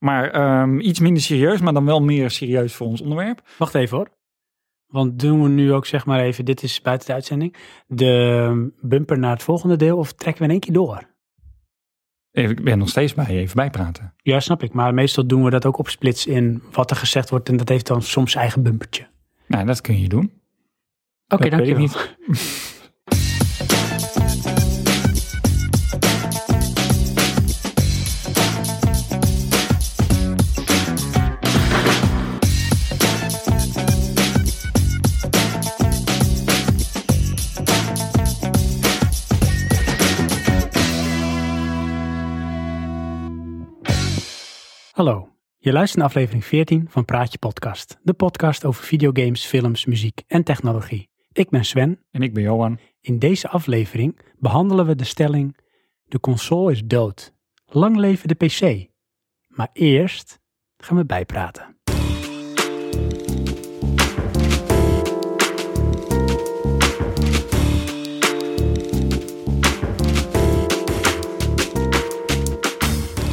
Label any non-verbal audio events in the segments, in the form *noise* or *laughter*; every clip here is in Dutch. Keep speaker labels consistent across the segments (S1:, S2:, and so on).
S1: Maar ehm, iets minder serieus, maar dan wel meer serieus voor ons onderwerp.
S2: Wacht even hoor. Want doen we nu ook, zeg maar even, dit is buiten de uitzending, de ehm, bumper naar het volgende deel of trekken we in één keer door?
S1: Even- Ik ben nog steeds bij je, even bijpraten.
S2: Ja, snap ik. Maar meestal doen we dat ook op splits in wat er gezegd wordt en dat heeft dan soms eigen bumpertje. Oké,
S1: Nou, dat kun je doen. Dat weet ik
S2: dankjewel.
S1: niet.
S2: Hallo, je luistert naar aflevering 14 van Praatje Podcast. De podcast over videogames, films, muziek en technologie. Ik ben Sven.
S1: En ik ben Johan.
S2: In deze aflevering behandelen we de stelling de console is dood. Lang leven de PC. Maar eerst gaan we bijpraten.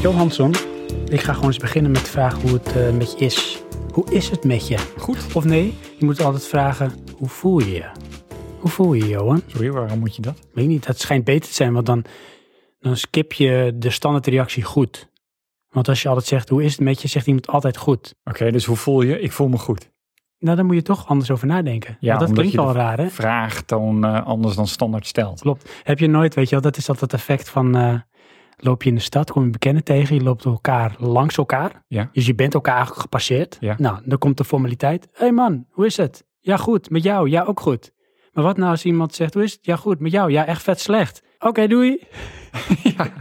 S2: Johansson, ik ga gewoon eens beginnen met de vraag hoe het eh, met je is. Hoe is het met je?
S1: Goed.
S2: Of nee, je moet altijd vragen hoe voel je je? Hoe voel je je, Johan?
S1: Sorry, waarom moet je dat?
S2: Ik weet niet, dat schijnt beter te zijn, want dan, dan skip je de standaardreactie goed. Want als je altijd zegt, hoe is het met je, zegt iemand altijd goed.
S1: Oké, dus hoe voel je? Ik voel me goed.
S2: Nou, dan moet je toch anders over nadenken.
S1: Ja,
S2: want dat
S1: omdat
S2: klinkt
S1: je
S2: al
S1: de- *laughs*
S2: raar, hè?
S1: Vraagtoon eh, anders dan standaard stelt.
S2: Klopt. Heb je nooit, weet je wel, dat is altijd het effect van... eh, loop je in de stad, kom je bekenden tegen, je loopt elkaar langs elkaar.
S1: Ja.
S2: Dus je bent elkaar eigenlijk gepasseerd.
S1: Ja.
S2: Nou, dan komt de formaliteit. Hé hey man, hoe is het? Ja, goed. Met jou? Ja, ook goed. Maar wat nou als iemand zegt, hoe is het? Ja, goed. Met jou? Ja, echt vet slecht. Oké, doei.
S1: ja,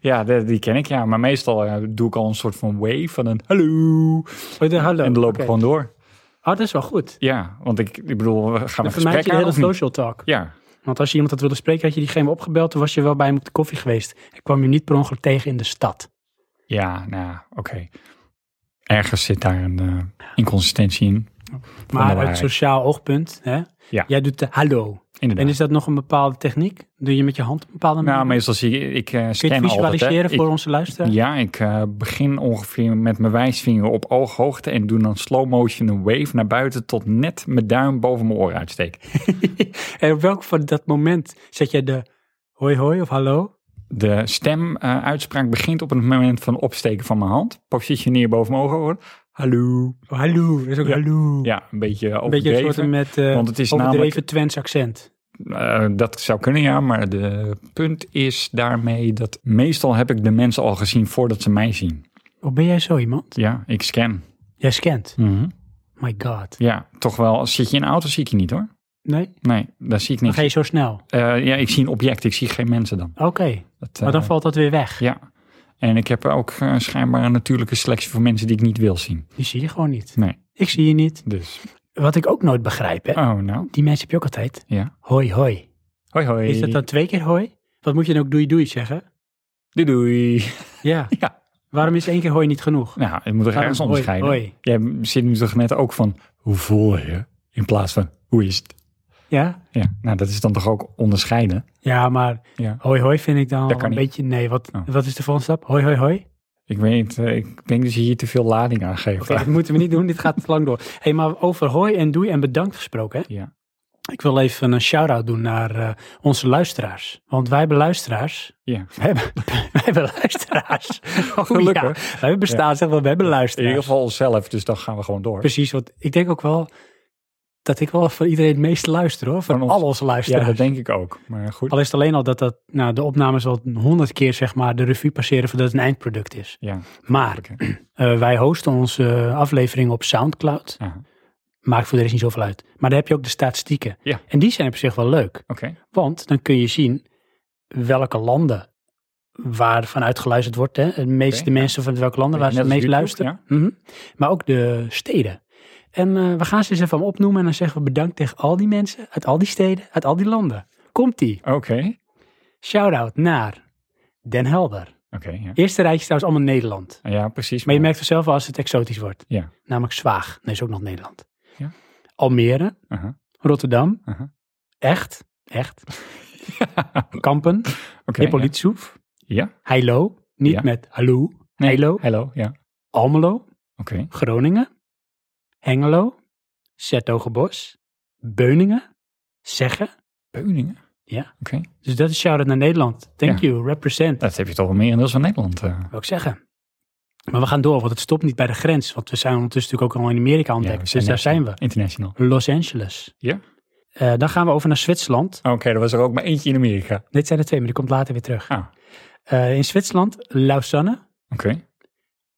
S1: ja de- die ken ik ja. Maar meestal eh, doe ik al een soort van wave van een hallo.
S2: Oh, de- hallo.
S1: En dan loop
S2: Oké.
S1: ik gewoon door.
S2: Oh, dat is wel goed.
S1: Ja, want ik, ik bedoel, we gaan
S2: Dan
S1: een
S2: vermijd
S1: gesprek
S2: je de
S1: aan
S2: hele
S1: of niet?
S2: social talk.
S1: Ja,
S2: Want als je iemand had willen spreken, had je diegene opgebeld. Toen was je wel bij hem op de koffie geweest. En kwam je hem niet per ongeluk tegen in de stad.
S1: ja, nou, ja, oké. Ergens zit daar een eh, inconsistentie in.
S2: Maar uit
S1: Wonderbaarlijk.
S2: sociaal oogpunt, hè?
S1: Ja.
S2: jij doet de hallo. En
S1: Inderdaad.
S2: is dat nog een bepaalde techniek? Doe je met je hand op een bepaalde
S1: Nou,
S2: manier?
S1: meestal zie ik, ik eh,
S2: Kun
S1: scan
S2: je het
S1: altijd. hè.
S2: visualiseren
S1: Ik-
S2: voor onze luisteraar?
S1: Ja, ik eh, begin ongeveer met mijn wijsvinger op ooghoogte en doe dan slow motion een wave naar buiten tot net mijn duim boven mijn oor uitsteekt.
S2: En op welk van dat moment zet jij de hoi hoi of hallo?
S1: De stemuitspraak begint op het moment van opsteken van mijn hand. Positioneer boven mijn ogen. hoor. Hallo.
S2: Oh, hallo, dat is ook
S1: Ja.
S2: hallo.
S1: Ja, een beetje
S2: Een beetje een
S1: overdreven.
S2: soort met eh
S1: want het is
S2: overdreven
S1: namelijk-
S2: Twents accent.
S1: Eh, dat zou kunnen, ja. Maar de punt is daarmee dat meestal heb ik de mensen al gezien voordat ze mij zien.
S2: Hoe ben jij zo iemand?
S1: Ja, ik scan.
S2: Jij scant.
S1: Mhm.
S2: My god.
S1: Ja, toch wel. Zit je in een auto, zie ik je niet hoor.
S2: Nee?
S1: Nee, daar zie ik
S2: Dan
S1: niks.
S2: ga je zo snel.
S1: Eh, ja, ik zie een object, ik zie geen mensen dan.
S2: Oké,
S1: Dat,
S2: maar Oh, dan
S1: eh,
S2: valt dat weer weg.
S1: Ja. En ik heb ook eh, schijnbaar een natuurlijke selectie voor mensen die ik niet wil zien.
S2: Die zie je gewoon niet.
S1: Nee,
S2: Ik zie je niet.
S1: dus.
S2: Wat ik ook nooit begrijp, hè.
S1: Oh, nou.
S2: Die mensen heb je ook altijd.
S1: Ja.
S2: Hoi, hoi.
S1: Hoi, hoi.
S2: Is dat dan twee keer hoi? Wat moet je dan ook doei, doei zeggen?
S1: Doei, doei.
S2: Ja.
S1: *laughs* Ja.
S2: Waarom is één keer hoi niet genoeg?
S1: Nou, ik moet er
S2: Waarom
S1: ergens onderscheiden.
S2: Hoi, hoi.
S1: Jij zit nu toch net ook van, hoe voel je? In plaats van, hoe is het?
S2: Ja?
S1: Ja, nou, dat is dan toch ook onderscheiden?
S2: Ja, maar
S1: Ja.
S2: hoi, hoi vind ik dan
S1: Dat
S2: al
S1: kan
S2: een
S1: niet.
S2: beetje... Nee, wat,
S1: Oh.
S2: wat is de volgende stap? Hoi, hoi, hoi.
S1: Ik weet, eh, ik denk dat je hier te veel lading aan geeft.
S2: Oké, dat moeten we niet doen. Dit gaat te lang door. Hé, hey, maar over hoi en doei en bedankt gesproken, hè?
S1: Ja.
S2: Ik wil even een shout-out doen naar eh, onze luisteraars. Want wij hebben luisteraars.
S1: Ja.
S2: We hebben, *laughs* we hebben
S1: *laughs*
S2: luisteraars. Oh,
S1: Gelukkig.
S2: ja. We hebben bestaan, zeg maar, we hebben
S1: In ieder
S2: luisteraars.
S1: geval zelf, dus dan gaan we gewoon door.
S2: Precies, want ik denk ook wel dat ik wel voor iedereen het meest luister hoor. Van
S1: Van ons.
S2: al onze
S1: Ja,
S2: luisteraars.
S1: dat denk ik ook. Maar goed.
S2: al is het alleen al dat, dat nou, de opnames wel honderd keer zeg maar, de revue passeren voordat het een eindproduct is.
S1: Ja,
S2: Maar
S1: oké.
S2: eh, wij hosten onze eh, afleveringen op Soundcloud.
S1: Aha.
S2: Maakt voor de rest niet zoveel uit. Maar daar heb je ook de statistieken.
S1: Ja.
S2: En die zijn op zich wel leuk.
S1: Oké.
S2: Want dan kun je zien welke landen waar vanuit geluisterd wordt. Hè? De meeste
S1: Oké, ja.
S2: mensen van welke landen waar
S1: Net
S2: ze het
S1: als
S2: meest
S1: YouTube,
S2: luisteren. Mhm. Maar ook de steden. En eh, we gaan ze eens even opnoemen en dan zeggen we bedankt tegen al die mensen uit al die steden, uit al die landen. Komt-ie.
S1: Oké.
S2: Shout-out naar Den Helder.
S1: Oké, ja.
S2: Eerste rijtje is trouwens allemaal Nederland.
S1: Ja, precies.
S2: Maar je merkt vanzelf wel als het exotisch wordt.
S1: Ja.
S2: Namelijk Zwaag. Nee, is ook nog Nederland.
S1: Ja. Uh-huh.
S2: Almere,
S1: Aha.
S2: Rotterdam.
S1: Aha.
S2: Echt. Echt.
S1: *laughs*
S2: Kampen.
S1: Oké,
S2: Hippolyte Soef.
S1: Ja. Ja?
S2: Heilo. Niet
S1: Ja.
S2: met hallo.
S1: Nee,
S2: Heilo.
S1: Hello, ja.
S2: Almelo,
S1: Oké.
S2: Groningen, Hengelo, Zetogenbos, Beuningen, Zeggen.
S1: Beuningen?
S2: Ja.
S1: Oké.
S2: Dus dat is shout-out naar Nederland. Thank you, represent,
S1: Dat heb je toch wel meer in deels van Nederland. eh.
S2: wil ik zeggen. Maar we gaan door, want het stopt niet bij de grens. Want we zijn ondertussen natuurlijk ook al in Amerika
S1: Ja,
S2: ontdekt.
S1: we
S2: dus daar zijn we.
S1: International.
S2: Los Angeles.
S1: Ja.
S2: Eh, dan gaan we over naar Zwitserland.
S1: Oké, er was er ook maar eentje in Amerika.
S2: Dit zijn er twee, maar die komt later weer terug.
S1: Ah, oké.
S2: Eh, in Zwitserland, Lausanne.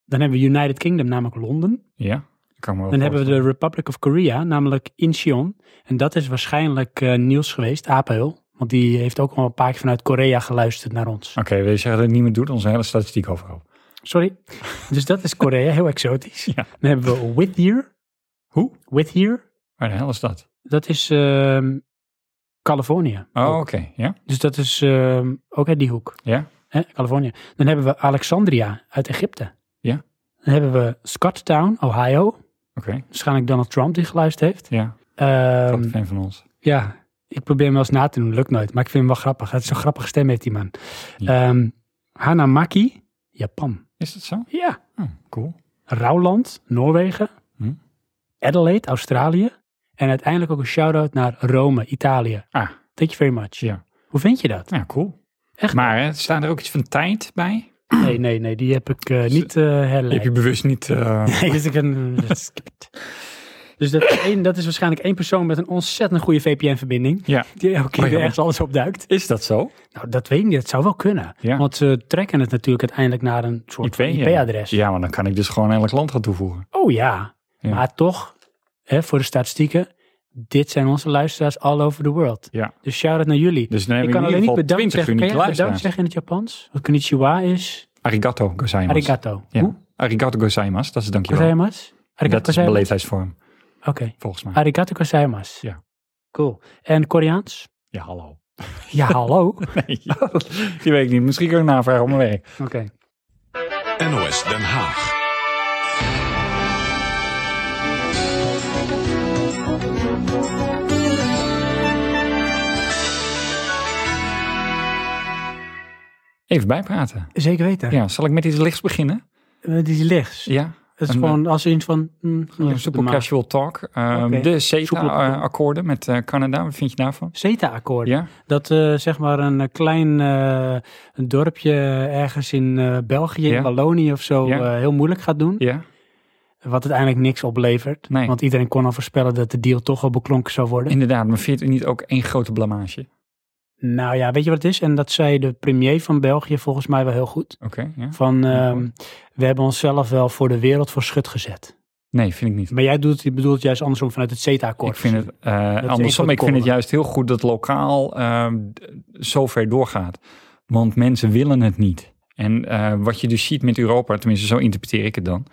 S2: Dan hebben we United Kingdom, namelijk Londen.
S1: Ja. Ik kan me wel
S2: Dan hebben we de
S1: voorstellen.
S2: Republic of Korea, namelijk Incheon. En dat is waarschijnlijk eh, Niels geweest, Apel. Want die heeft ook al een paar keer vanuit Korea geluisterd naar ons.
S1: Oké, wil je zeggen dat het niet meer doet? Onze hele statistiek overal.
S2: Sorry. *laughs* Dus dat is Korea, heel exotisch.
S1: Ja.
S2: Dan hebben we Whittier.
S1: Hoe?
S2: Whittier,
S1: Waar de hel is dat?
S2: dat is ehm, Californië.
S1: Oh, oké. Ja?
S2: Dus dat is ehm, ook uit die hoek.
S1: Ja.
S2: Hè, Californië. Dan hebben we Alexandria uit Egypte.
S1: Ja.
S2: Dan hebben we Scottstown, Ohio. Dus
S1: Oké.
S2: Waarschijnlijk Donald Trump die geluisterd heeft.
S1: Ja,
S2: Ehm,
S1: grote fan van ons.
S2: Ja, ik probeer hem wel eens na te doen. Lukt nooit. Maar ik vind hem wel grappig. Het is zo'n grappige stem heeft die man.
S1: Ja.
S2: Ehm, Hanamaki, Japan.
S1: Is dat zo?
S2: Ja.
S1: Oh, cool.
S2: Rouwland, Noorwegen.
S1: Hm.
S2: Adelaide, Australië. En uiteindelijk ook een shout-out naar Rome, Italië.
S1: Ah.
S2: Thank you very much.
S1: Ja.
S2: Hoe vind je dat?
S1: Ja, cool.
S2: Echt?
S1: Maar hè, staat er ook iets van tijd bij?
S2: Nee, nee, nee. Die heb ik eh, niet
S1: Die
S2: eh
S1: heb
S2: herleid.
S1: je bewust niet... eh,
S2: *laughs* Nee, dus ik
S1: *laughs*
S2: een... Dus dat is, één, dat is waarschijnlijk één persoon met een ontzettend goede VPN-verbinding.
S1: Ja.
S2: Die elke keer
S1: Oh ja.
S2: weer ergens alles opduikt.
S1: Is dat zo?
S2: Nou, dat weet ik niet. Het zou wel kunnen.
S1: Ja.
S2: Want ze trekken het natuurlijk uiteindelijk naar een soort
S1: IP, ja.
S2: IP-adres.
S1: Ja, maar dan kan ik dus gewoon elk land gaan toevoegen.
S2: Oh ja.
S1: Ja.
S2: Maar toch, hè, voor de statistieken, dit zijn onze luisteraars all over the world.
S1: Ja.
S2: Dus shout-out naar jullie.
S1: Dus dan
S2: ik
S1: hebben we
S2: kan
S1: in
S2: alleen
S1: ieder
S2: niet
S1: geval 20
S2: bedankt zeggen. Kan
S1: unieke
S2: jij
S1: luisteraars.
S2: bedankt zeggen in het Japans? Wat konnichiwa is?
S1: Arigato gozaimasu.
S2: Arigato.
S1: Ja.
S2: Hoe?
S1: Arigato gozaimasu, dat is dankjewel.
S2: Gozaimasu? Arigato
S1: dat is
S2: gozaimasu?
S1: beleefdheidsvorm,
S2: Oké.
S1: volgens mij.
S2: Arigato gozaimasu.
S1: Ja.
S2: Cool. En Koreaans?
S1: ja, hallo.
S2: Ja, hallo. *laughs* Oké.
S1: *laughs* Nee, *laughs* die weet ik niet. Misschien kan ik navragen op mijn werk.
S3: NOS Den Haag.
S1: Even bijpraten.
S2: Zeker weten.
S1: Ja, zal ik met iets lichts beginnen?
S2: Eh, die lichts.
S1: Ja.
S2: Het is
S1: Een,
S2: gewoon als iets van... Mm,
S1: Een super casual talk. Ehm,
S2: Oké.
S1: De
S2: Soepel talk.
S1: CETA-akkoorden met eh, Canada, wat vind je daarvan?
S2: CETA-akkoord.
S1: Ja?
S2: Dat eh, zeg maar een eh, klein eh, een dorpje ergens in eh, België,
S1: Ja.
S2: Wallonië of zo,
S1: Ja.
S2: eh, heel moeilijk gaat doen.
S1: Ja?
S2: Wat uiteindelijk niks oplevert.
S1: Nee.
S2: Want iedereen kon al voorspellen dat de deal toch al beklonken zou worden.
S1: Inderdaad, maar vind je het niet ook één grote blamage?
S2: Nou ja, weet je wat het is? En dat zei de premier van België volgens mij wel heel goed.
S1: Oké, ja?
S2: Van,
S1: Ja,
S2: ehm, we hebben onszelf wel voor de wereld voor schut gezet.
S1: Nee, vind ik niet.
S2: Maar jij doet, je bedoelt juist andersom vanuit het CETA-akkoord.
S1: Ik vind het eh,
S2: één
S1: andersom.
S2: grote
S1: Ik vind het
S2: kolom.
S1: juist heel goed dat lokaal ehm, d- zo ver doorgaat. Want mensen willen het niet. En eh, wat je dus ziet met Europa, tenminste zo interpreteer ik het dan.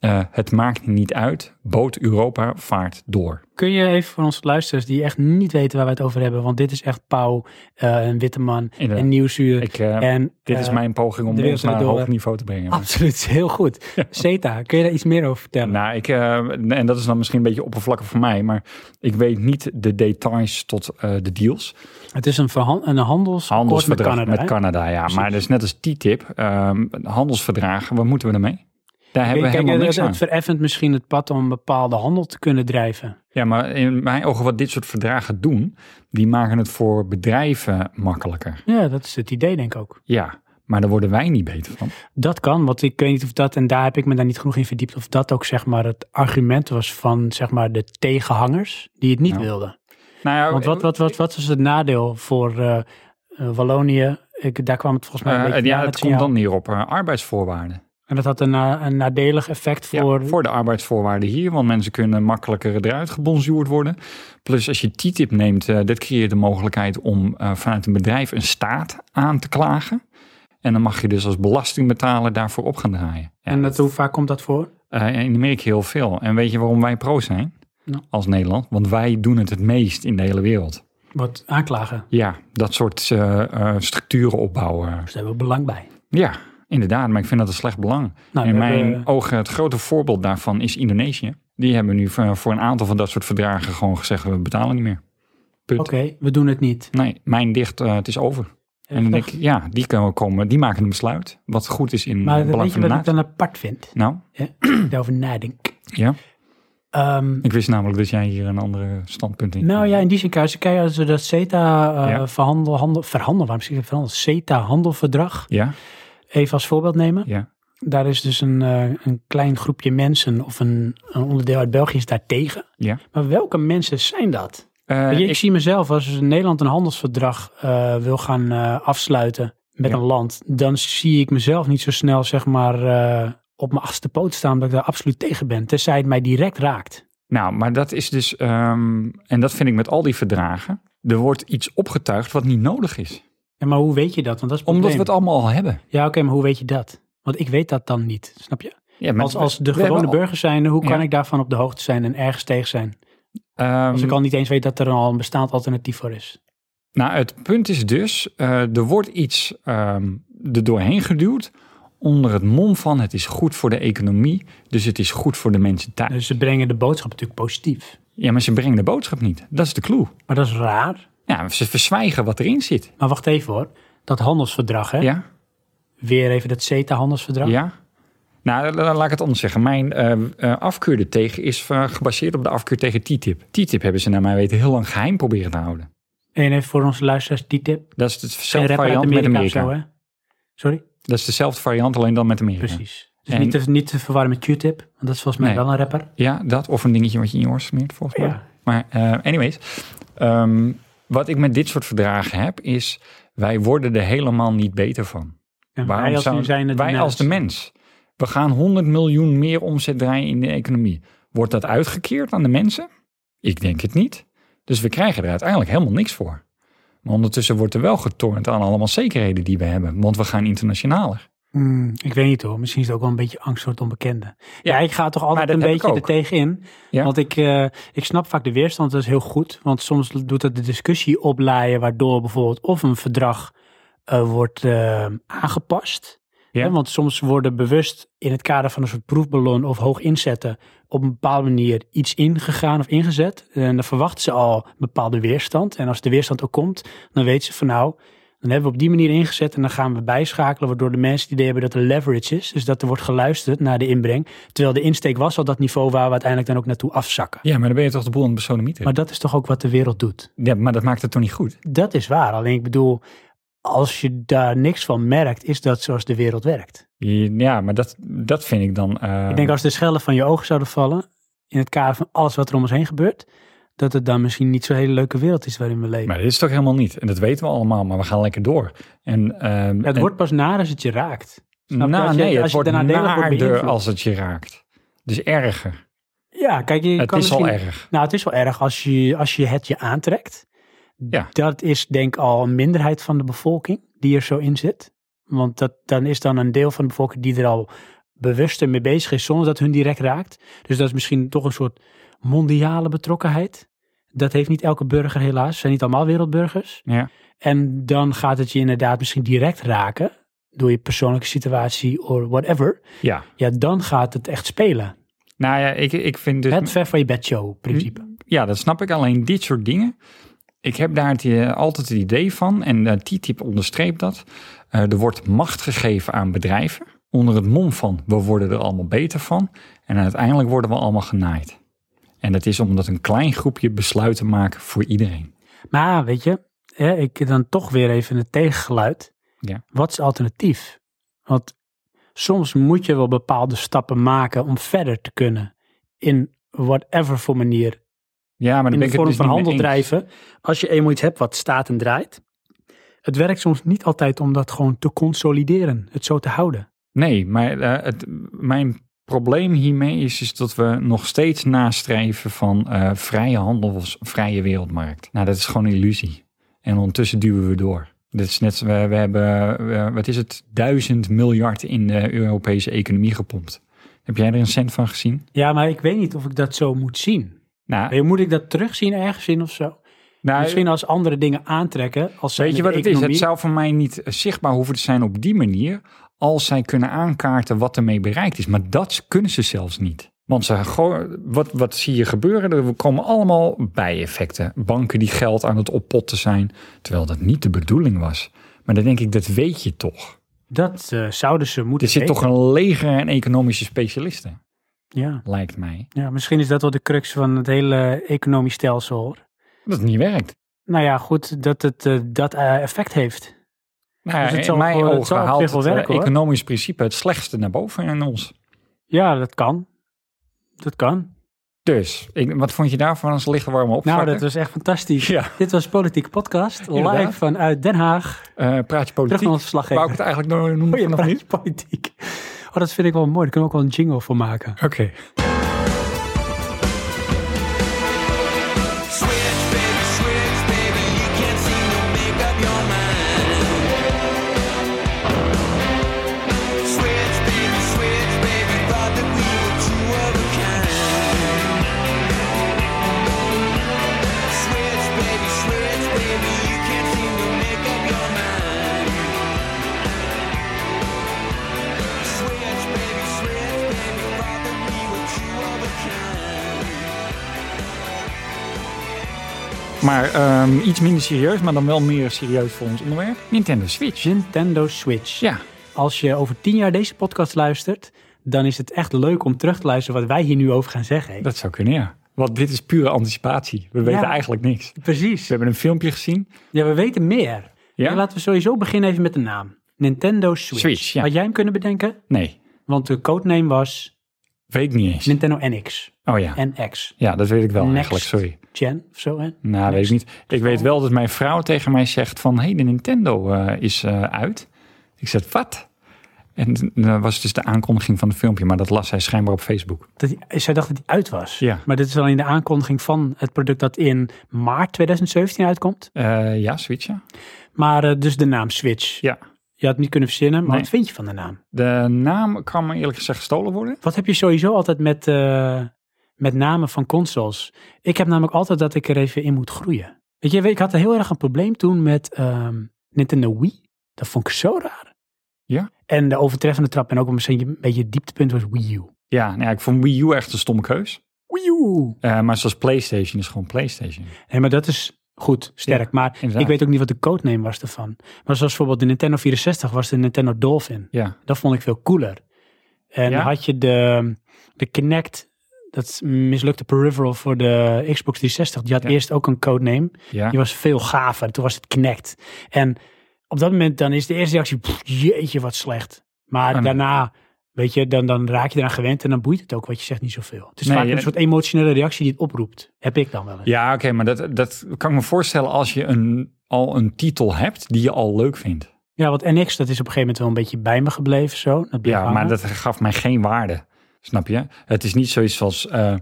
S1: eh, het maakt niet uit. Boot Europa vaart door.
S2: Kun je even voor onze luisteraars die echt niet weten waar we het over hebben. Want dit is echt Pauw, eh een witte man,
S1: Inderdaad.
S2: en nieuwsuur.
S1: Ik, eh,
S2: en,
S1: dit is
S2: eh,
S1: mijn poging om
S2: de
S1: ons
S2: wereld
S1: naar een
S2: door.
S1: hoog niveau te brengen.
S2: Absoluut, *laughs* heel goed. CETA, kun je daar iets meer over vertellen?
S1: Nou, ik, eh, en dat is dan misschien een beetje oppervlakkig voor mij, maar ik weet niet de details tot eh, de deals.
S2: het is een, verhan- een handelsakkoord met
S1: Handelsverdrag
S2: Canada. hè?
S1: ja.
S2: Precies.
S1: Maar dat is net als TTIP, ehm handelsverdragen, wat moeten we ermee? Daar hebben we
S2: Kijk,
S1: helemaal
S2: het,
S1: niks aan.
S2: het vereffent misschien het pad om een bepaalde handel te kunnen drijven.
S1: Ja, maar in mijn ogen wat dit soort verdragen doen, die maken het voor bedrijven makkelijker.
S2: Ja, dat is het idee, denk ik ook.
S1: Ja, maar daar worden wij niet beter van.
S2: Dat kan, want ik weet niet of dat, en daar heb ik me daar niet genoeg in verdiept, of dat ook zeg maar het argument was van zeg maar de tegenhangers die het niet
S1: Nou,
S2: wilden.
S1: Nou ja,
S2: Want wat, wat, wat, wat was het nadeel voor eh, eh, Wallonië? Ik, daar kwam het volgens mij een
S1: eh,
S2: beetje
S1: ja,
S2: na,
S1: het
S2: dat
S1: komt
S2: signaal.
S1: dan neer op eh, arbeidsvoorwaarden.
S2: En dat had een, na- een nadelig effect
S1: Ja,
S2: voor...
S1: voor de arbeidsvoorwaarden hier, want mensen kunnen makkelijker eruit gebonzuurd worden. Plus als je TTIP neemt, eh dat creëert de mogelijkheid om eh, vanuit een bedrijf een staat aan te klagen. En dan mag je dus als belastingbetaler daarvoor op gaan draaien. Ja,
S2: en dat, hoe vaak komt dat voor?
S1: eh, in Amerika heel veel. En weet je waarom wij pro zijn
S2: Nou.
S1: als Nederland? Want wij doen het het meest in de hele wereld.
S2: Wat aanklagen.
S1: Ja, dat soort eh, eh, structuren opbouwen.
S2: Dus daar hebben we belang bij.
S1: Ja, inderdaad, maar ik vind dat een slecht belang.
S2: Nou,
S1: in
S2: we
S1: mijn
S2: hebben-
S1: ogen, het grote voorbeeld daarvan is Indonesië. Die hebben nu voor voor een aantal van dat soort verdragen gewoon gezegd, we betalen niet meer.
S2: Oké, we doen het niet.
S1: Nee, mijn dicht, eh, het is over. En dan denk ik, ja, die, kunnen komen, die maken een besluit. Wat goed is in het
S2: maar weet
S1: belang
S2: je
S1: van de
S2: wat ik
S1: natie.
S2: dan apart
S1: *clears throat*
S2: vind?
S1: Nou,
S2: Ik Daarover nadenk.
S1: ja.
S2: Ehm,
S1: Ik wist namelijk dat jij hier een andere standpunt in
S2: nou ja, in die zin, Kijk, kijk, als we dat
S1: Ja.
S2: CETA-verhandel, handel, verhandel, waarom zeg ik dat verhandel? CETA-handelverdrag,
S1: Ja,
S2: even als voorbeeld nemen.
S1: ja.
S2: Daar is dus een, eh, een klein groepje mensen of een, een onderdeel uit België is daar tegen.
S1: Ja.
S2: Maar welke mensen zijn dat?
S1: Eh,
S2: Weet je, ik,
S1: ik-
S2: zie mezelf als Nederland een handelsverdrag eh, wil gaan eh, afsluiten met
S1: Ja.
S2: een land, dan zie ik mezelf niet zo snel zeg maar eh, op mijn achtste poot staan dat ik daar absoluut tegen ben, tenzij het mij direct raakt.
S1: nou, maar dat is dus, ehm, en dat vind ik met al die verdragen, er wordt iets opgetuigd wat niet nodig is.
S2: Ja, maar hoe weet je dat? Want dat is het
S1: Omdat we
S2: probleem.
S1: het allemaal al hebben.
S2: Ja, oké, maar hoe weet je dat? Want ik weet dat dan niet, snap je?
S1: Ja, maar
S2: Als, als de
S1: we hebben
S2: gewone
S1: al-
S2: burger zijnde, hoe kan
S1: Ja.
S2: ik daarvan op de hoogte zijn en ergens tegen zijn?
S1: ehm,
S2: Als ik al niet eens weet dat er al een bestaand alternatief voor is.
S1: Nou, het punt is dus, eh, er wordt iets ehm, er doorheen geduwd onder het mom van het is goed voor de economie, dus het is goed voor de mensen thuis.
S2: Dus ze brengen de boodschap natuurlijk positief.
S1: Ja, maar ze brengen de boodschap niet. Dat is de clue.
S2: Maar dat is raar.
S1: Ja, ze verzwijgen wat erin zit.
S2: Maar wacht even hoor. Dat handelsverdrag, hè?
S1: Ja,
S2: Weer even dat CETA-handelsverdrag.
S1: ja. Nou, la- la- laat ik het anders zeggen. Mijn eh eh, afkeur er tegen is eh, gebaseerd op de afkeur tegen TTIP. TTIP hebben ze naar mijn weten heel lang geheim proberen te houden.
S2: En even voor onze luisteraars die tip.
S1: Dat is
S2: Geen
S1: dezelfde
S2: rapper uit
S1: variant
S2: Amerika,
S1: met Amerika.
S2: of zo, hè? Sorry?
S1: dat is dezelfde variant, alleen dan met Amerika.
S2: Precies. Dus
S1: En-
S2: niet, te, niet te verwarren met Q-tip, want dat is volgens mij
S1: Nee.
S2: wel een rapper.
S1: Ja, dat of een dingetje wat je in je oor smeert, volgens mij.
S2: Ja.
S1: Maar eh, anyways, ehm, wat ik met dit soort verdragen heb, is wij worden er helemaal niet beter van.
S2: En
S1: Waarom
S2: wij als,
S1: zou-
S2: nu zijn het
S1: wij als de
S2: mensen.
S1: mens. We gaan 100 miljoen meer omzet draaien in de economie. Wordt dat uitgekeerd aan de mensen? Ik denk het niet. Dus we krijgen er uiteindelijk helemaal niks voor. Maar ondertussen wordt er wel getornd aan allemaal zekerheden die we hebben. Want we gaan internationaler.
S2: ik weet niet hoor, misschien is het ook wel een beetje angst voor het onbekende. Ja, ik ga toch altijd
S1: dat
S2: een
S1: heb ik
S2: beetje er
S1: ook.
S2: tegenin.
S1: Ja.
S2: Want ik, eh, ik snap vaak de weerstand, dat is heel goed. Want soms doet dat de discussie oplaaien, waardoor bijvoorbeeld of een verdrag eh, wordt eh, aangepast.
S1: Ja.
S2: Hè, want soms worden bewust in het kader van een soort proefballon of hoog inzetten op een bepaalde manier iets ingegaan of ingezet. En dan verwachten ze al een bepaalde weerstand. En als de weerstand ook komt, dan weten ze van nou, dan hebben we op die manier ingezet en dan gaan we bijschakelen, waardoor de mensen het idee hebben dat er leverage is. Dus dat er wordt geluisterd naar de inbreng. Terwijl de insteek was al dat niveau waar we uiteindelijk dan ook naartoe afzakken.
S1: Ja, maar dan ben je toch de boel aan het besodemieten.
S2: Maar dat is toch ook wat de wereld doet?
S1: Ja, maar dat maakt het toch niet goed?
S2: Dat is waar. Alleen ik bedoel, als je daar niks van merkt, is dat zoals de wereld werkt.
S1: Ja, maar dat, dat vind ik dan... eh,
S2: Ik denk als de schellen van je ogen zouden vallen, in het kader van alles wat er om ons heen gebeurt, dat het dan misschien niet zo'n hele leuke wereld is waarin we leven.
S1: Maar dit is toch helemaal niet. En dat weten we allemaal, maar we gaan lekker door. En, ehm,
S2: het
S1: en-
S2: wordt pas naar als het je raakt. Snap
S1: nou,
S2: je? Als je-
S1: nee,
S2: als
S1: het
S2: je
S1: wordt
S2: daarna degelijk wordt
S1: naarder
S2: beïnvloed.
S1: als het je raakt. Dus erger.
S2: Ja, kijk, je
S1: het
S2: kan
S1: is al
S2: misschien-
S1: erg.
S2: Nou, het is wel erg als je, als je het je aantrekt.
S1: Ja.
S2: Dat is denk ik al een minderheid van de bevolking die er zo in zit. Want dat, dan is dan een deel van de bevolking die er al bewuster mee bezig is, zonder dat hun direct raakt. Dus dat is misschien toch een soort mondiale betrokkenheid. Dat heeft niet elke burger helaas. We zijn niet allemaal wereldburgers.
S1: Ja.
S2: En dan gaat het je inderdaad misschien direct raken door je persoonlijke situatie of whatever.
S1: Ja.
S2: Ja, dan gaat het echt spelen.
S1: Nou ja, ik, ik vind dus...
S2: het ver van je bed show principe.
S1: Ja, dat snap ik. Alleen dit soort dingen. Ik heb daar het, eh, altijd het idee van. En eh, TTIP onderstreept dat. Eh, er wordt macht gegeven aan bedrijven. Onder het mom van, we worden er allemaal beter van. En uiteindelijk worden we allemaal genaaid. En dat is omdat een klein groepje besluiten maken voor iedereen.
S2: Maar weet je, hè, ik dan toch weer even het tegengeluid.
S1: Ja.
S2: Wat is alternatief? Want soms moet je wel bepaalde stappen maken om verder te kunnen. In whatever voor manier.
S1: Ja, maar dan
S2: In
S1: ben
S2: de
S1: ik het
S2: vorm
S1: dus
S2: van
S1: niet mee
S2: handel
S1: eens.
S2: drijven. Als je eenmaal iets hebt wat staat en draait. Het werkt soms niet altijd om dat gewoon te consolideren. Het zo te houden.
S1: Nee, maar eh, het, mijn probleem hiermee is, is dat we nog steeds nastreven van eh, vrije handel of vrije wereldmarkt. Nou, dat is gewoon een illusie. En ondertussen duwen we door. Dat is net, zo- we, we hebben, eh, wat is het, duizend miljard in de Europese economie gepompt. Heb jij er een cent van gezien?
S2: Ja, maar ik weet niet of ik dat zo moet zien.
S1: Nou,
S2: Moet ik dat terugzien ergens in of zo?
S1: nou,
S2: Misschien als andere dingen aantrekken. Als
S1: Weet je
S2: zijnde
S1: wat het
S2: de
S1: is? Het
S2: economie.
S1: zou voor mij niet eh, zichtbaar hoeven te zijn op die manier. Als zij kunnen aankaarten wat ermee bereikt is. Maar dat kunnen ze zelfs niet. Want ze, go- wat, wat zie je gebeuren? Er komen allemaal bijeffecten. Banken die geld aan het oppotten zijn. Terwijl dat niet de bedoeling was. Maar dan denk ik, dat weet je toch.
S2: Dat eh, zouden ze moeten
S1: Er zit
S2: weten.
S1: toch een leger aan economische specialisten,
S2: Ja.
S1: lijkt mij.
S2: ja, misschien is dat wel de crux van het hele economisch stelsel hoor.
S1: Dat het niet werkt.
S2: Nou ja, goed dat het eh, dat eh, effect heeft.
S1: Nou, ja,
S2: Dus het
S1: in
S2: zal
S1: mijn
S2: wel- het
S1: ogen
S2: zal op
S1: haalt
S2: zich wel
S1: het eh,
S2: werken, hoor.
S1: economisch principe het slechtste naar boven in ons.
S2: Ja, dat kan. Dat kan.
S1: Dus, ik, wat vond je daarvan als lichte warme
S2: Nou,
S1: opvatter?
S2: dat was echt fantastisch.
S1: Ja.
S2: Dit was Politiek Podcast, live
S1: Inderdaad.
S2: vanuit Den Haag.
S1: Eh, praat je
S2: Terug naar
S1: politiek?
S2: onze verslaggever.
S1: Wou ik het eigenlijk Oh, nog noemen
S2: Goeie
S1: vanaf nu?
S2: praatje politiek. Oh, dat vind ik wel mooi. Daar kunnen we ook wel een jingle voor maken.
S1: Oké.
S4: Switch, baby, switch, baby. You can't seem to make up your mind. Switch, baby, switch, baby. Thought that we were two of a kind. Switch, baby, switch, baby. You can't seem to make up your mind. Switch, baby, switch, baby. Thought that we were two of a kind.
S1: Maar ehm, iets minder serieus, maar dan wel meer serieus voor ons onderwerp. Nintendo Switch.
S2: Nintendo Switch.
S1: Ja,
S2: Als je over tien jaar deze podcast luistert, dan is het echt leuk om terug te luisteren wat wij hier nu over gaan zeggen.
S1: dat zou kunnen, ja. Want dit is pure anticipatie. We weten eigenlijk niks. We
S2: Precies.
S1: hebben een filmpje gezien.
S2: Ja, we weten meer.
S1: Ja?
S2: En laten we sowieso beginnen even met de naam. Nintendo Switch.
S1: Switch, ja.
S2: Had jij hem kunnen bedenken?
S1: Nee,
S2: Want de codename was
S1: weet ik niet eens.
S2: Nintendo NX.
S1: Oh ja,
S2: NX.
S1: ja dat weet ik wel
S2: Next.
S1: Oh, eigenlijk, sorry.
S2: Gen of zo, hè?
S1: Nou, weet ik niet. Ik weet wel dat mijn vrouw tegen mij zegt van... hé, hey, de Nintendo eh, is eh, uit. Ik zeg, wat? En dat was dus de aankondiging van het filmpje. Maar dat las hij schijnbaar op Facebook.
S2: Dat die- zij dacht dat die uit was.
S1: Ja.
S2: Maar dit is alleen de aankondiging van het product dat in maart 2017 uitkomt.
S1: Eh, ja, Switch, ja.
S2: Maar eh, dus de naam Switch.
S1: Ja.
S2: Je had het niet kunnen verzinnen, maar
S1: Nee.
S2: wat vind je van de naam?
S1: De naam kan me eerlijk gezegd gestolen worden.
S2: Wat heb je sowieso altijd met, eh, met namen van consoles? Ik heb namelijk altijd dat ik er even in moet groeien. Weet je, ik had er heel erg een probleem toen met ehm, Nintendo Wii. Dat vond ik zo raar.
S1: Ja.
S2: En de overtreffende trap en ook misschien een beetje het dieptepunt was Wii U.
S1: Ja, nou ja, ik vond Wii U echt een stomme keus.
S2: Wii U!
S1: Eh, maar zoals PlayStation is gewoon PlayStation.
S2: Nee, maar dat is goed, sterk.
S1: Ja,
S2: maar
S1: inderdaad.
S2: ik weet ook niet wat de codename was ervan. Maar zoals bijvoorbeeld de Nintendo 64 was de Nintendo Dolphin.
S1: Ja,
S2: Dat vond ik veel cooler. En
S1: Ja?
S2: had je de, de Kinect, dat mislukte peripheral voor de Xbox 360. Die had
S1: Ja.
S2: eerst ook een codename.
S1: ja.
S2: Die was veel gaver. Toen was het Kinect. En op dat moment dan is de eerste reactie, "Pff, jeetje wat slecht. Maar
S1: Ah, nee.
S2: daarna, weet je, dan, dan raak je eraan gewend en dan boeit het ook wat je zegt niet zoveel. Het is
S1: Nee,
S2: vaak
S1: ja.
S2: een soort emotionele reactie die het oproept. Heb ik dan wel eens.
S1: ja oké, maar dat, dat kan ik me voorstellen als je een, al een titel hebt die je al leuk vindt.
S2: Ja, want NX, dat is op een gegeven moment wel een beetje bij me gebleven zo. Dat bleef
S1: Ja, maar
S2: hangen.
S1: dat gaf mij geen waarde. Snap je? Het is niet zoiets als eh,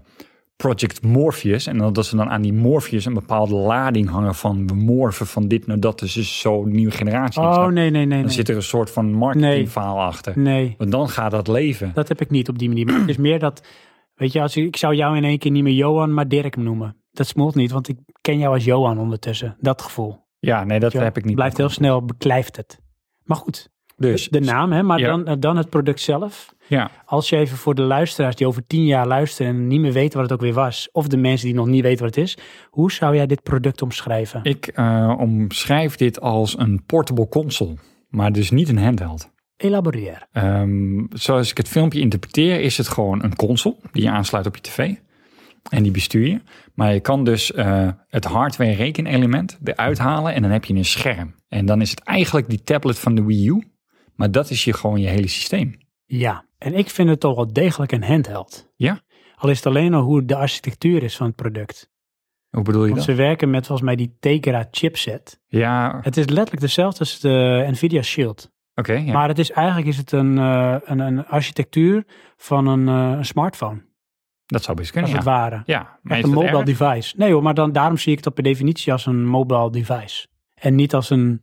S1: Project Morpheus. En dat dat ze dan aan die Morpheus een bepaalde lading hangen van we morven van dit naar dat. Dus is zo'n nieuwe generatie. Snap je?
S2: Oh, nee, nee, nee.
S1: Dan
S2: nee.
S1: zit er een soort van marketingverhaal achter.
S2: nee,
S1: Want dan gaat dat leven.
S2: dat heb ik niet op die manier. Maar het is meer dat, weet je, als ik, ik zou jou in één keer niet meer Johan, maar Dirk noemen. Dat smolt niet, want ik ken jou als Johan ondertussen. Dat gevoel.
S1: Ja, nee, dat
S2: Ja,
S1: heb ik niet.
S2: Blijft heel snel, beklijft het. Maar goed,
S1: Dus,
S2: de naam, hè, maar
S1: Ja.
S2: dan, dan het product zelf.
S1: Ja,
S2: Als je even voor de luisteraars die over tien jaar luisteren en niet meer weten wat het ook weer was, of de mensen die nog niet weten wat het is, hoe zou jij dit product omschrijven?
S1: ik eh, omschrijf dit als een portable console. Maar dus niet een handheld.
S2: Elaboreer.
S1: Ehm, zoals ik het filmpje interpreteer, is het gewoon een console die je aansluit op je tv. En die bestuur je. Maar je kan dus eh, het hardware rekenelement eruit halen en dan heb je een scherm. En dan is het eigenlijk die tablet van de Wii U. Maar dat is je gewoon je hele systeem.
S2: Ja, en ik vind het toch wel degelijk een handheld.
S1: Ja.
S2: Al is het alleen al hoe de architectuur is van het product.
S1: Hoe bedoel je
S2: Want
S1: dat?
S2: ze werken met volgens mij die Tegra chipset.
S1: Ja, oké.
S2: Het is letterlijk dezelfde als de Nvidia Shield.
S1: ja.
S2: Maar het is eigenlijk is het een, eh, een, een architectuur van een, eh, een smartphone,
S1: Dat zou best
S2: als
S1: kunnen, ja.
S2: het ware.
S1: ja. Maar
S2: Echt
S1: is
S2: een
S1: dat
S2: mobile
S1: erg?
S2: device. Nee hoor, maar dan, daarom zie ik het op per definitie als een mobile device. En niet als een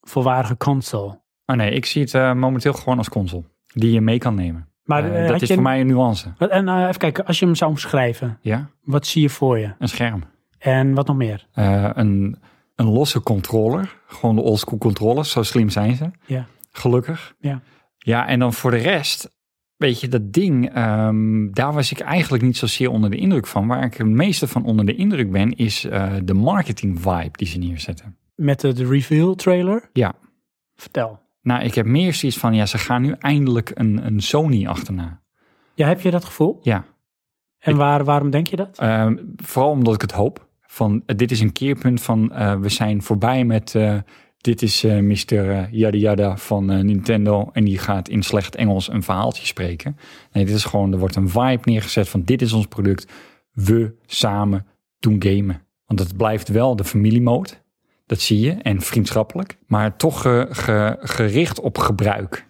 S2: volwaardige console.
S1: Oh nee, ik zie het eh, momenteel gewoon als console. Die je mee kan nemen.
S2: Maar
S1: Eh,
S2: eh, had
S1: dat is
S2: je-
S1: voor mij een nuance.
S2: En eh, even kijken, als je hem zou omschrijven,
S1: Ja,
S2: wat zie je voor je?
S1: een scherm.
S2: En wat nog meer?
S1: Eh, een, een losse controller. Gewoon de oldschool controllers, zo slim zijn ze.
S2: Ja.
S1: Gelukkig.
S2: Ja.
S1: Ja, en dan voor de rest, weet je, dat ding, ehm, daar was ik eigenlijk niet zozeer onder de indruk van. Waar ik het meeste van onder de indruk ben, is eh, de marketing vibe die ze neerzetten.
S2: Met de, de reveal trailer?
S1: Ja.
S2: Vertel.
S1: Nou, ik heb meer zoiets van, ja, ze gaan nu eindelijk een, een Sony achterna.
S2: Ja, heb je dat gevoel?
S1: Ja,
S2: En waar, waarom denk je dat?
S1: Ehm, vooral omdat ik het hoop. Van, eh, dit is een keerpunt van, eh, we zijn voorbij met, eh, dit is eh Mr. eh, Yada Yada van eh, Nintendo. En die gaat in slecht Engels een verhaaltje spreken. Nee, dit is gewoon, er wordt een vibe neergezet van, dit is ons product. We samen doen gamen. Want het blijft wel de familiemode. Dat zie je. En vriendschappelijk. Maar toch ge- ge- gericht op gebruik.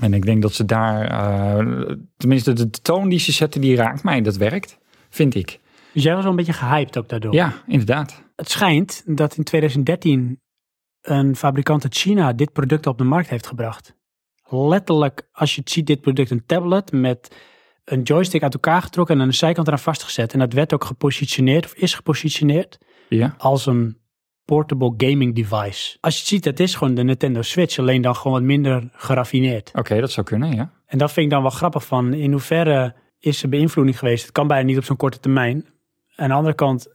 S1: En ik denk dat ze daar, eh, tenminste de, de toon die ze zetten, die raakt mij. Dat werkt, vind ik.
S2: Dus jij was wel een beetje gehyped ook daardoor.
S1: Ja, inderdaad.
S2: Het schijnt dat in 2013 een fabrikant uit China dit product op de markt heeft gebracht. Letterlijk, als je het ziet, dit product een tablet met een joystick uit elkaar getrokken en aan de zijkant eraan vastgezet. En dat werd ook gepositioneerd, of is gepositioneerd,
S1: Ja.
S2: als een portable gaming device. Als je het ziet, dat is gewoon de Nintendo Switch, alleen dan gewoon wat minder geraffineerd.
S1: Oké, dat zou kunnen, ja.
S2: En dat vind ik dan wel grappig van in hoeverre is er beïnvloeding geweest. Het kan bijna niet op zo'n korte termijn. Aan de andere kant,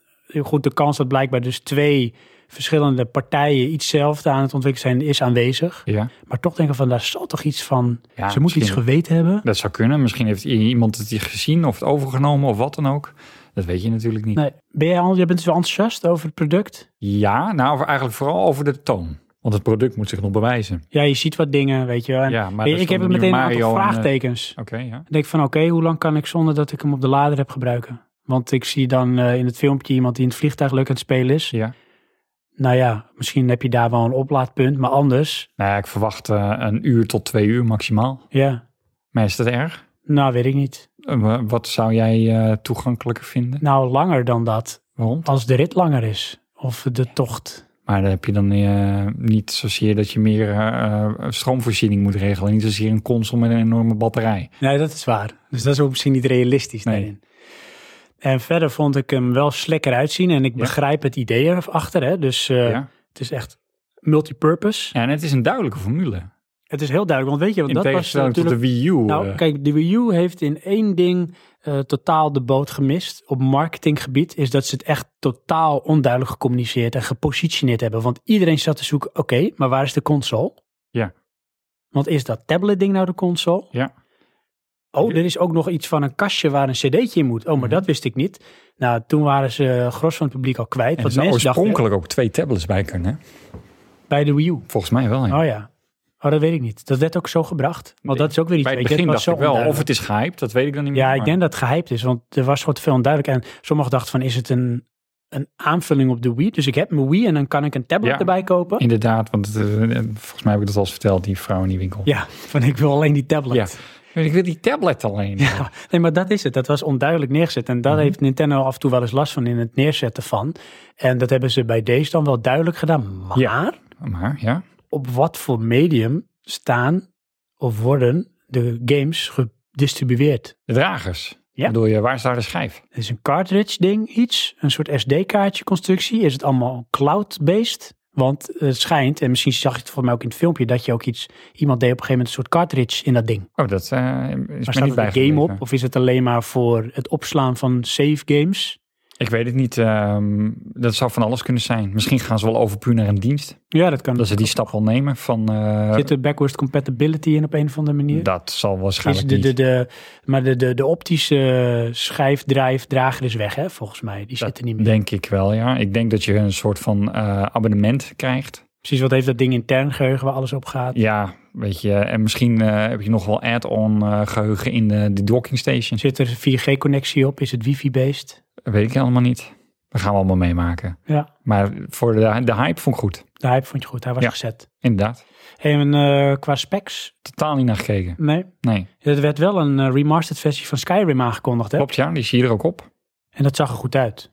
S2: goed, de kans dat blijkbaar dus twee verschillende partijen iets zelfde aan het ontwikkelen zijn, is aanwezig.
S1: ja.
S2: Maar toch denken van, daar zal toch iets van,
S1: Ja,
S2: ze moeten iets
S1: misschien.
S2: geweten hebben.
S1: Dat zou kunnen. Misschien heeft i- iemand het hier gezien of het overgenomen of wat dan ook. Dat weet je natuurlijk niet.
S2: Nee, ben jij, al- jij bent dus wel enthousiast over het product?
S1: Ja, nou over- eigenlijk vooral over de toon. Want het product moet zich nog bewijzen.
S2: Ja, je ziet wat dingen, weet je wel. En
S1: Ja, maar
S2: ik
S1: er
S2: ik heb
S1: stonden
S2: er meteen een
S1: nieuwe
S2: aantal
S1: Mario en, eh,
S2: vraagtekens.
S1: Oké, ja.
S2: Ik denk van oké, hoe lang kan ik zonder dat ik hem op de lader heb gebruiken? Want ik zie dan eh, in het filmpje iemand die in het vliegtuig leuk aan het spelen is.
S1: ja.
S2: Nou ja, misschien heb je daar wel een oplaadpunt, maar anders,
S1: Nou ja, ik verwacht eh, een uur tot twee uur maximaal.
S2: ja,
S1: Maar is dat erg?
S2: nou weet ik niet.
S1: Eh, wa- wat zou jij eh, toegankelijker vinden?
S2: Nou, langer dan dat,
S1: Waarom?
S2: als de rit langer is. Of de tocht.
S1: Maar dan heb je dan eh, niet zozeer dat je meer eh, eh, stroomvoorziening moet regelen. Niet zozeer een console met een enorme batterij.
S2: Nee, dat is waar. Dus dat is ook misschien niet realistisch
S1: Nee.
S2: daarin. En verder vond ik hem wel slikker uitzien en ik
S1: Ja.
S2: begrijp het idee erachter. Hè? Dus eh,
S1: Ja.
S2: het is echt multipurpose.
S1: En het is een duidelijke formule.
S2: Het is heel duidelijk, want weet je, want
S1: In
S2: dat was
S1: tegenstelling tot
S2: natuurlijk...
S1: de Wii U.
S2: Nou,
S1: eh,
S2: kijk, de Wii U heeft in één ding eh, totaal de boot gemist op marketinggebied. Is dat ze het echt totaal onduidelijk gecommuniceerd en gepositioneerd hebben. Want iedereen zat te zoeken, oké, maar waar is de console?
S1: Ja.
S2: Want is dat tablet ding nou de console?
S1: Ja.
S2: Oh, er is ook nog iets van een kastje waar een cd'tje in moet. Oh, maar
S1: Mhm.
S2: dat wist ik niet. Nou, toen waren ze eh, gros van het publiek al kwijt.
S1: En er
S2: want
S1: zou
S2: mensen dachten,
S1: oorspronkelijk ook twee tablets bij kunnen. hè?
S2: eh, bij de Wii U.
S1: Volgens mij wel. ja.
S2: Oh ja. Oh, dat weet ik niet. Dat werd ook zo gebracht. Want dat is ook weer iets.
S1: bij het
S2: weet je,
S1: begin
S2: het
S1: dacht
S2: was
S1: ik
S2: zo
S1: wel. Of
S2: onduidelijk.
S1: het is gehyped, dat weet ik dan niet meer.
S2: Ja, ik
S1: maar-
S2: denk dat het gehyped is, want er was gewoon te veel onduidelijk. En sommigen dachten van, is het een, een aanvulling op de Wii? Dus ik heb mijn Wii en dan kan ik een tablet
S1: Ja.
S2: erbij kopen.
S1: Inderdaad, want het, eh, eh, volgens mij heb ik dat al eens verteld, die vrouw in die winkel.
S2: Ja, van ik wil alleen die tablet.
S1: Ja. Ik wil die tablet alleen.
S2: Ja, *laughs* nee, maar dat is het. Dat was onduidelijk neergezet. En
S1: Mhm.
S2: daar heeft Nintendo af en toe wel eens last van in het neerzetten van. En dat hebben ze bij deze dan wel duidelijk gedaan. Maar
S1: Ja. Maar ja,
S2: op wat voor medium staan of worden de games gedistribueerd?
S1: de dragers.
S2: Ja.
S1: Bedoel je, waar is daar de schijf?
S2: Is een cartridge ding iets? Een soort SD-kaartje constructie? Is het allemaal cloud-based? Want het schijnt, en misschien zag je het voor mij ook in het filmpje, dat je ook iets, iemand deed op een gegeven moment een soort cartridge in dat ding.
S1: Oh, dat eh, is
S2: Maar
S1: me
S2: staat
S1: niet
S2: er een game
S1: bijgebleven.
S2: op? Of is het alleen maar voor het opslaan van save games?
S1: Ik weet het niet. ehm, dat zou van alles kunnen zijn. Misschien gaan ze wel over puur naar een dienst.
S2: Ja, dat kan.
S1: Dat ze die stap al nemen van... eh,
S2: Zit er backwards compatibility in op een of andere manier?
S1: dat zal
S2: is
S1: waarschijnlijk
S2: de, de,
S1: niet.
S2: de, maar de, de, de optische schijfdrijfdrager is weg, hè, volgens mij. Die zit er niet meer.
S1: Denk ik wel, ja. Ik denk dat je een soort van eh, abonnement krijgt.
S2: Precies, wat heeft dat ding intern geheugen waar alles op gaat?
S1: Ja, weet je. En misschien eh, heb je nog wel add-on eh, geheugen in de, de docking station.
S2: Zit er 4G-connectie op? Is het wifi-based?
S1: Dat weet ik helemaal niet. Dat gaan we allemaal meemaken.
S2: Ja.
S1: Maar voor de, de hype vond ik goed.
S2: De hype vond je goed, hij was
S1: Ja.
S2: gezet.
S1: Inderdaad.
S2: Hey, en eh, qua specs?
S1: Totaal niet naar gekeken.
S2: Nee.
S1: Nee.
S2: Er werd wel een eh, remastered versie van Skyrim aangekondigd, hè?
S1: Klopt, ja. Die zie je er ook op.
S2: En dat zag er goed uit.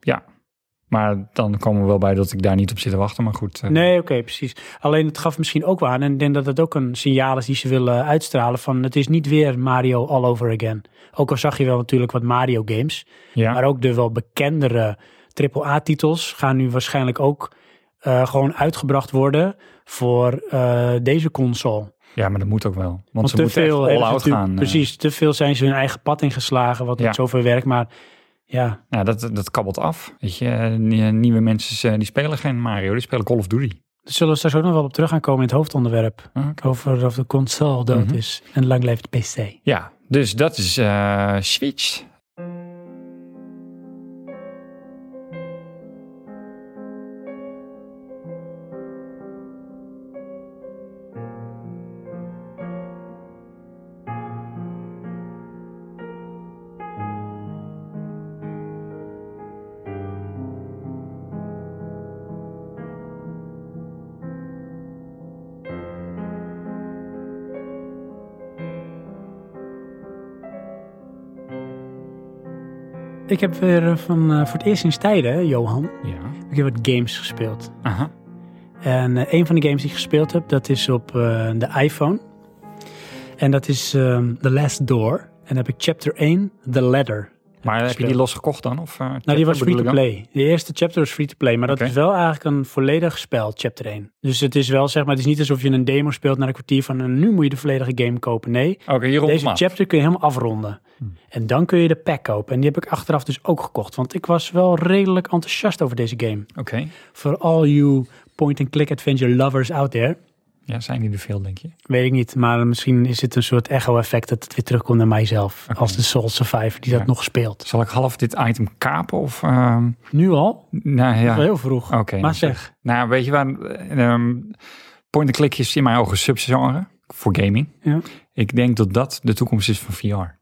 S1: Maar dan komen we wel bij dat ik daar niet op zit te wachten. Maar goed. eh,
S2: Nee, oké, precies. Alleen het gaf misschien ook wel aan, en ik denk dat het ook een signaal is die ze willen eh, uitstralen, van het is niet weer Mario all over again. Ook al zag je wel natuurlijk wat Mario games,
S1: Ja.
S2: maar ook de wel bekendere AAA-titels gaan nu waarschijnlijk ook eh, gewoon uitgebracht worden voor eh, deze console.
S1: ja, maar dat moet ook wel. Want,
S2: Want
S1: ze
S2: te
S1: moeten
S2: veel
S1: echt
S2: hebben ze
S1: all-out
S2: natuurlijk-
S1: gaan. eh.
S2: Precies, te veel zijn ze hun eigen pad ingeslagen, wat
S1: Ja.
S2: met zoveel werk. Maar ja,
S1: Ja, dat, dat kabbelt af. Weet je, eh, nie- nieuwe mensen eh, die spelen geen Mario, die spelen Call of Duty.
S2: Daar zullen we straks ook nog wel op terug gaan komen in het hoofdonderwerp.
S1: Oké.
S2: Over of de console dood
S1: Mhm.
S2: is en lang leeft de PC.
S1: Ja, dus dat is eh, Switch.
S2: Ik heb weer eh, van, eh, voor het eerst sinds tijden, Johan,
S1: Ja.
S2: heb ik weer wat games gespeeld.
S1: Aha.
S2: En eh, een van de games die ik gespeeld heb, dat is op eh, de iPhone. En dat is ehm, The Last Door. En dan heb ik chapter 1, The Ladder.
S1: Maar heb je
S2: Gespeeld.
S1: die los gekocht dan? Of, eh,
S2: Nou,
S1: chapter
S2: die was
S1: bedoel ik dan?
S2: free-to-play. De eerste chapter was free-to-play, maar dat
S1: Oké.
S2: is wel eigenlijk een volledig spel, chapter 1. Dus het is wel, zeg maar, het is niet alsof je een demo speelt na een kwartier van, eh, nu moet je de volledige game kopen. Nee,
S1: Oké, hier rond Hmm.
S2: deze
S1: maar.
S2: chapter kun je helemaal afronden. En dan kun je de pack kopen. En die heb ik achteraf dus ook gekocht, want ik was wel redelijk enthousiast over deze game.
S1: Oké.
S2: For all you point-and-click adventure lovers out there.
S1: Ja, zijn die er veel, denk je?
S2: Weet ik niet, maar misschien is het een soort echo-effect dat het weer terugkomt naar mijzelf. Als de Soul Survivor die dat
S1: Ja.
S2: nog speelt.
S1: Zal ik half dit item kapen? Of, ehm,
S2: Nu al?
S1: nou ja.
S2: Heel vroeg.
S1: Oké.
S2: maar
S1: nou,
S2: zeg,
S1: Nou, weet je waar? ehm Point-and-click is in mijn ogen subgenre voor gaming.
S2: Ja.
S1: Ik denk dat dat de toekomst is van VR.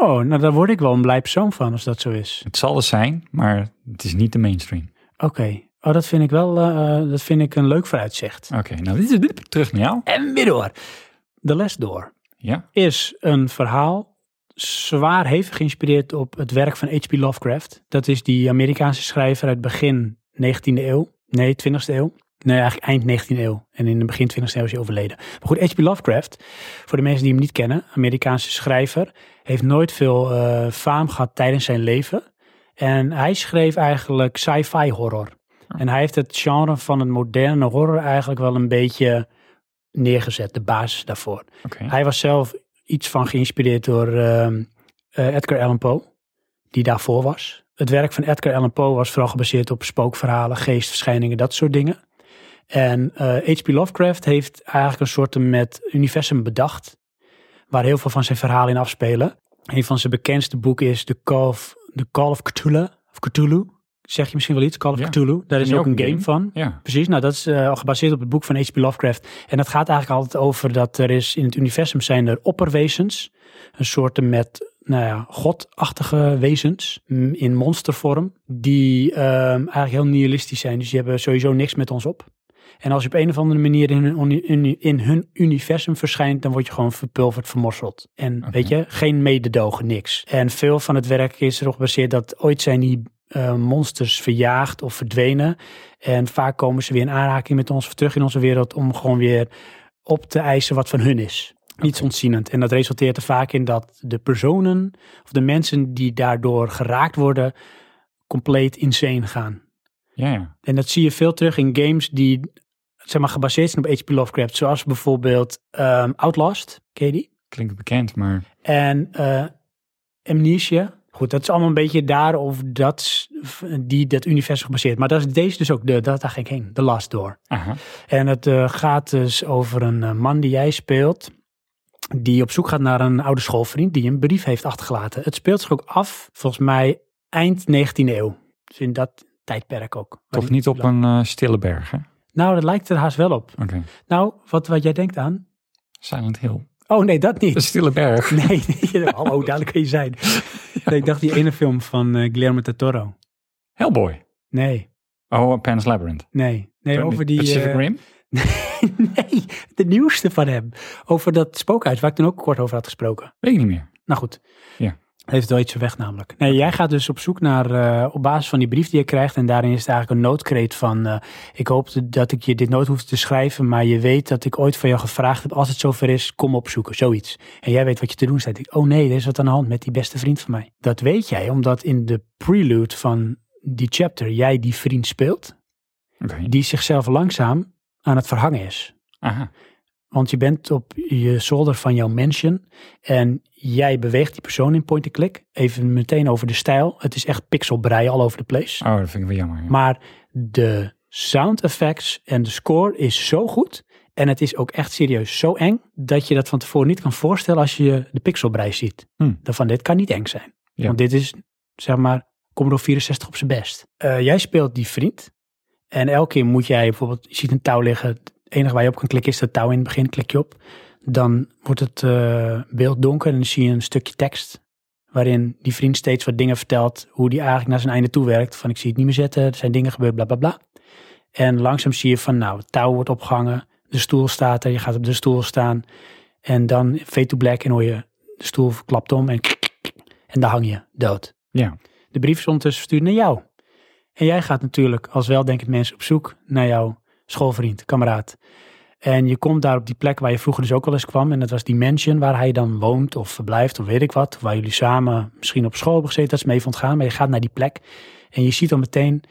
S2: oh, nou daar word ik wel een blij persoon van als dat zo is.
S1: Het zal er zijn, maar het is niet de mainstream.
S2: Oké, oh dat vind ik wel, eh, eh, dat vind ik een leuk vooruitzicht.
S1: Oké, nou, dit is dit, terug naar jou.
S2: En weer door. De les door
S1: Ja,
S2: is een verhaal zwaar hevig geïnspireerd op het werk van H.P. Lovecraft. Dat is die Amerikaanse schrijver uit begin 19e eeuw. Nee, 20e eeuw. Nee, eigenlijk eind 19e eeuw. En in het begin 20e eeuw is hij overleden. Maar goed, H.P. Lovecraft, voor de mensen die hem niet kennen, Amerikaanse schrijver, heeft nooit veel eh, faam gehad tijdens zijn leven. En hij schreef eigenlijk sci-fi horror. En hij heeft het genre van het moderne horror eigenlijk wel een beetje neergezet, de basis daarvoor.
S1: oké.
S2: Hij was zelf iets van geïnspireerd door ehm, eh, Edgar Allan Poe, die daarvoor was. Het werk van Edgar Allan Poe was vooral gebaseerd op spookverhalen, geestverschijningen, dat soort dingen. En eh, H.P. Lovecraft heeft eigenlijk een soort met universum bedacht, waar heel veel van zijn verhalen in afspelen. Een van zijn bekendste boeken is The Call of, The Call of Cthulhu. Of Cthulhu. Zeg je misschien wel iets? Call of
S1: Ja.
S2: Cthulhu. Daar is
S1: die
S2: ook een game van.
S1: Ja,
S2: Precies, nou dat is eh, gebaseerd op het boek van H.P. Lovecraft. En dat gaat eigenlijk altijd over dat er is in het universum zijn er opperwezens. Een soort met, nou ja, godachtige wezens mm, in monstervorm. Die ehm, eigenlijk heel nihilistisch zijn. Dus die hebben sowieso niks met ons op. En als je op een of andere manier in hun, uni- uni- in hun universum verschijnt, dan word je gewoon verpulverd, vermorseld. En
S1: Oké.
S2: weet je, geen mededogen, niks. En veel van het werk is erop gebaseerd dat ooit zijn die eh, monsters verjaagd of verdwenen. En vaak komen ze weer in aanraking met ons of terug in onze wereld om gewoon weer op te eisen wat van hun is. Niets ontzienend. En dat resulteert er vaak in dat de personen of de mensen die daardoor geraakt worden, compleet insane gaan.
S1: ja, ja.
S2: En dat zie je veel terug in games die zeg maar, gebaseerd zijn op H.P. Lovecraft. Zoals bijvoorbeeld ehm, Outlast, ken je die?
S1: Klinkt bekend, maar
S2: En eh, Amnesia. Goed, dat is allemaal een beetje daar of dat, s- v- die, dat universum gebaseerd. Maar dat is deze dus ook, de, dat, daar ga ik heen, The Last Door.
S1: aha.
S2: En het eh, gaat dus over een eh, man die jij speelt. Die op zoek gaat naar een oude schoolvriend die een brief heeft achtergelaten. Het speelt zich ook af, volgens mij, eind 19e eeuw. Dus in dat tijdperk ook. Waar
S1: toch
S2: die-
S1: niet op een eh, stille berg, hè? Oké,
S2: Nou, dat lijkt er haast wel op. Nou, wat, wat jij denkt aan?
S1: Silent Hill.
S2: Oh nee, dat
S1: Een *laughs*
S2: niet.
S1: stille berg.
S2: Nee, nee, *laughs* hallo, duidelijk kun je zijn. Nee, ik dacht die ene film van eh, Guillermo del Toro.
S1: Hellboy.
S2: Nee,
S1: Oh, Pan's Labyrinth.
S2: nee. Nee, over die...
S1: Pacific
S2: eh,
S1: Rim?
S2: *laughs* nee, de nieuwste van hem. Over dat spookhuis waar ik toen ook kort over had gesproken.
S1: Weet ik niet meer.
S2: Nou goed.
S1: Ja.
S2: Heeft wel iets weg namelijk. Nee, jij gaat dus op zoek naar, eh, op basis van die brief die je krijgt. En daarin is het eigenlijk een noodkreet van, eh, ik hoop dat ik je dit nooit hoef te schrijven. Maar je weet dat ik ooit van jou gevraagd heb, als het zover is, kom opzoeken. Zoiets. En jij weet wat je te doen staat. Ik, Oh nee, er is wat aan de hand met die beste vriend van mij. Dat weet jij, omdat in de prelude van die chapter jij die vriend speelt.
S1: Oké,
S2: Die zichzelf langzaam aan het verhangen is.
S1: aha.
S2: Want je bent op je zolder van jouw mansion en jij beweegt die persoon in point-and-click. Even meteen over de stijl. Het is echt pixelbrei all over the place.
S1: Oh, dat vind ik wel jammer. ja.
S2: Maar de sound effects en de score is zo goed. En het is ook echt serieus zo eng dat je dat van tevoren niet kan voorstellen als je de pixelbreis ziet.
S1: Hmm.
S2: Dan van dit kan niet eng zijn.
S1: Ja.
S2: Want dit is, zeg maar, Commodore 64 op zijn best. Eh, jij speelt die vriend. En elke keer moet jij bijvoorbeeld, je ziet een touw liggen. Het enige waar je op kan klikken is dat touw in het begin. Klik je op. Dan wordt het eh, beeld donker en dan zie je een stukje tekst. Waarin die vriend steeds wat dingen vertelt. Hoe die eigenlijk naar zijn einde toe werkt. Van ik zie het niet meer zitten. Er zijn dingen gebeurd, bla bla bla. En langzaam zie je van, nou, het touw wordt opgehangen. De stoel staat er. Je gaat op de stoel staan. En dan fade to black en hoor je de stoel klapt om. En, en daar hang je dood.
S1: Ja.
S2: De brief is ondertussen verstuurd naar jou. En jij gaat natuurlijk als weldenkend mens op zoek naar jouw schoolvriend, kameraad. En je komt daar op die plek waar je vroeger dus ook wel eens kwam. En dat was die mansion waar hij dan woont of verblijft of weet ik wat. Waar jullie samen misschien op school hebben gezeten, dat is mee vond gaan. Maar je gaat naar die plek en je ziet dan meteen,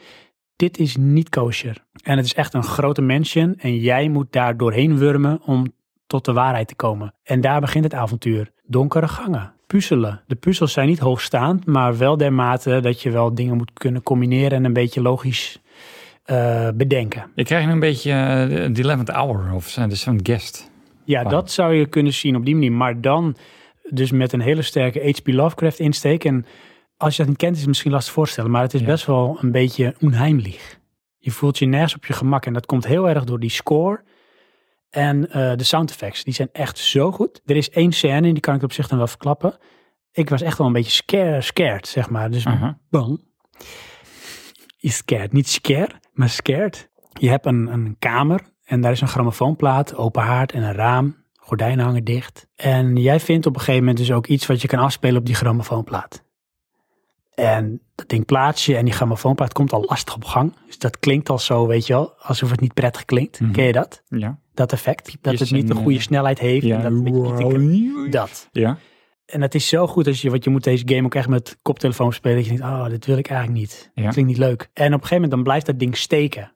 S2: dit is niet kosher. En het is echt een grote mansion en jij moet daar doorheen wurmen om tot de waarheid te komen. En daar begint het avontuur. Donkere gangen. Puzzelen. De puzzels zijn niet hoogstaand, maar wel dermate dat je wel dingen moet kunnen combineren en een beetje logisch eh, bedenken.
S1: Ik krijg nu een beetje eh, de 11th hour of zijn dus zo'n guest.
S2: Ja,
S1: Wauw.
S2: dat zou je kunnen zien op die manier. Maar dan dus met een hele sterke H.P. Lovecraft insteek. En als je dat niet kent, is het misschien lastig voorstellen. Maar het is
S1: Ja.
S2: best wel een beetje onheimlich. Je voelt je nergens op je gemak. En dat komt heel erg door die score. En eh, de sound effects, die zijn echt zo goed. Er is één scène, en die kan ik op zich dan wel verklappen. Ik was echt wel een beetje scare, scared, zeg maar. Dus
S1: Aha.
S2: bang. Is scared. Niet scare, maar scared. Je hebt een, een kamer en daar is een grammofoonplaat, open haard en een raam. Gordijnen hangen dicht. En jij vindt op een gegeven moment dus ook iets wat je kan afspelen op die grammofoonplaat. En dat ding plaats je en die grammofoonplaat komt al lastig op gang. Dus dat klinkt al zo, weet je wel, alsof het niet prettig klinkt.
S1: Mhm.
S2: Ken je dat?
S1: Ja.
S2: Dat effect. Dat het
S1: en,
S2: niet de goede
S1: eh,
S2: snelheid heeft. en
S1: Ja.
S2: dat, het een beetje tikken. dat.
S1: Ja.
S2: En het is zo goed als je, want je moet deze game ook echt met koptelefoon spelen. Dat je denkt, oh, dit wil ik eigenlijk niet.
S1: Ja.
S2: Klinkt niet leuk. En op een gegeven moment dan blijft dat ding steken.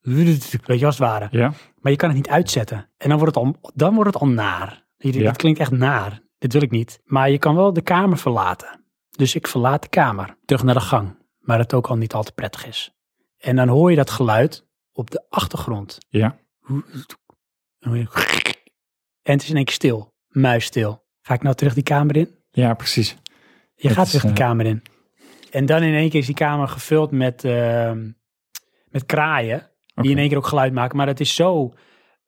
S2: Weet je, als het ware.
S1: Ja.
S2: Maar je kan het niet uitzetten. En dan wordt het al, dan wordt het al naar. Je denkt,
S1: Ja.
S2: Dit klinkt echt naar. Dit wil ik niet. Maar je kan wel de kamer verlaten. Dus ik verlaat de kamer. Terug naar de gang. Maar het ook al niet al te prettig is. En dan hoor je dat geluid op de achtergrond.
S1: Ja.
S2: En dan hoor je- En het is in één keer stil. Muisstil. Ga ik nou terug die kamer in?
S1: Ja, precies.
S2: Je
S1: Het
S2: gaat
S1: is,
S2: terug de
S1: eh,
S2: kamer in. En dan in één keer is die kamer gevuld met, ehm, met kraaien.
S1: Oké.
S2: Die in één keer ook geluid maken. Maar het is zo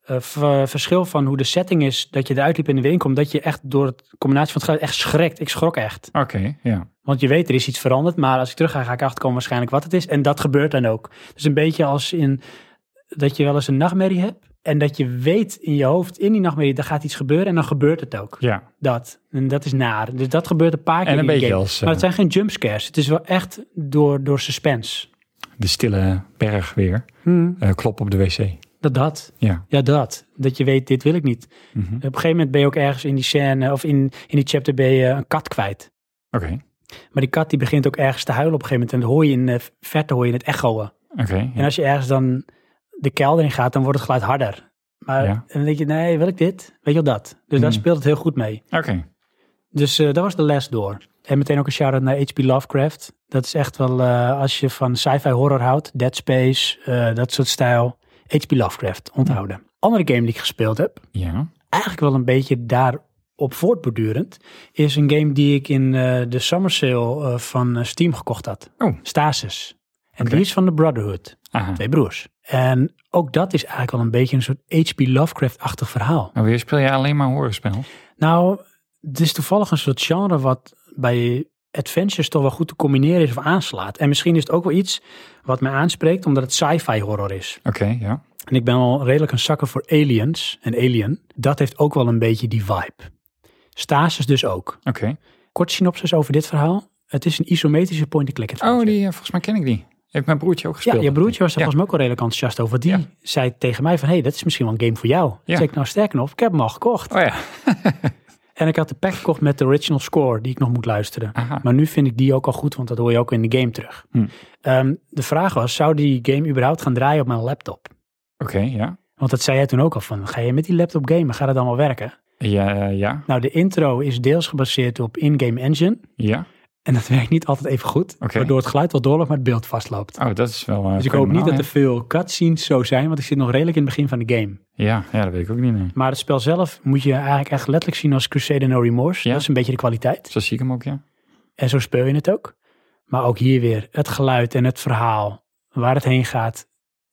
S2: eh, ver- verschil van hoe de setting is. Dat je eruit liep en erin komt. Dat je echt door het combinatie van het geluid echt schrikt. Ik schrok echt.
S1: Oké, ja.
S2: Want je weet, er is iets veranderd. Maar als ik terug ga, ga ik achterkomen waarschijnlijk wat het is. En dat gebeurt dan ook. Dus een beetje als in dat je wel eens een nachtmerrie hebt. En dat je weet in je hoofd, in die nachtmerrie, er gaat iets gebeuren. En dan gebeurt het ook.
S1: Ja.
S2: Dat. En dat is naar. Dus dat gebeurt een paar keer
S1: En een
S2: in de
S1: beetje
S2: game.
S1: als eh,
S2: Maar het zijn geen jumpscares. Het is wel echt door, door suspense.
S1: de stille berg weer. Eh, klop op de wc.
S2: Dat dat.
S1: Ja.
S2: Ja, dat. Dat je weet, dit wil ik niet.
S1: Mhm.
S2: Op een gegeven moment ben je ook ergens in die scène of in, in die chapter ben je een kat kwijt.
S1: Oké,
S2: Maar die kat die begint ook ergens te huilen op een gegeven moment. En dat hoor je in de verte hoor je het echoen.
S1: oké.
S2: En als je ergens dan de kelder in gaat, dan wordt het geluid harder. Maar
S1: Ja.
S2: en dan denk je, nee, wil ik dit? Weet je wel dat? Dus daar
S1: Mm.
S2: speelt het heel goed mee.
S1: Oké,
S2: Dus eh, dat was de les door. En meteen ook een shout-out naar H.P. Lovecraft. Dat is echt wel, eh, als je van sci-fi horror houdt, Dead Space, eh, dat soort stijl. H.P. Lovecraft, onthouden. Andere game die ik gespeeld heb,
S1: ja.
S2: eigenlijk wel een beetje daarop voortbordurend, is een game die ik in eh, de summer sale eh, van eh, Steam gekocht had.
S1: Oh.
S2: Stasis. En
S1: Oké.
S2: die is van de Brotherhood,
S1: Aha.
S2: twee broers. En ook dat is eigenlijk wel een beetje een soort H.P. Lovecraft-achtig verhaal.
S1: Nou, weer speel je alleen maar horrorspel.
S2: Nou, het is toevallig een soort genre wat bij adventures toch wel goed te combineren is of aanslaat. En misschien is het ook wel iets wat mij aanspreekt omdat het sci-fi horror is.
S1: Oké, ja.
S2: En ik ben al redelijk een zakker voor aliens en alien. Dat heeft ook wel een beetje die vibe. Stasis dus ook.
S1: Oké.
S2: Kort synopsis over dit verhaal. Het is een isometrische point-and-click
S1: Oh,
S2: adventure.
S1: die, eh, volgens mij ken ik die. Heeft mijn broertje ook
S2: Ja,
S1: gespeeld.
S2: je broertje was daar
S1: Ja.
S2: volgens mij ook wel redelijk enthousiast over. Die
S1: Ja.
S2: zei tegen mij van, hé, hey, dat is misschien wel een game voor jou.
S1: Ja.
S2: Zeg ik nou sterk nog, ik heb hem al gekocht.
S1: Oh ja,
S2: En ik had de pack gekocht met de original score die ik nog moet luisteren.
S1: aha.
S2: Maar nu vind ik die ook al goed, want dat hoor je ook in de game terug.
S1: Hm.
S2: Ehm, de vraag was, zou die game überhaupt gaan draaien op mijn laptop?
S1: Oké, ja.
S2: Want dat zei jij toen ook al van, ga je met die laptop gamen, gaat het allemaal werken?
S1: Ja, ja,
S2: Nou, de intro is deels gebaseerd op in-game engine
S1: ja.
S2: En dat *laughs* werkt niet altijd even goed,
S1: Oké.
S2: waardoor het geluid wel doorloopt, maar het beeld vastloopt.
S1: Oh, dat is wel. eh,
S2: dus ik hoop niet dat
S1: fenomenaal,
S2: er veel cutscenes zo zijn, want ik zit nog redelijk in het begin van de game.
S1: hè? Ja, ja, dat weet ik ook niet meer.
S2: Maar het spel zelf moet je eigenlijk echt letterlijk zien als Crusader No Remorse.
S1: Ja.
S2: Dat is een beetje de kwaliteit.
S1: Zo zie ik hem ook, ja.
S2: En zo speel je het ook. Maar ook hier weer, het geluid en het verhaal, waar het heen gaat.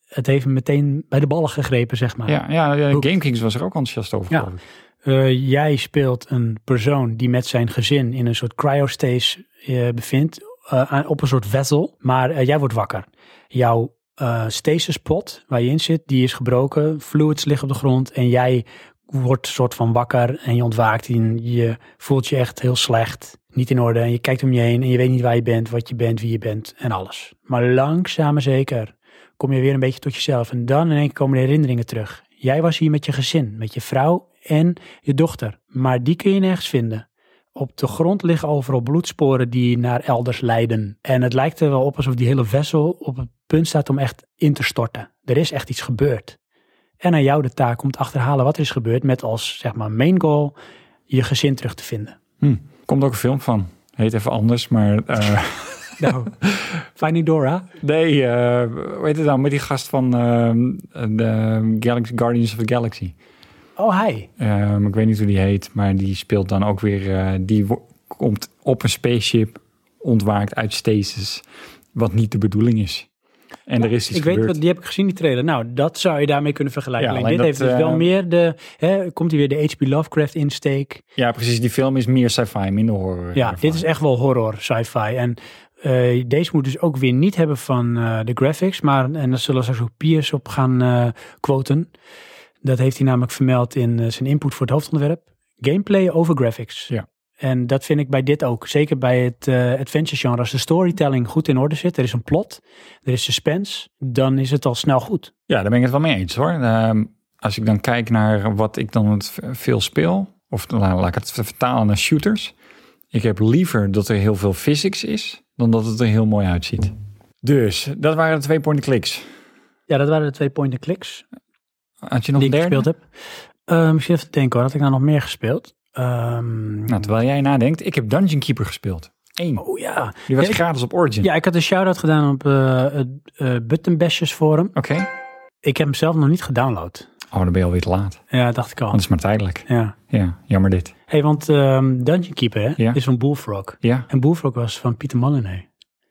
S2: Het heeft me meteen bij de ballen gegrepen, zeg maar.
S1: Ja, ja, ja
S2: Hooked.
S1: GameKings was er ook enthousiast over.
S2: Ah. Ja.
S1: geloof ik.
S2: Eh, jij speelt een persoon die met zijn gezin in een soort cryostase eh, bevindt, eh, aan- op een soort vessel, maar eh, jij wordt wakker. Jouw eh stasis pot waar je in zit, die is gebroken, fluids liggen op de grond en jij wordt soort van wakker en je ontwaakt en je voelt je echt heel slecht, niet in orde en je kijkt om je heen en je weet niet waar je bent, wat je bent, wie je bent en alles. Maar langzaam maar zeker kom je weer een beetje tot jezelf. En dan in één keer komen de herinneringen terug. Jij was hier met je gezin, met je vrouw en je dochter. Maar die kun je nergens vinden. Op de grond liggen overal bloedsporen die naar elders leiden. En het lijkt er wel op alsof die hele vessel op het punt staat om echt in te storten. Er is echt iets gebeurd. En aan jou de taak om te achterhalen wat er is gebeurd met als zeg maar main goal je gezin terug te vinden.
S1: Komt ook een film van. Heet even anders, maar. eh, *laughs*
S2: *laughs* Nou, Finding Dora.
S1: nee, eh, hoe heet het nou? Met die gast van eh, de Galaxy, Guardians of the Galaxy.
S2: Oh, hij.
S1: Ehm, ik weet niet hoe die heet, maar die speelt dan ook weer. eh, die wo- komt op een spaceship, ontwaakt uit stasis, wat niet de bedoeling is. En er is iets
S2: Ik weet
S1: gebeurd.
S2: wat, die heb ik gezien, die trailer. Nou, dat zou je daarmee kunnen vergelijken.
S1: Ja,
S2: alleen dit
S1: alleen
S2: heeft
S1: dat,
S2: dus
S1: eh,
S2: wel meer de... Hè, komt hier weer de H.P. Lovecraft insteek.
S1: Ja, precies. Die film is meer sci-fi, minder horror. eh,
S2: Ja,
S1: ervan.
S2: dit is echt wel horror, sci-fi. En eh, deze moet dus ook weer niet hebben van eh, de graphics. Maar, en daar zullen straks ook Piers op gaan eh quoten. Dat heeft hij namelijk vermeld in eh, zijn input voor het hoofdonderwerp. Gameplay over graphics.
S1: Ja.
S2: En dat vind ik bij dit ook. Zeker bij het eh, adventure genre. Als de storytelling goed in orde zit, er is een plot, er is suspense, dan is het al snel goed.
S1: Ja, daar ben ik het wel mee eens hoor. Ehm, als ik dan kijk naar wat ik dan het v- veel speel, of la- laat ik het vertalen naar shooters. Ik heb liever dat er heel veel physics is, dan dat het er heel mooi uitziet. Dus, dat waren de twee point clicks.
S2: Ja, dat waren de twee point-and-clicks.
S1: Had je nog
S2: die
S1: een
S2: ik
S1: derde?
S2: gespeeld heb. Eh, misschien even te denken hoor, had ik nou nog meer gespeeld? Ehm,
S1: Nou, terwijl jij nadenkt, ik heb Dungeon Keeper gespeeld. Eén.
S2: oh ja.
S1: Die was
S2: Ja, ik-
S1: gratis op Origin.
S2: ja, ik had een shout-out gedaan op eh het eh, Buttonbashers forum.
S1: Oké.
S2: Ik heb hem zelf nog niet gedownload.
S1: Oh, dan ben je alweer te laat. Want
S2: Ja, dacht ik al.
S1: het is maar tijdelijk.
S2: Ja.
S1: Ja, jammer dit.
S2: hey, want ehm, Dungeon Keeper hè,
S1: Ja.
S2: is van Bullfrog.
S1: Ja,
S2: En Bullfrog was van Pieter Molyneux.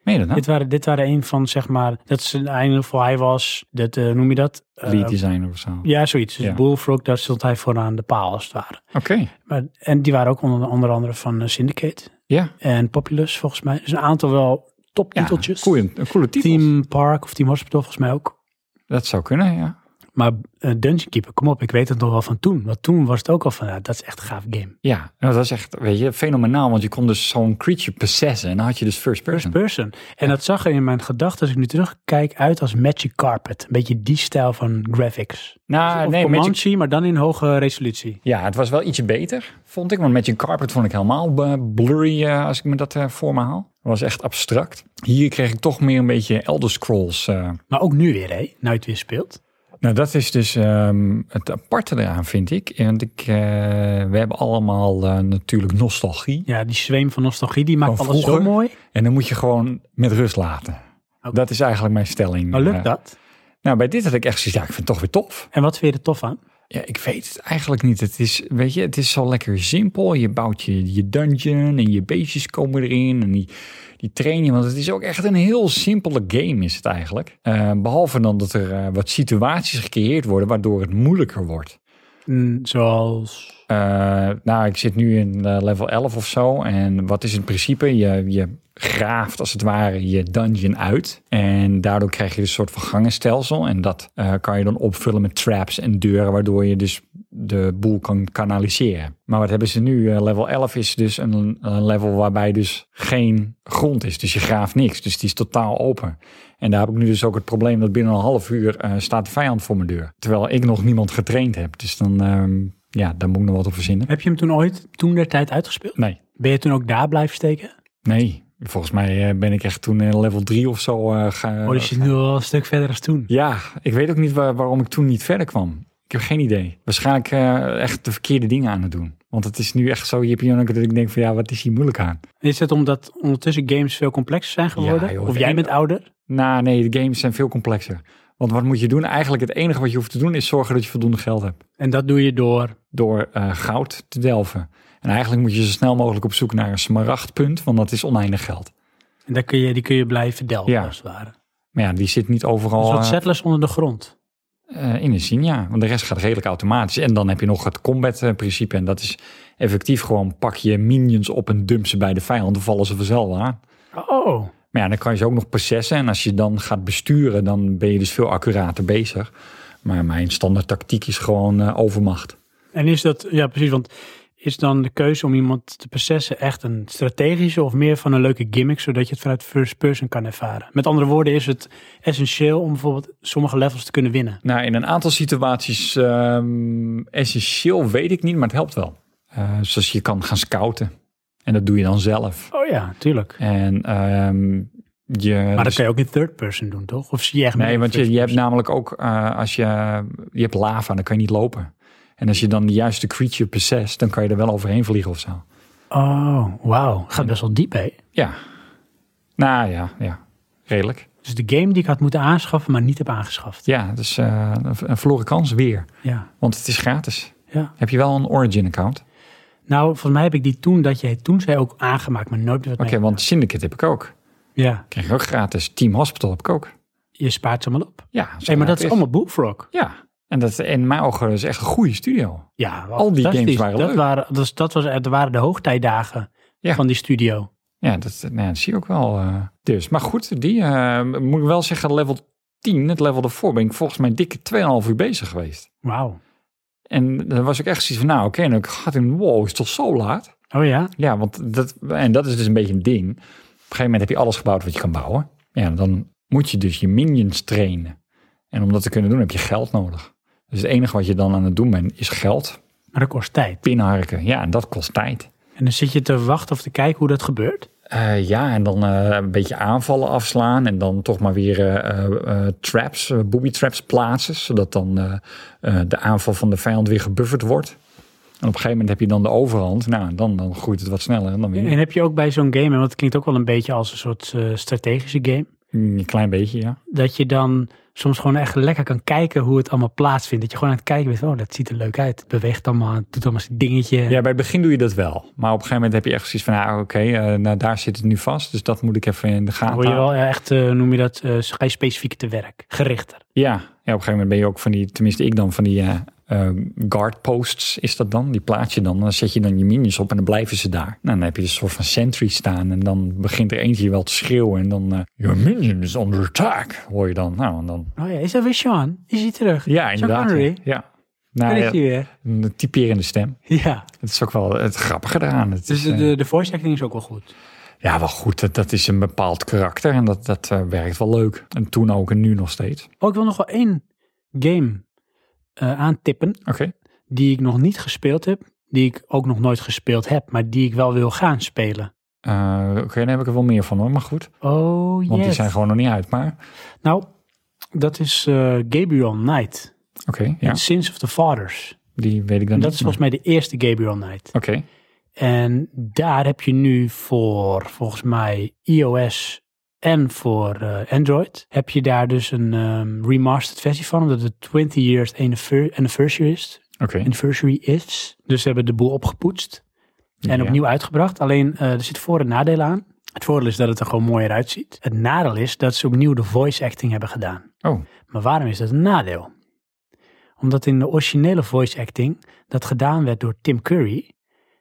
S1: meen je dat nou?
S2: Dit, waren, dit waren een van, zeg maar, dat is een einde voor hij was, dat eh, noem je dat? Eh,
S1: Lead designer of zo.
S2: ja, zoiets. Dus
S1: Ja.
S2: Bullfrog, daar stond hij vooraan de paal als het ware.
S1: Oké.
S2: Maar, en die waren ook onder, onder andere van eh, Syndicate.
S1: Ja.
S2: en Populous volgens mij. Dus een aantal wel
S1: ja.
S2: toptiteltjes.
S1: Coole, coole titels.
S2: Team Park of Team Hospital volgens mij ook.
S1: Dat zou kunnen, ja.
S2: Maar eh, Dungeon Keeper, kom op, ik weet het nog wel van toen. Want toen was het ook al van, nou, dat is echt een gaaf game.
S1: Ja, nou, dat is echt, weet je, fenomenaal. Want je kon dus zo'n creature possessen. En dan had je dus first person.
S2: Person. En dat zag er in mijn gedachten, als ik nu terugkijk, uit als Magic Carpet. Een beetje die stijl van graphics.
S1: nou,
S2: of
S1: nee,
S2: Comanche,
S1: Magic,
S2: maar dan in hoge resolutie.
S1: ja, het was wel ietsje beter, vond ik. Want Magic Carpet vond ik helemaal eh, blurry eh, als ik me dat eh, voor me haal. Dat was echt abstract. Hier kreeg ik toch meer een beetje Elder Scrolls eh,
S2: Maar ook nu weer, hè? Nou je het weer speelt.
S1: Nou, dat is dus ehm, het aparte eraan, vind ik. Want ik, eh, we hebben allemaal eh, natuurlijk nostalgie.
S2: Ja, die zweem van nostalgie, die maakt
S1: Van
S2: alles zo
S1: vroeger.
S2: mooi.
S1: En dan moet je gewoon met rust laten.
S2: Oké.
S1: Dat is eigenlijk mijn stelling.
S2: Maar
S1: Eh,
S2: lukt dat?
S1: nou, bij dit had ik echt zoiets, ja, ik vind het toch weer tof.
S2: En wat vind je er tof aan?
S1: Ja, ik weet het eigenlijk niet. Het is, weet je, het is zo lekker simpel. Je bouwt je, je dungeon en je beestjes komen erin en die, die train je. Want het is ook echt een heel simpele game is het eigenlijk. Eh, behalve dan dat er eh, wat situaties gecreëerd worden waardoor het moeilijker wordt.
S2: Mm, zoals...
S1: Eh, nou, ik zit nu in eh, level 11 of zo. En wat is het principe? Je, je graaft als het ware je dungeon uit. En daardoor krijg je dus een soort van gangenstelsel. En dat eh, kan je dan opvullen met traps en deuren, waardoor je dus de boel kan kanaliseren. Maar wat hebben ze nu? Eh, level 11 is dus een, een level waarbij dus geen grond is. Dus je graaft niks. Dus die is totaal open. En daar heb ik nu dus ook het probleem dat binnen een half uur eh, staat de vijand voor mijn deur. Terwijl ik nog niemand getraind heb. Dus dan, ehm, ja, daar moet ik nog wat op verzinnen.
S2: Heb je hem toen ooit, toen der tijd uitgespeeld?
S1: Nee,
S2: Ben je toen ook daar blijven steken?
S1: nee. Volgens mij eh, ben ik echt toen in level 3 of zo eh, ga-
S2: Oh, dus je zit nu al een stuk verder dan toen.
S1: Ja, ik weet ook niet waar- waarom ik toen niet verder kwam. Ik heb geen idee. Waarschijnlijk eh, echt de verkeerde dingen aan het doen. Want het is nu echt zo jipjonk dat ik denk van ja, wat is hier moeilijk aan?
S2: Is het omdat ondertussen games veel complexer zijn geworden?
S1: Ja, joh.
S2: of jij bent ouder?
S1: Nou nee, de games zijn veel complexer. Want wat moet je doen? Eigenlijk het enige wat je hoeft te doen is zorgen dat je voldoende geld hebt.
S2: En dat doe je door.
S1: Door eh, goud te delven. En eigenlijk moet je zo snel mogelijk op zoek naar een smaragdpunt, want dat is oneindig geld.
S2: En daar kun je, die kun je blijven delven,
S1: Ja.
S2: als het ware.
S1: Maar ja, die zit niet overal
S2: Dus wat
S1: eh,
S2: settlers onder de grond.
S1: eh, in een zin, ja. Want de rest gaat redelijk automatisch. En dan heb je nog het combat-principe. En dat is effectief gewoon pak je minions op en dump ze bij de vijand. Dan vallen ze vanzelf aan.
S2: Oh,
S1: Maar ja, dan kan je ze ook nog processen. En als je dan gaat besturen, dan ben je dus veel accurater bezig. Maar mijn standaard tactiek is gewoon eh, overmacht.
S2: en is dat, ja precies, want is dan de keuze om iemand te processen echt een strategische of meer van een leuke gimmick, zodat je het vanuit first person kan ervaren? Met andere woorden, is het essentieel om bijvoorbeeld sommige levels te kunnen winnen?
S1: Nou, in een aantal situaties ehm, essentieel weet ik niet, maar het helpt wel. Eh, zoals je kan gaan scouten. En dat doe je dan zelf.
S2: Oh ja, tuurlijk.
S1: En ehm, je...
S2: Maar dat kun je ook in third person doen, toch? Of zie je echt meer
S1: dus- Nee, want
S2: in
S1: je,
S2: first
S1: je hebt
S2: person?
S1: namelijk ook, eh, als je, je hebt lava, dan kan je niet lopen. En als je dan de juiste creature possesst, dan kan je er wel overheen vliegen of zo.
S2: Oh, wauw. Gaat best wel diep, hè?
S1: Ja. Nou ja, ja. Redelijk.
S2: Dus de game die ik had moeten aanschaffen, maar niet heb aangeschaft.
S1: Ja, dus eh, een een verloren kans weer.
S2: Ja,
S1: Want het is gratis.
S2: ja.
S1: Heb je wel een Origin account? Oké,
S2: Nou, volgens mij heb ik die toen dat je toen zei ook aangemaakt, maar nooit meer wat mee.
S1: want Syndicate heb ik ook.
S2: Ja,
S1: Kreeg ik ook gratis. Team Hospital heb ik ook.
S2: je spaart ze allemaal op.
S1: Ja. zo
S2: Hey, maar dat is
S1: gratis.
S2: allemaal Bullfrog.
S1: Ja. En dat in mijn ogen is echt een goede studio.
S2: Ja,
S1: Al die
S2: fantastisch.
S1: games waren
S2: dat
S1: leuk.
S2: Waren, dat, was, dat, was, dat waren de hoogtijdagen
S1: Ja.
S2: van die studio.
S1: Ja, dat, nou ja, dat zie je ook wel. eh. dus, maar goed, die eh, moet ik wel zeggen, level 10, het level ervoor, ben ik volgens mij dikke 2,5 uur bezig geweest.
S2: Wauw.
S1: En dan was ik echt zoiets van, nou oké, en dan had ik, wow, is het toch zo laat?
S2: Oh ja?
S1: Ja, want dat, en dat is dus een beetje een ding. Op een gegeven moment heb je alles gebouwd wat je kan bouwen. Ja, dan moet je dus je minions trainen. En om dat te kunnen doen heb je geld nodig. Dus het enige wat je dan aan het doen bent is geld
S2: Maar dat kost tijd.
S1: pinharken. Ja, en dat kost tijd.
S2: En dan zit je te wachten of te kijken hoe dat gebeurt.
S1: Eh, ja, en dan eh, een beetje aanvallen afslaan. En dan toch maar weer eh, eh, eh, traps, eh, booby traps plaatsen. Zodat dan eh, eh, de aanval van de vijand weer gebufferd wordt. En op een gegeven moment heb je dan de overhand. Nou, en dan, dan groeit het wat sneller. En dan weer
S2: En heb je ook bij zo'n game, en want het klinkt ook wel een beetje als een soort eh, strategische game,
S1: een klein beetje, ja.
S2: dat je dan soms gewoon echt lekker kan kijken hoe het allemaal plaatsvindt. Dat je gewoon aan het kijken bent, oh, dat ziet er leuk uit. Het beweegt allemaal, het doet allemaal zijn dingetje.
S1: Ja, bij het begin doe je dat wel. Maar op een gegeven moment heb je echt zoiets van, ah, oké, eh, nou, daar zit het nu vast. Dus dat moet ik even in de
S2: Dan
S1: gaten
S2: word je
S1: houden.
S2: wel echt, eh, hoe noem je dat, eh ga je specifieker te werk, gerichter.
S1: Ja, ja, op een gegeven moment ben je ook van die, tenminste ik dan, van die eh, eh, guard posts is dat dan. Die plaats je dan. Dan zet je dan je minions op en dan blijven ze daar. Nou, dan heb je een soort van sentry staan. En dan begint er eentje wel te schreeuwen. En dan, eh your minion is under attack, hoor je dan. Nou, en dan,
S2: Oh ja, is dat weer Sean? Is hij terug?
S1: ja, inderdaad.
S2: Sean
S1: Ja,
S2: Connery?
S1: ja.
S2: Daar
S1: Nou,
S2: is hij
S1: ja,
S2: weer.
S1: een typerende stem.
S2: Ja.
S1: Het is ook wel het grappige eraan. Het
S2: Dus
S1: is,
S2: de,
S1: eh,
S2: de, de voice acting is ook wel goed.
S1: Ja, wel goed. Dat, dat is een bepaald karakter en dat, dat eh, werkt wel leuk. En toen ook en nu nog steeds.
S2: Oh, ik wil nog wel één game eh, aantippen
S1: Oké.
S2: die ik nog niet gespeeld heb. Die ik ook nog nooit gespeeld heb, maar die ik wel wil gaan spelen.
S1: Eh, Oké, daar heb ik er wel meer van hoor. Maar goed,
S2: Oh, yes.
S1: want die zijn gewoon nog niet uit. Maar
S2: Nou, dat is eh, Gabriel Knight.
S1: oké, ja.
S2: En Sins of the Fathers.
S1: Die weet ik dan
S2: En dat
S1: niet.
S2: is volgens mij de eerste Gabriel Knight.
S1: maar- Oké,
S2: En daar heb je nu voor, volgens mij, iOS en voor eh, Android, heb je daar dus een ehm, remastered versie van, omdat het 20 years anniver- anniversary is.
S1: oké.
S2: Anniversary is. Dus ze hebben de boel opgepoetst en
S1: Ja.
S2: opnieuw uitgebracht. Alleen eh, er zit voor- en nadelen aan. Het voordeel is dat het er gewoon mooier uitziet. Het nadeel is dat ze opnieuw de voice acting hebben gedaan.
S1: Oh,
S2: Maar waarom is dat een nadeel? Omdat in de originele voice acting dat gedaan werd door Tim Curry,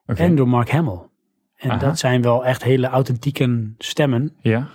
S1: oké.
S2: en door Mark Hamill. En
S1: Aha.
S2: dat zijn wel echt hele authentieke stemmen.
S1: Ja,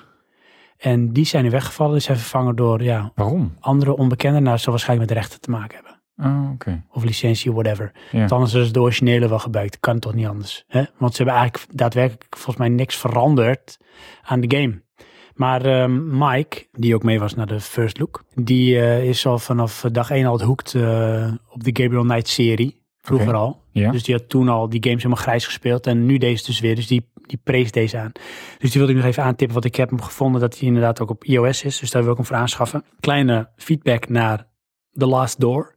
S2: En die zijn nu weggevallen. Die zijn vervangen door ja,
S1: waarom?
S2: andere onbekenden. Nou, dat zal waarschijnlijk met rechten te maken hebben.
S1: Oh, oké.
S2: Of licentie, whatever.
S1: Ja.
S2: Want anders is dus de originele wel gebruikt. Kan toch niet anders. Hè? Want ze hebben eigenlijk daadwerkelijk volgens mij niks veranderd aan de game. Maar ehm, Mike, die ook mee was naar de first look, die eh, is al vanaf dag 1 al het hoekt eh, op de Gabriel Knight serie. Vroeger
S1: Oké.
S2: al.
S1: Ja,
S2: Dus die had toen al die games helemaal grijs gespeeld. En nu deze dus weer. Dus die, die prees deze aan. Dus die wilde ik nog even aantippen. Want ik heb hem gevonden dat hij inderdaad ook op iOS is. Dus daar wil ik hem voor aanschaffen. Kleine feedback naar The Last Door.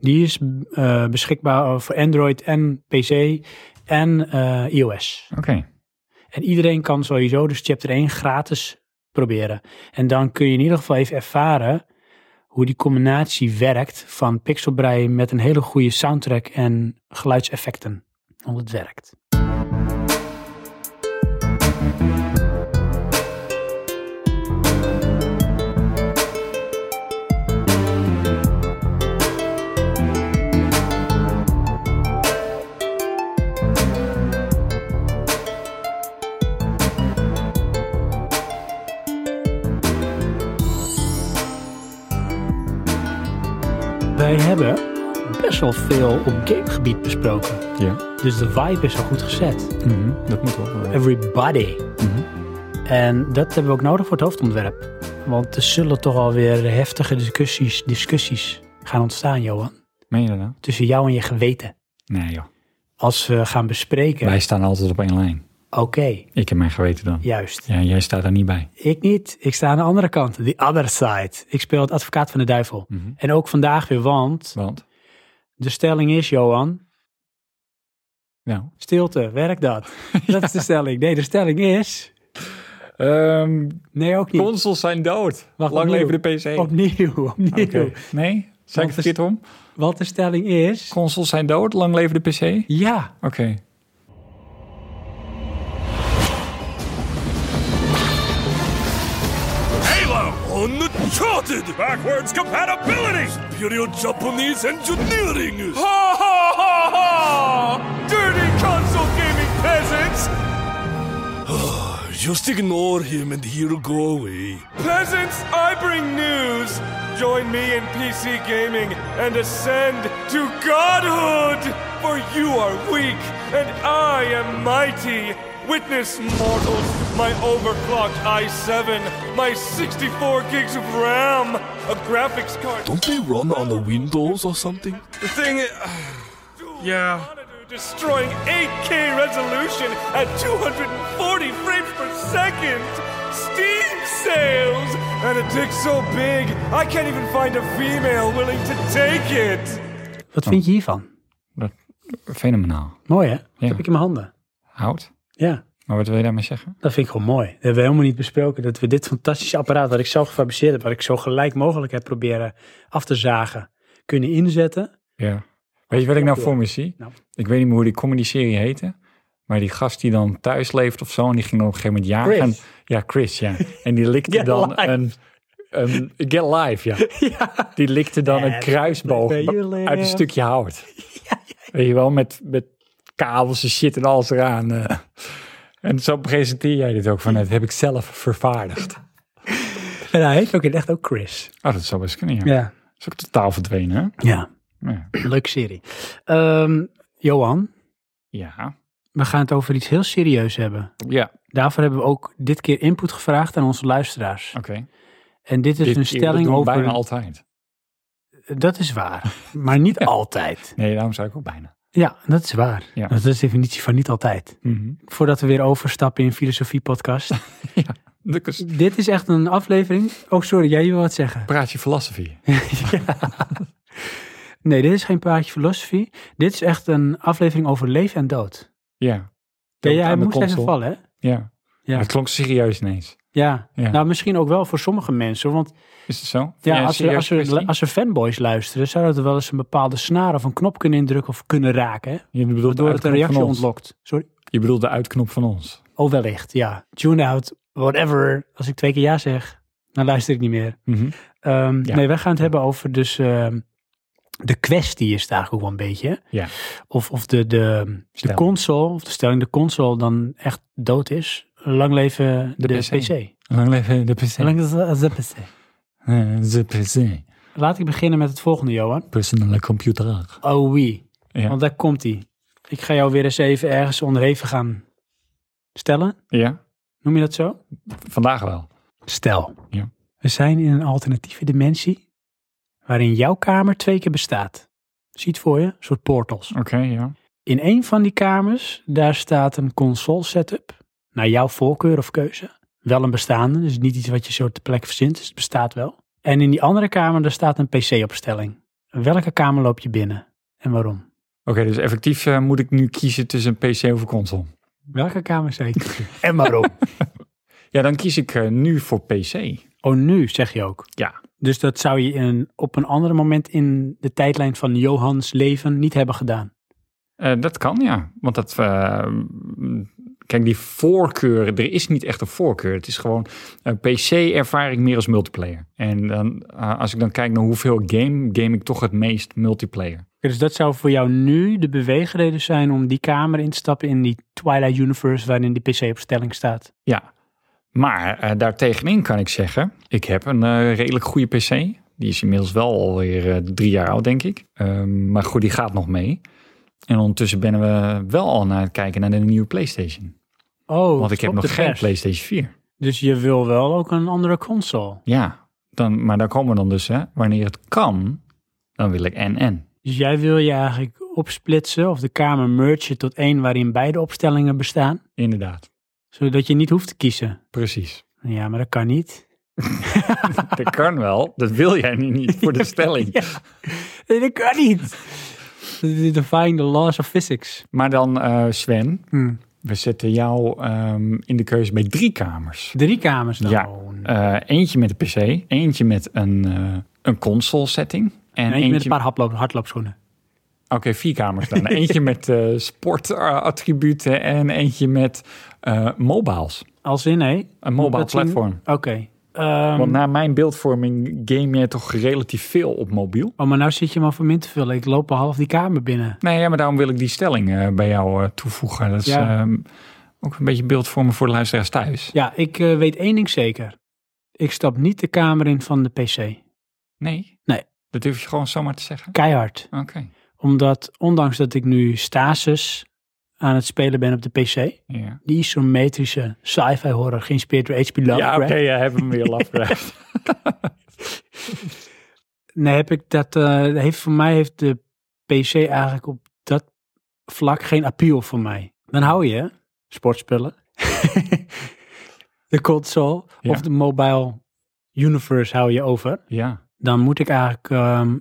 S2: Die is eh, beschikbaar voor Android en PC en eh, iOS.
S1: Oké.
S2: En iedereen kan sowieso dus chapter 1 gratis proberen. En dan kun je in ieder geval even ervaren hoe die combinatie werkt van pixelbreien met een hele goede soundtrack en geluidseffecten. Want het werkt. Wij hebben best wel veel op gamegebied besproken.
S1: Ja.
S2: Dus de vibe is al goed gezet.
S1: Mhm, Dat moet wel.
S2: Everybody.
S1: Mhm.
S2: En dat hebben we ook nodig voor het hoofdontwerp. Want er zullen toch alweer heftige discussies, discussies gaan ontstaan, Johan.
S1: Meen je dat nou?
S2: Tussen jou en je geweten.
S1: Nee joh.
S2: Als we gaan bespreken.
S1: Wij staan altijd op één lijn.
S2: Oké,
S1: Ik en mijn geweten dan.
S2: juist.
S1: Ja, jij staat daar niet bij.
S2: Ik niet. Ik sta aan de andere kant. The other side. Ik speel het advocaat van de duivel.
S1: Mhm.
S2: En ook vandaag weer, want
S1: Want,
S2: de stelling is, Johan,
S1: nou,
S2: stilte, werk
S1: *laughs*
S2: dat. Dat is de stelling. Nee, de stelling is...
S1: Ehm
S2: Nee, ook niet.
S1: consoles zijn dood.
S2: Wacht,
S1: Lang
S2: opnieuw.
S1: leven de PC.
S2: *laughs* Opnieuw, opnieuw.
S1: Oké. Nee? Zeg ik
S2: Want
S1: het verkeerd om?
S2: Wat de stelling is...
S1: Consoles zijn dood, lang leven de PC? Oké.
S2: Ja,
S5: Halo Uncharted Backwards Compatibility Superior Japanese Engineering Ha ha ha ha! Dirty console gaming peasants! Just ignore him and he'll go away. Peasants, I bring news! Join me in PC gaming and ascend to godhood! For you are weak and I am mighty! Witness, mortals, my overclocked i7, my 64 gigs of RAM, a graphics card. Don't they run on the Windows or something? The thing yeah. Destroying 8K resolution at 240 frames per second. Steam sales! And a dick so big, I can't even find a female willing to take it.
S2: wat vind
S1: Oh.
S2: je hiervan?
S1: Dat, fenomenaal.
S2: Mooi hè? Dat heb ik in mijn handen.
S1: Hout.
S2: Ja,
S1: Maar wat wil je daarmee zeggen?
S2: dat vind ik gewoon mooi. Dat hebben we helemaal niet besproken. Dat we dit fantastische apparaat wat ik zelf gefabriceerd heb, wat ik zo gelijk mogelijk heb proberen af te zagen, kunnen inzetten.
S1: Ja. Weet je wat ik nou voor me zie?
S2: Nou.
S1: Ik weet niet meer hoe die comedy-serie heette. Maar die gast die dan thuis leeft of zo. En die ging dan op een gegeven moment jagen.
S2: Chris.
S1: Ja, Chris, ja. En
S2: *laughs*
S1: die likte
S2: Get
S1: dan
S2: life.
S1: een... een- get life,
S2: *laughs*
S1: ja. Die likte dan een
S2: And
S1: kruisboog
S2: when you
S1: ba- uit een
S2: live.
S1: stukje hout.
S2: *laughs*
S1: Weet je wel, met, met kabels en shit en alles eraan. eh. En zo presenteer jij dit ook van, dat heb ik zelf vervaardigd.
S2: En hij heet ook in het echt ook Chris.
S1: Oh, dat zou best kunnen, ja.
S2: Ja.
S1: Dat is ook totaal verdwenen, hè?
S2: Ja.
S1: Ja.
S2: Leuke serie. Ehm, Johan,
S1: Ja.
S2: we gaan het over iets heel serieus hebben.
S1: Ja,
S2: Daarvoor hebben we ook dit keer input gevraagd aan onze luisteraars.
S1: oké.
S2: En
S1: Dit-
S2: dit is een
S1: dit doen
S2: stelling
S1: we
S2: over...
S1: bijna altijd.
S2: Dat is waar, maar
S1: *laughs*
S2: niet altijd.
S1: Nee, daarom zei ik ook bijna.
S2: Ja, dat is waar.
S1: Ja.
S2: Dat is de definitie van niet altijd.
S1: Mhm.
S2: Voordat we weer overstappen in filosofie podcast.
S1: *laughs* Dat is
S2: Dit is echt een aflevering. Oh, sorry, jij wil wat zeggen.
S1: praat je filosofie.
S2: Nee, dit is geen praatje filosofie. Dit is echt een aflevering over leven en dood.
S1: Ja.
S2: Ja, ja,
S1: Aan
S2: hij
S1: de
S2: moest even
S1: console.
S2: vallen, hè?
S1: Ja.
S2: Ja.
S1: Het klonk serieus ineens.
S2: Ja.
S1: Ja.
S2: nou misschien ook wel voor sommige mensen. hoor, Want
S1: Is het zo?
S2: ja,
S1: een
S2: als, er,
S1: serieuze
S2: als, er,
S1: kwestie?
S2: als er fanboys luisteren, zouden er wel eens een bepaalde snaar of een knop kunnen indrukken of kunnen raken. Hè?
S1: je bedoelt de
S2: Waardoor het een
S1: uitknop
S2: reactie
S1: van ons.
S2: ontlokt. Sorry?
S1: Je bedoelt de uitknop van ons.
S2: Oh, wellicht, ja. Tune out, whatever. Als ik twee keer ja zeg, dan luister ik niet meer.
S1: Mhm.
S2: Ehm,
S1: Ja.
S2: Nee, wij gaan het hebben over dus ehm, de kwestie is het eigenlijk ook wel een beetje. hè?
S1: Ja.
S2: Of, of de, de, de
S1: Stelling.
S2: console, of de stelling de console dan echt dood is. Lang leven de,
S1: De
S2: PC.
S1: PC. Lang leven de PC.
S2: Lang leven de PC.
S1: Eh, de PC.
S2: Laat ik beginnen met het volgende, Johan.
S1: Personele computer.
S2: Oh wie.
S1: Ja.
S2: Want daar komt ie. Ik ga jou weer eens even ergens onderhevig gaan stellen.
S1: Ja,
S2: Noem je dat zo?
S1: vandaag wel.
S2: Stel.
S1: Ja.
S2: We zijn in een alternatieve dimensie waarin jouw kamer twee keer bestaat. Ziet voor je, een soort portals.
S1: Oké, ja.
S2: In een van die kamers, daar staat een console setup. Naar jouw voorkeur of keuze. Wel een bestaande, dus niet iets wat je zo ter plekke verzint. Dus het bestaat wel. En in die andere kamer, daar staat een PC-opstelling. Welke kamer loop je binnen en waarom?
S1: Oké, dus effectief eh, moet ik nu kiezen tussen PC of een console.
S2: Welke kamer zei ik? en waarom?
S1: Ja, dan kies ik eh, nu voor PC.
S2: Oh, nu zeg je ook.
S1: Ja.
S2: Dus dat zou je in een- op een ander moment in de tijdlijn van Johans leven niet hebben gedaan.
S1: Eh, dat kan, ja. Want dat. eh, kijk, die voorkeuren. Er is niet echt een voorkeur. Het is gewoon. eh, PC ervaar ik meer als multiplayer. En dan, eh, als ik dan kijk naar hoeveel game. game ik toch het meest multiplayer.
S2: Dus dat zou voor jou nu de beweegreden zijn om die kamer in te stappen in die Twilight Universe waarin die PC-opstelling staat.
S1: Ja. Maar eh daartegenin kan ik zeggen. Ik heb een eh, redelijk goede PC. Die is inmiddels wel alweer eh, drie jaar oud, denk ik. Ehm, maar goed, die gaat nog mee. En ondertussen ben we wel al naar het kijken naar de nieuwe PlayStation.
S2: Oh,
S1: Want ik heb
S2: op de
S1: nog geen
S2: pers.
S1: PlayStation 4.
S2: Dus je wil wel ook een andere console.
S1: Ja, dan, maar daar komen we dan dus, hè. Wanneer het kan, dan wil ik en-en.
S2: Dus jij wil je eigenlijk opsplitsen of de kamer mergen tot één waarin beide opstellingen bestaan,
S1: Inderdaad,
S2: zodat je niet hoeft te kiezen.
S1: precies.
S2: Ja, maar dat kan niet.
S1: Dat kan wel, dat wil jij nu niet
S2: *laughs*
S1: voor de stelling.
S2: Nee, dat kan niet. Define the laws of physics.
S1: Maar dan, eh, Sven,
S2: Hmm.
S1: we zetten jou ehm, in de keuze bij drie kamers.
S2: Drie kamers dan. Oh,
S1: Ja.
S2: En
S1: Eh, eentje met een pc, eentje met een, eh, een console setting. En
S2: eentje met een paar hardloop, hardloopschoenen.
S1: Oké, vier kamers
S2: *laughs*
S1: dan. Eentje met eh, sportattributen en eentje met eh, mobiles.
S2: Als in, hé?
S1: Een mobile
S2: Dat zien-
S1: platform.
S2: Oké. Ehm,
S1: Want naar mijn beeldvorming game je toch relatief veel op mobiel.
S2: oh, maar nou zit je maar voor me in te vullen. Ik loop al half die kamer binnen.
S1: Nee, ja, maar daarom wil ik die stelling eh, bij jou eh, toevoegen. Dat is
S2: Ja.
S1: ehm, ook een beetje beeldvormen voor de luisteraars thuis.
S2: Ja, ik eh, weet één ding zeker. Ik stap niet de kamer in van de PC.
S1: Nee?
S2: Nee.
S1: Dat durf je gewoon zomaar te zeggen?
S2: Keihard.
S1: Oké.
S2: Omdat, ondanks dat ik nu Stasis aan het spelen ben op de PC,
S1: Ja,
S2: die isometrische sci-fi horror geïnspireerd door H.P.
S1: ja
S2: Lovecraft,
S1: oké, je hebt hem weer Lovecraft.
S2: nee, heb ik dat, eh, heeft voor mij heeft de PC eigenlijk op dat vlak geen appeal voor mij. Dan hou je sportspullen, *laughs* de console
S1: Ja.
S2: of de mobile universe hou je over.
S1: *laughs* ja.
S2: Dan moet ik eigenlijk ehm,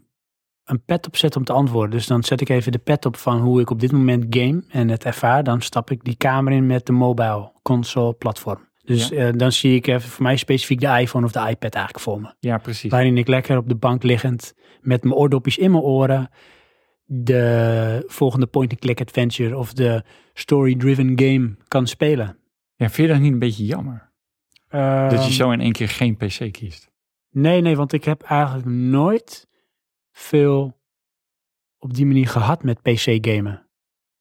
S2: een pet opzetten om te antwoorden. Dus dan zet ik even de pet op van hoe ik op dit moment game en het ervaar. Dan stap ik die kamer in met de mobile console platform. Dus
S1: Ja.
S2: eh, dan zie ik even voor mij specifiek de iPhone of de iPad eigenlijk voor me
S1: ja, precies.
S2: waarin ik lekker op de bank liggend met mijn oordopjes in mijn oren de volgende point-and-click adventure of de story-driven game kan spelen.
S1: Ja, vind je dat niet een beetje jammer? dat je
S2: Ehm,
S1: zo in één keer geen pc kiest?
S2: Nee, nee, want ik heb eigenlijk nooit veel op die manier gehad met PC-gamen.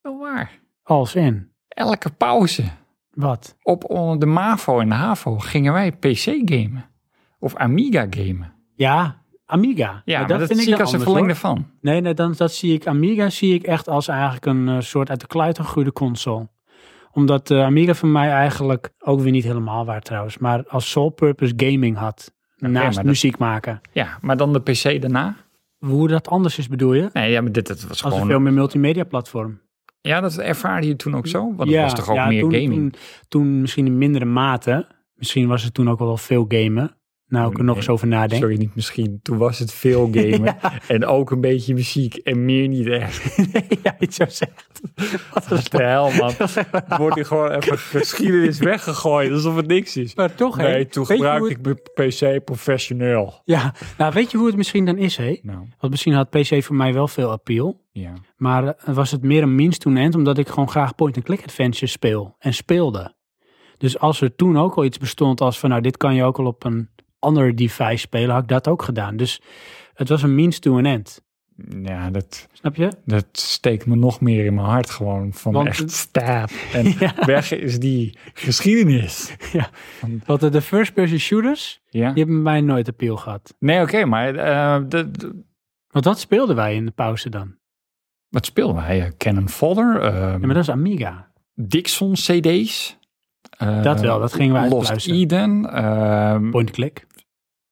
S1: Wel waar.
S2: Als in,
S1: Elke pauze
S2: wat?
S1: op onder de MAVO en de HAVO gingen wij pc gamen. Of Amiga gamen.
S2: Ja, Amiga.
S1: Ja,
S2: Maar
S1: maar dat, zie
S2: dan
S1: ik als een
S2: anders,
S1: verlengde
S2: hoor.
S1: van.
S2: Nee, nee, dan, dat zie ik. Amiga zie ik echt als eigenlijk een eh, soort uit de kluit gegroeide console. Omdat de Amiga voor mij eigenlijk, ook weer niet helemaal waar trouwens, maar als sole purpose gaming had.
S1: maar
S2: naast
S1: dat-
S2: muziek maken.
S1: Ja, maar dan de pc daarna?
S2: Hoe dat anders is bedoel je?
S1: Nee, ja, maar dit, dat was
S2: Als een
S1: gewoon...
S2: veel meer multimedia platform.
S1: Ja, dat ervaarde je toen ook zo? Want het was toch ook
S2: ja,
S1: meer
S2: toen,
S1: gaming?
S2: Toen, toen misschien in mindere mate. Misschien was het toen ook al wel veel gamen. Nou, ik er nog eens over nadenk.
S1: Sorry, niet misschien. Toen was het veel
S2: *laughs*
S1: gamen en ook een beetje muziek en meer niet echt.
S2: Nee, *laughs* ja, iets zo zegt. Wat een
S1: Wat de hel,
S2: *laughs*
S1: man. Het wordt hier gewoon even geschiedenis weggegooid, alsof het niks is.
S2: Maar toch, hè?
S1: Nee, toen
S2: Weet je
S1: gebruikte
S2: hoe
S1: ik mijn pc professioneel.
S2: Ja, nou weet je hoe het misschien dan is, hé?
S1: Nou,
S2: Want misschien had PC voor mij wel veel appeal.
S1: ja.
S2: Maar eh, was het meer een means to an end, omdat ik gewoon graag point-and-click adventures speel en speelde. Dus als er toen ook al iets bestond als van, nou, dit kan je ook al op een ander device spelen, had ik dat ook gedaan. Dus het was een means to an end.
S1: Ja, dat,
S2: Snap je?
S1: dat steekt me nog meer in mijn hart gewoon. Van
S2: Want-
S1: echt staaf.
S2: *laughs*
S1: En weg is die geschiedenis.
S2: Want eh, de first-person shooters,
S1: Ja?
S2: die hebben bij mij nooit appeal gehad.
S1: Nee, oké, maar eh, dat,
S2: Want dat speelden wij in de pauze dan.
S1: wat speelden wij? Eh, Cannon Fodder? ehm,
S2: Ja, maar dat is Amiga.
S1: Dixon CD's. eh,
S2: Dat wel, dat gingen we
S1: Lost
S2: uitpluizen.
S1: Eden. ehm,
S2: Point-and-click.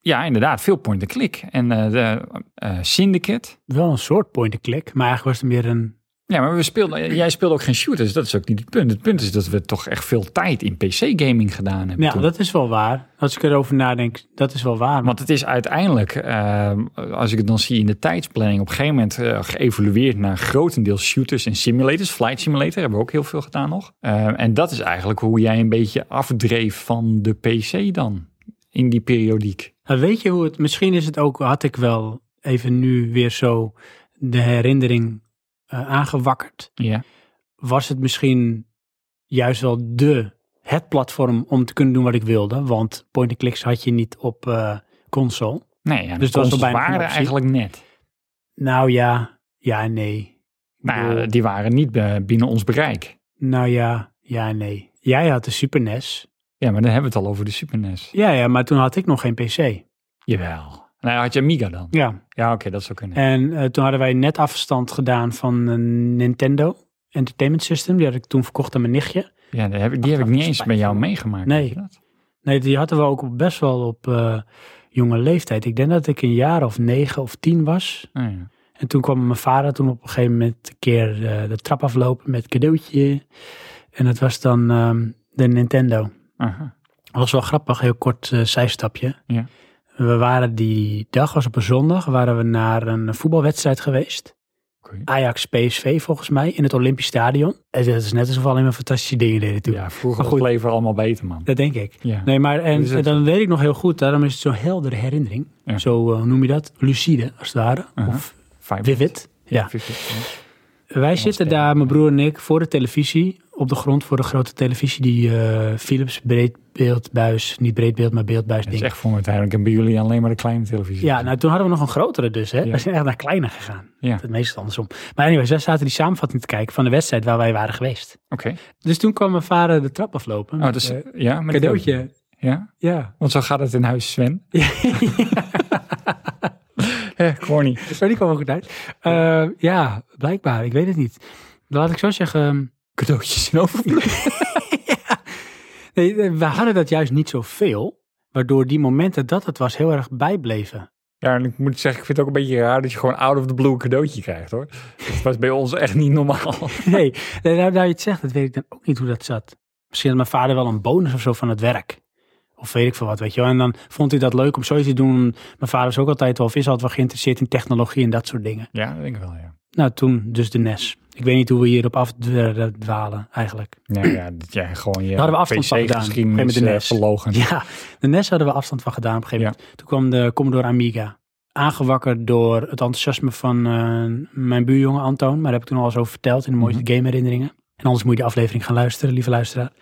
S1: ja, inderdaad, veel point-and-click. En eh, de, eh, Syndicate.
S2: Wel een soort point-and-click, maar eigenlijk was het meer een
S1: Ja, maar we speelden, jij speelde ook geen shooters. Dat is ook niet het punt. Het punt is dat we toch echt veel tijd in PC-gaming gedaan hebben.
S2: nou Ja,
S1: toen.
S2: dat is wel waar. Als ik erover nadenk, dat is wel waar.
S1: Want het is uiteindelijk, eh, als ik het dan zie in de tijdsplanning, op een gegeven moment eh, geëvolueerd naar grotendeels shooters en simulators. Flight Simulator hebben we ook heel veel gedaan nog. Eh, en dat is eigenlijk hoe jij een beetje afdreef van de PC dan in die periodiek.
S2: Maar Nou, weet je hoe het... Misschien is het ook, had ik wel even nu weer zo de herinnering eh, aangewakkerd.
S1: Ja.
S2: Was het misschien juist wel de, het platform om te kunnen doen wat ik wilde. Want point-and-clicks had je niet op eh, console.
S1: Nee, ja,
S2: Dus
S1: dus
S2: dat was
S1: dat
S2: wel bijna
S1: waren
S2: geen optie.
S1: eigenlijk net.
S2: Nou ja, ja en nee.
S1: Nou, ja, die waren niet eh, binnen ons bereik.
S2: Nou ja, ja en nee. Jij had de Super NES.
S1: Ja, maar dan hebben we het al over de Super NES.
S2: Ja, ja, maar toen had ik nog geen PC.
S1: Jawel. Nou, had je Amiga dan?
S2: Ja,
S1: Ja, oké, dat zou kunnen.
S2: En eh, toen hadden wij net afstand gedaan van een Nintendo Entertainment System. Die had ik toen verkocht aan mijn nichtje.
S1: Ja, die heb ik, die heb ik niet eens bij jou meegemaakt.
S2: Nee.
S1: weet je dat?
S2: Nee, die hadden we ook op- best wel op eh, jonge leeftijd. Ik denk dat ik een jaar of negen of tien was.
S1: Oh, ja.
S2: En toen kwam mijn vader toen op een gegeven moment een keer eh, de trap aflopen met cadeautje. En dat was dan ehm, de Nintendo.
S1: Aha.
S2: Dat was wel grappig, heel kort eh, zijstapje.
S1: Ja.
S2: We waren die dag, was op een zondag, waren we naar een voetbalwedstrijd geweest.
S1: Oké.
S2: Ajax PSV volgens mij in het Olympisch Stadion. Het is net alsof we alleen maar fantastische dingen deden toen.
S1: Ja, vroeger
S2: Maar
S1: was
S2: goed.
S1: het leven allemaal beter, man.
S2: Dat denk ik.
S1: Ja.
S2: Nee, maar en,
S1: Dus het-
S2: dan weet ik nog heel goed, daarom is het zo'n heldere herinnering.
S1: Ja.
S2: Zo eh, hoe noem je dat? Lucide, als het ware.
S1: Aha.
S2: Of
S1: Vijf-
S2: vivid. Ja.
S1: vivid,
S2: Wij zitten
S1: spelen.
S2: daar, mijn broer en ik, voor de televisie. Op de grond voor de grote televisie, die eh, Philips breedbeeldbuis. Niet breedbeeld, maar beeldbuis
S1: Dat is
S2: ding.
S1: echt voor me duidelijk. En bij jullie alleen maar de kleine televisie.
S2: Ja, nou toen hadden we nog een grotere dus. Hè?
S1: Ja.
S2: We zijn echt naar kleiner gegaan.
S1: Ja.
S2: Het meeste andersom. Maar anyways, wij zaten die samenvatting te kijken van de wedstrijd waar wij waren geweest.
S1: Oké.
S2: Dus toen kwam mijn vader de trap aflopen.
S1: Oh, dus,
S2: Eh,
S1: ja, met
S2: cadeautje.
S1: Ja,
S2: Ja.
S1: want zo gaat het in huis,
S2: *laughs*
S1: Sven. Eh, corny.
S2: *laughs* Maar die kwam ook goed uit. Eh, ja, blijkbaar. Ik weet het niet. Laat ik zo zeggen. ehm,
S1: Cadeautjes in overvloed.
S2: *laughs* Nee, eh, we hadden dat juist niet zoveel. Waardoor die momenten dat het was heel erg
S1: *laughs*
S2: bijbleven.
S1: Ja, en ik moet zeggen, ik vind het ook een beetje raar dat je gewoon out of the blue een cadeautje krijgt, hoor. Dat was bij ons echt niet normaal.
S2: Nee, nee, nou, nou je het zegt, dat weet ik dan ook niet hoe dat zat. Misschien had mijn vader wel een bonus of zo van het werk. Of weet ik veel wat, weet je wel. En dan vond hij dat leuk om zoiets te doen. Mijn vader is ook altijd wel, of is altijd wel geïnteresseerd in technologie en dat soort dingen.
S1: Ja, dat denk ik wel, ja.
S2: Nou, toen dus de NES. Ik weet niet hoe we hierop afdwalen eigenlijk.
S1: Nou ja, dat jij gewoon je
S2: Daar hadden we afstand van gedaan. Op een
S1: PC-geschiedenis
S2: gegeven moment de NES.
S1: verlogen.
S2: Ja, de NES hadden we afstand van gedaan op een gegeven moment. Toen kwam de Commodore Amiga. Aangewakkerd door het enthousiasme van eh, mijn buurjongen Antoon. Maar daar heb ik toen al eens over verteld in de mooiste gameherinneringen. En anders moet je de aflevering gaan luisteren, lieve luisteraar.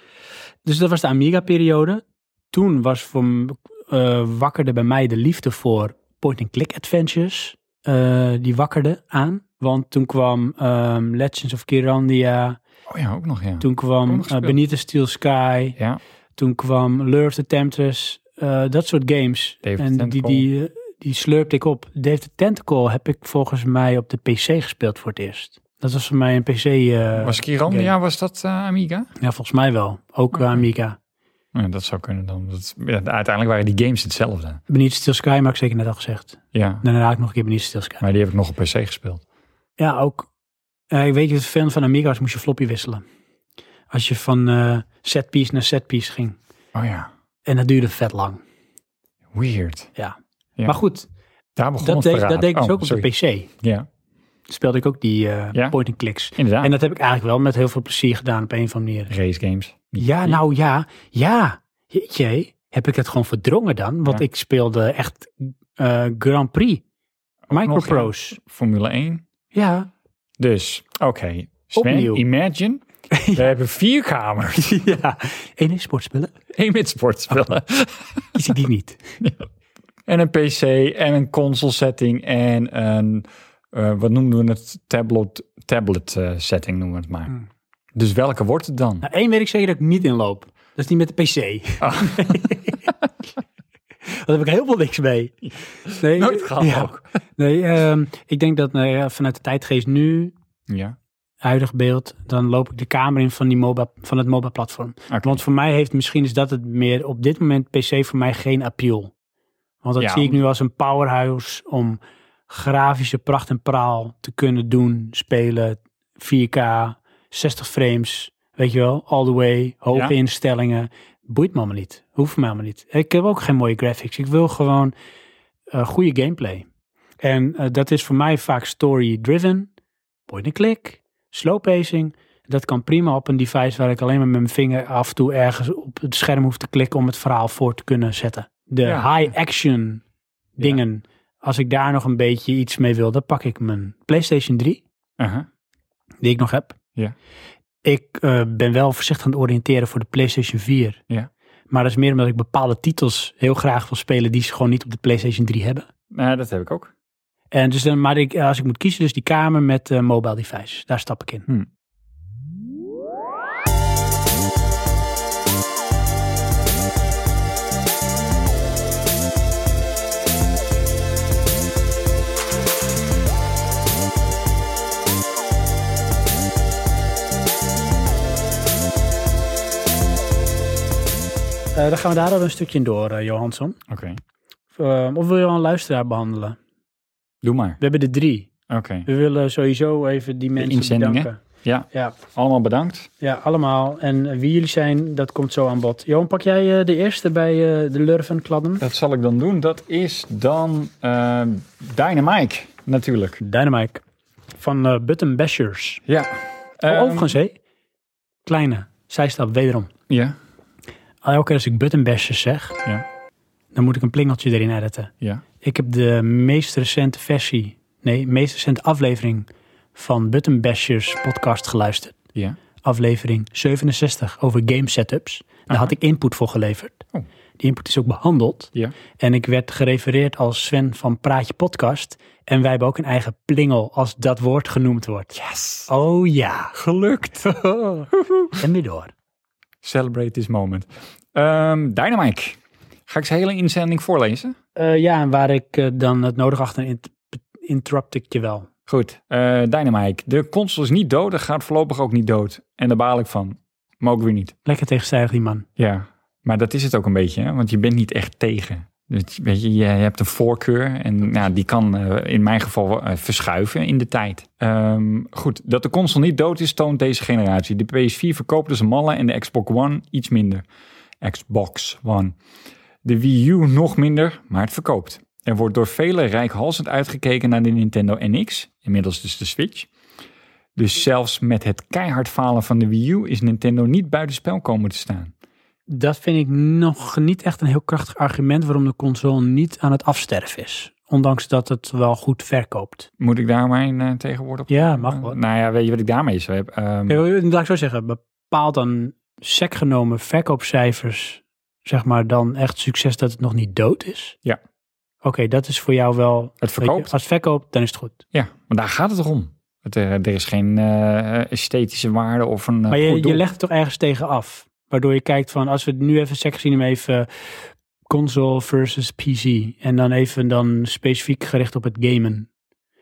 S2: Dus dat was de Amiga-periode. Toen was voor, m- eh, wakkerde bij mij de liefde voor point-and-click adventures. eh, die wakkerde aan. Want toen kwam ehm, Legends of Kirandia.
S1: Oh ja, ook nog, ja.
S2: Toen kwam
S1: Ook
S2: eh,
S1: nog gespeeld.
S2: Beneath the Steel Sky.
S1: Ja,
S2: Toen kwam Lure of the Temptress, eh, dat soort games.
S1: Dave the
S2: en die,
S1: Tentacle.
S2: die, eh, die slurpte ik op. Dave the Tentacle heb ik volgens mij op de PC gespeeld voor het eerst. Dat was voor mij een PC. eh,
S1: was Kiran,
S2: game.
S1: ja, was dat eh, Amiga?
S2: Ja, volgens mij wel. Ook eh, Amiga.
S1: Ja, dat zou kunnen dan. Dat, ja, uiteindelijk waren die games hetzelfde.
S2: Beneath Steel Sky, maar ik zeker net al gezegd.
S1: Ja,
S2: Daarna raak ik nog een keer Beneath Steel Sky.
S1: maar die heb ik nog op PC gespeeld.
S2: Ja, ook. eh, ik weet je, fan van Amiga's moest je floppy wisselen. Als je van eh setpiece naar setpiece ging.
S1: Oh ja,
S2: En dat duurde vet lang.
S1: weird.
S2: Ja.
S1: Ja.
S2: Maar goed,
S1: Daar begon
S2: dat
S1: het
S2: deed,
S1: verraad.
S2: dat deed ik dus
S1: Oh,
S2: ook op
S1: sorry.
S2: de PC.
S1: Ja,
S2: speelde ik ook die eh,
S1: Ja?
S2: point-and-clicks.
S1: inderdaad.
S2: En dat heb ik eigenlijk wel met heel veel plezier gedaan op een of andere manier.
S1: Race games.
S2: Ja, nou ja, ja. Jeetje, heb ik het gewoon verdrongen dan? Want
S1: Ja.
S2: ik speelde echt eh, Grand Prix. Microprose.
S1: Formule 1. *laughs*
S2: Ja. *laughs*
S1: Dus, oké. Sven,
S2: Opnieuw.
S1: imagine. We hebben vier kamers. *laughs*
S2: ja. En in sportspullen
S1: Eén met sportspullen.
S2: kies ik die niet.
S1: En een PC en een console setting en een, eh, wat noemen we het, tablet, tablet eh, setting noemen we het maar. Dus welke wordt het dan?
S2: Nou, één weet ik zeker dat ik niet inloop. Dat is die met de PC.
S1: Ah.
S2: *laughs* Daar heb ik helemaal niks mee. Nee,
S1: Nooit gehad ook.
S2: Nee, ehm, ik denk dat nou ja, vanuit de tijdgeest nu
S1: Ja.
S2: huidig beeld, dan loop ik de kamer in van, die MOBA, van het MOBA-platform.
S1: Oké.
S2: Want voor mij heeft misschien is dat het meer op dit moment PC voor mij geen appeal. Want dat
S1: Ja.
S2: zie ik nu als een powerhouse om grafische pracht en praal te kunnen doen, spelen, 4K, 60 frames, weet je wel, all the way, hoge
S1: Ja.
S2: instellingen. Boeit me allemaal niet. Hoeft me allemaal niet. Ik heb ook geen mooie graphics. Ik wil gewoon eh, goede gameplay. En eh, dat is voor mij vaak story-driven, point-and-click, slow pacing. Dat kan prima op een device waar ik alleen maar met mijn vinger af en toe ergens op het scherm hoef te klikken om het verhaal voor te kunnen zetten. De
S1: Ja.
S2: high-action dingen, als ik daar nog een beetje iets mee wil, dan pak ik mijn PlayStation 3,
S1: Uh-huh.
S2: die ik nog heb.
S1: Ja.
S2: Ik eh, ben wel voorzichtig aan het oriënteren voor de PlayStation 4.
S1: Ja.
S2: Maar dat is meer omdat ik bepaalde titels heel graag wil spelen die ze gewoon niet op de PlayStation 3 hebben.
S1: Nou, dat heb ik ook.
S2: En dus dan, maar ik, als ik moet kiezen, dus die kamer met eh, mobile device. Daar stap ik in.
S1: Hmm.
S2: Eh, dan gaan we daar al een stukje in door, eh, Johansson.
S1: Oké,
S2: Eh, of wil je al een luisteraar behandelen?
S1: doe maar.
S2: We hebben er drie.
S1: Oké,
S2: We willen sowieso even die mensen
S1: inzendingen.
S2: bedanken.
S1: ja.
S2: Ja,
S1: Allemaal bedankt.
S2: ja, allemaal. En wie jullie zijn, dat komt zo aan bod. Johan, pak jij eh, de eerste bij eh, de Lurven Kladden?
S1: Dat zal ik dan doen. Dat is dan eh Dynamite natuurlijk.
S2: Dynamite. Van eh Button Bashers.
S1: Ja.
S2: Oh,
S1: Ehm,
S2: overigens, hé. Kleine zijstap, wederom.
S1: Ja,
S2: Elke keer als ik Button Bashers zeg,
S1: Ja.
S2: dan moet ik een plingeltje erin editen.
S1: ja.
S2: Ik heb de meest recente versie, nee, meest recente aflevering van Button Bashers podcast geluisterd.
S1: Ja.
S2: Aflevering 67 over game setups. Daar had ik input voor geleverd.
S1: Oh.
S2: Die input is ook behandeld.
S1: Ja.
S2: En ik werd gerefereerd als Sven van Praatje Podcast. En wij hebben ook een eigen plingel als dat woord genoemd wordt.
S1: Yes.
S2: Oh ja,
S1: Gelukt. *laughs*
S2: en weer door.
S1: Celebrate this moment. Ehm Dynamite. Ga ik zijn hele inzending voorlezen?
S2: Eh, ja, en waar ik eh, dan het nodig achter int- interrupt ik je wel.
S1: Goed. Eh Dynamite. De console is niet dood. Dat gaat voorlopig ook niet dood. En daar baal ik van. Maar ook weer niet.
S2: Lekker tegenstrijdig die man.
S1: Ja, maar dat is het ook een beetje, hè? want je bent niet echt tegen. Dus, weet je, je hebt een voorkeur en nou, die kan eh, in mijn geval eh, verschuiven in de tijd. Ehm, goed, dat de console niet dood is, toont deze generatie. De PS4 verkoopt dus een malle en de Xbox One iets minder. Xbox One. De Wii U nog minder, maar het verkoopt. Er wordt door velen rijkhalsend uitgekeken naar de Nintendo NX, inmiddels dus de Switch. Dus zelfs met het keihard falen van de Wii U is Nintendo niet buitenspel komen te staan.
S2: Dat vind ik nog niet echt een heel krachtig argument waarom de console niet aan het afsterven is. Ondanks dat het wel goed verkoopt.
S1: Moet ik daar mijn eh, tegenwoord op?
S2: Ja, mag wel.
S1: Nou ja, weet je wat ik daarmee zo heb? Ehm,
S2: Ja, Laat ik zo zeggen, bepaalt dan sec genomen verkoopcijfers, zeg maar, dan echt succes dat het nog niet dood is?
S1: Ja.
S2: Oké, dat is voor jou wel... weet je,
S1: verkoopt.
S2: als het verkoopt, dan is het goed.
S1: ja, maar daar gaat het toch om. Het, eh, er is geen eh, esthetische waarde of een. eh,
S2: maar
S1: goed
S2: je,
S1: doel.
S2: je legt het toch ergens tegen af? Waardoor je kijkt van, als we het nu even sec zien, hem even console versus PC. En dan even dan specifiek gericht op het gamen.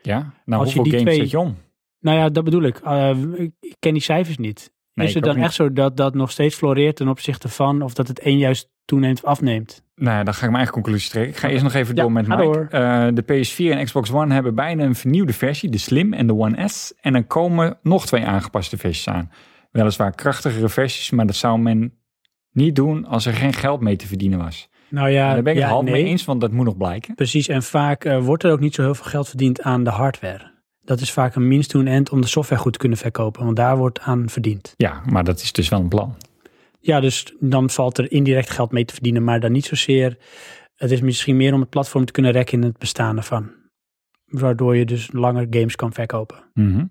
S1: Ja, nou,
S2: als je
S1: hoeveel
S2: die
S1: games
S2: twee-
S1: zet je om?
S2: Nou ja, dat bedoel ik. Eh, ik- ik ken die cijfers niet.
S1: Nee,
S2: is
S1: ik
S2: het
S1: ook
S2: dan
S1: niet.
S2: echt zo dat dat nog steeds floreert ten opzichte van, of dat het een juist toeneemt of afneemt?
S1: Nou, ja, dan ga ik mijn eigen conclusie trekken. Ik ga eerst nog even
S2: Ja,
S1: door met
S2: ga
S1: Mike.
S2: door.
S1: Eh, de PS4 en Xbox One hebben bijna een vernieuwde versie, de Slim en de One S. En er komen nog twee aangepaste versies aan. Weliswaar krachtigere versies, maar dat zou men niet doen als er geen geld mee te verdienen was.
S2: Nou ja,
S1: en daar ben ik
S2: ja,
S1: het half
S2: nee.
S1: mee eens, want dat moet nog blijken.
S2: Precies, en vaak eh, wordt er ook niet zo heel veel geld verdiend aan de hardware. Dat is vaak een means to an end om de software goed te kunnen verkopen, want daar wordt aan verdiend.
S1: Ja, maar dat is dus wel een plan.
S2: Ja, dus dan valt er indirect geld mee te verdienen, maar dan niet zozeer. Het is misschien meer om het platform te kunnen rekken in het bestaan ervan. Waardoor je dus langer games kan verkopen.
S1: Mhm.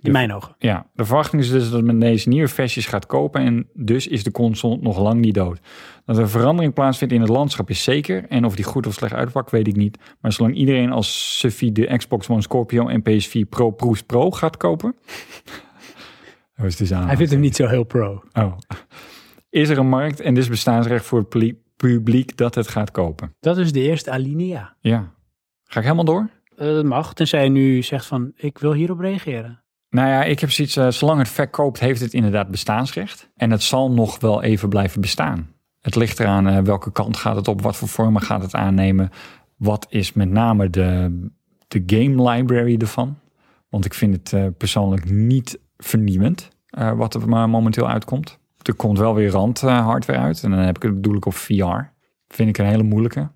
S2: In mijn ogen.
S1: Ja, de verwachting is dus dat men deze nieuwe versies gaat kopen en dus is de console nog lang niet dood. Dat er verandering plaatsvindt in het landschap is zeker en of die goed of slecht uitpakt weet ik niet. Maar zolang iedereen als Suffie de Xbox One Scorpio en PS4 Pro Proest Pro gaat kopen... *laughs* Dat was dus aan.
S2: Hij vindt hem niet zo heel pro.
S1: Oh. Is er een markt en dus bestaansrecht voor het pli- publiek dat het gaat kopen?
S2: Dat is de eerste alinea.
S1: Ja. Ga ik helemaal door?
S2: Eh, dat mag, tenzij je nu zegt van, ik wil hierop reageren.
S1: Nou ja, ik heb zoiets, eh, zolang het verkoopt, heeft het inderdaad bestaansrecht. En het zal nog wel even blijven bestaan. Het ligt eraan eh, welke kant gaat het op, wat voor vormen gaat het aannemen. Wat is met name de, de game library ervan? Want ik vind het eh, persoonlijk niet vernieuwend eh, wat er maar momenteel uitkomt. Er komt wel weer rand eh, hardware uit. En dan heb ik het bedoel ik op VR. Vind ik een hele moeilijke.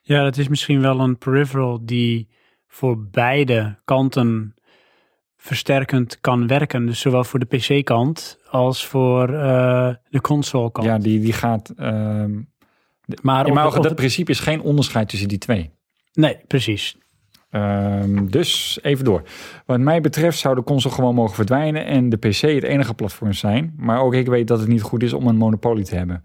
S2: Ja, dat is misschien wel een peripheral die voor beide kanten versterkend kan werken. Dus zowel voor de PC-kant als voor eh, de console-kant.
S1: Ja, die, die gaat. ehm,
S2: maar
S1: ja, maar
S2: of- of-
S1: dat principe is geen onderscheid tussen die twee.
S2: nee, precies.
S1: Ehm, dus even door. Wat mij betreft zou de console gewoon mogen verdwijnen en de PC het enige platform zijn. Maar ook ik weet dat het niet goed is om een monopolie te hebben.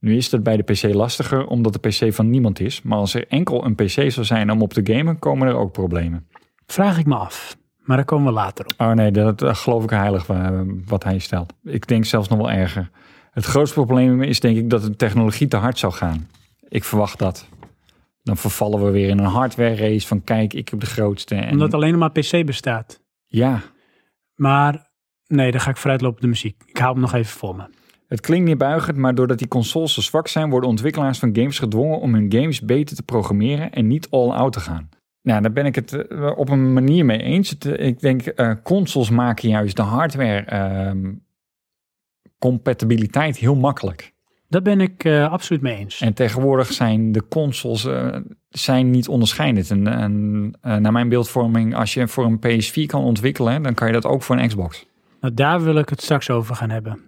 S1: Nu is dat bij de PC lastiger omdat de PC van niemand is. Maar als er enkel een PC zou zijn om op te gamen, komen er ook problemen.
S2: Vraag ik me af. Maar daar komen we later op.
S1: Oh nee, dat, dat geloof ik heilig wa- wat hij stelt. Ik denk zelfs nog wel erger. Het grootste probleem is denk ik dat de technologie te hard zou gaan. Ik verwacht dat. Dan vervallen we weer in een hardware race van kijk, ik heb de grootste. En,
S2: Omdat alleen maar PC bestaat.
S1: Ja,
S2: Maar nee, dan ga ik vooruitlopen op de muziek. Ik haal hem nog even voor me.
S1: het klinkt neerbuigend, maar doordat die consoles zo zwak zijn... worden ontwikkelaars van games gedwongen om hun games beter te programmeren... en niet all-out te gaan. Nou, daar ben ik het eh, op een manier mee eens. Het, eh, ik denk, eh, consoles maken juist de hardware... ehm, compatibiliteit heel makkelijk.
S2: Daar ben ik eh, absoluut mee eens.
S1: En tegenwoordig zijn de consoles eh, zijn niet onderscheidend. En, en eh, naar mijn beeldvorming, als je voor een PS4 kan ontwikkelen, dan kan je dat ook voor een Xbox.
S2: Nou, daar wil ik het straks over gaan hebben.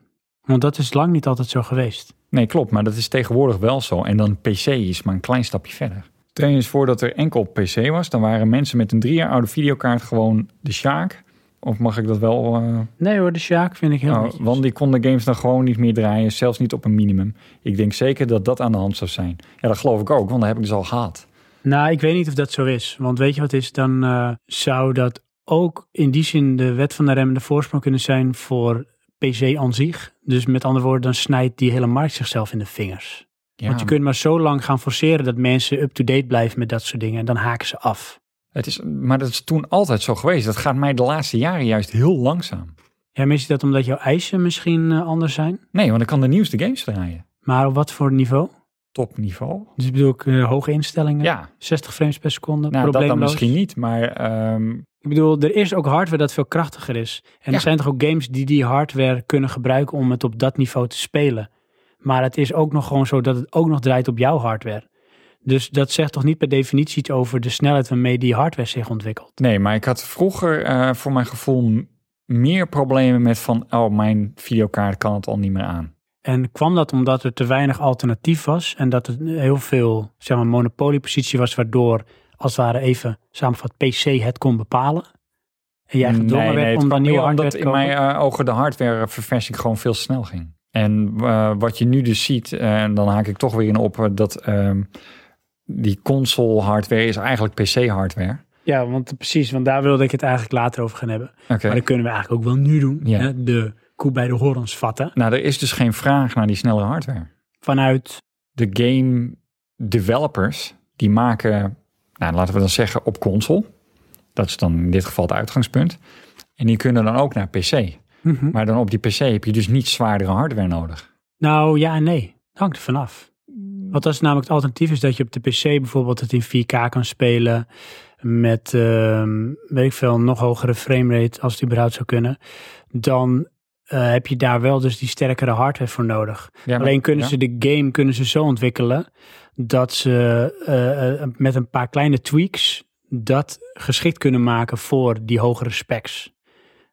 S2: Want dat is lang niet altijd zo geweest.
S1: Nee, klopt, maar dat is tegenwoordig wel zo. En dan PC is maar een klein stapje verder. Stel je eens voor dat er enkel PC was, dan waren mensen met een drie jaar oude videokaart gewoon de Sjaak. Of mag ik dat wel? eh,
S2: Nee hoor, de Sjaak vind ik heel
S1: nou,
S2: netjes.
S1: want die konden games dan gewoon niet meer draaien, zelfs niet op een minimum. Ik denk zeker dat dat aan de hand zou zijn. Ja, dat geloof ik ook, want dat heb ik dus al gehad.
S2: Nou, ik weet niet of dat zo is. Want weet je wat is? Dan eh, zou dat ook in die zin de wet van de remmende voorsprong kunnen zijn voor PC aan zich. Dus met andere woorden, dan snijdt die hele markt zichzelf in de vingers.
S1: Ja,
S2: Want je kunt maar zo lang gaan forceren dat mensen up-to-date blijven met dat soort dingen. En dan haken ze af.
S1: Het is, maar dat is toen altijd zo geweest. Dat gaat mij de laatste jaren juist heel langzaam.
S2: Ja, maar is dat omdat jouw eisen misschien eh, anders zijn?
S1: Nee, want ik kan de nieuwste games draaien.
S2: Maar op wat voor niveau?
S1: Topniveau.
S2: Dus ik bedoel ik eh, hoge instellingen?
S1: Ja,
S2: 60 frames per seconde,
S1: nou, dat dan
S2: probleemloos.
S1: misschien niet, maar ehm,
S2: Ik bedoel, er is ook hardware dat veel krachtiger is. En
S1: Ja.
S2: er zijn toch ook games die die hardware kunnen gebruiken om het op dat niveau te spelen. Maar het is ook nog gewoon zo dat het ook nog draait op jouw hardware. Dus dat zegt toch niet per definitie iets over de snelheid waarmee die hardware zich ontwikkelt.
S1: nee, maar ik had vroeger eh, voor mijn gevoel m- meer problemen met van, oh, mijn videokaart kan het al niet meer aan.
S2: En kwam dat omdat er te weinig alternatief was en dat er heel veel zeg maar, monopoliepositie was, waardoor als het ware even samenvat PC het kon bepalen. En jij gedwongen
S1: nee,
S2: werd
S1: nee, het
S2: om dan
S1: kwam
S2: nieuwe
S1: meer
S2: hardware
S1: omdat
S2: te
S1: in
S2: kopen.
S1: mijn eh, ogen de hardwareverversing gewoon veel snel ging. En eh, wat je nu dus ziet, eh, en dan haak ik toch weer in op, eh, dat ehm, die console hardware is eigenlijk PC hardware.
S2: Ja, want precies, want daar wilde ik het eigenlijk later over gaan hebben.
S1: Oké.
S2: Maar dat kunnen we eigenlijk ook wel nu doen.
S1: Ja.
S2: Hè? De koe bij de horens vatten.
S1: Nou, er is dus geen vraag naar die snellere hardware.
S2: Vanuit,
S1: De game developers, die maken, nou, laten we dan zeggen, op console. Dat is dan in dit geval het uitgangspunt. En die kunnen dan ook naar PC. Maar dan op die PC heb je dus niet zwaardere hardware nodig.
S2: nou ja en nee, Het hangt er vanaf. Want als namelijk het alternatief is dat je op de PC bijvoorbeeld het in 4K kan spelen. Met, ehm, weet ik veel, een nog hogere framerate als het überhaupt zou kunnen. Dan eh, heb je daar wel dus die sterkere hardware voor nodig.
S1: Ja, maar-
S2: Alleen kunnen
S1: ja.
S2: ze de game kunnen ze zo ontwikkelen dat ze eh, eh, met een paar kleine tweaks dat geschikt kunnen maken voor die hogere specs.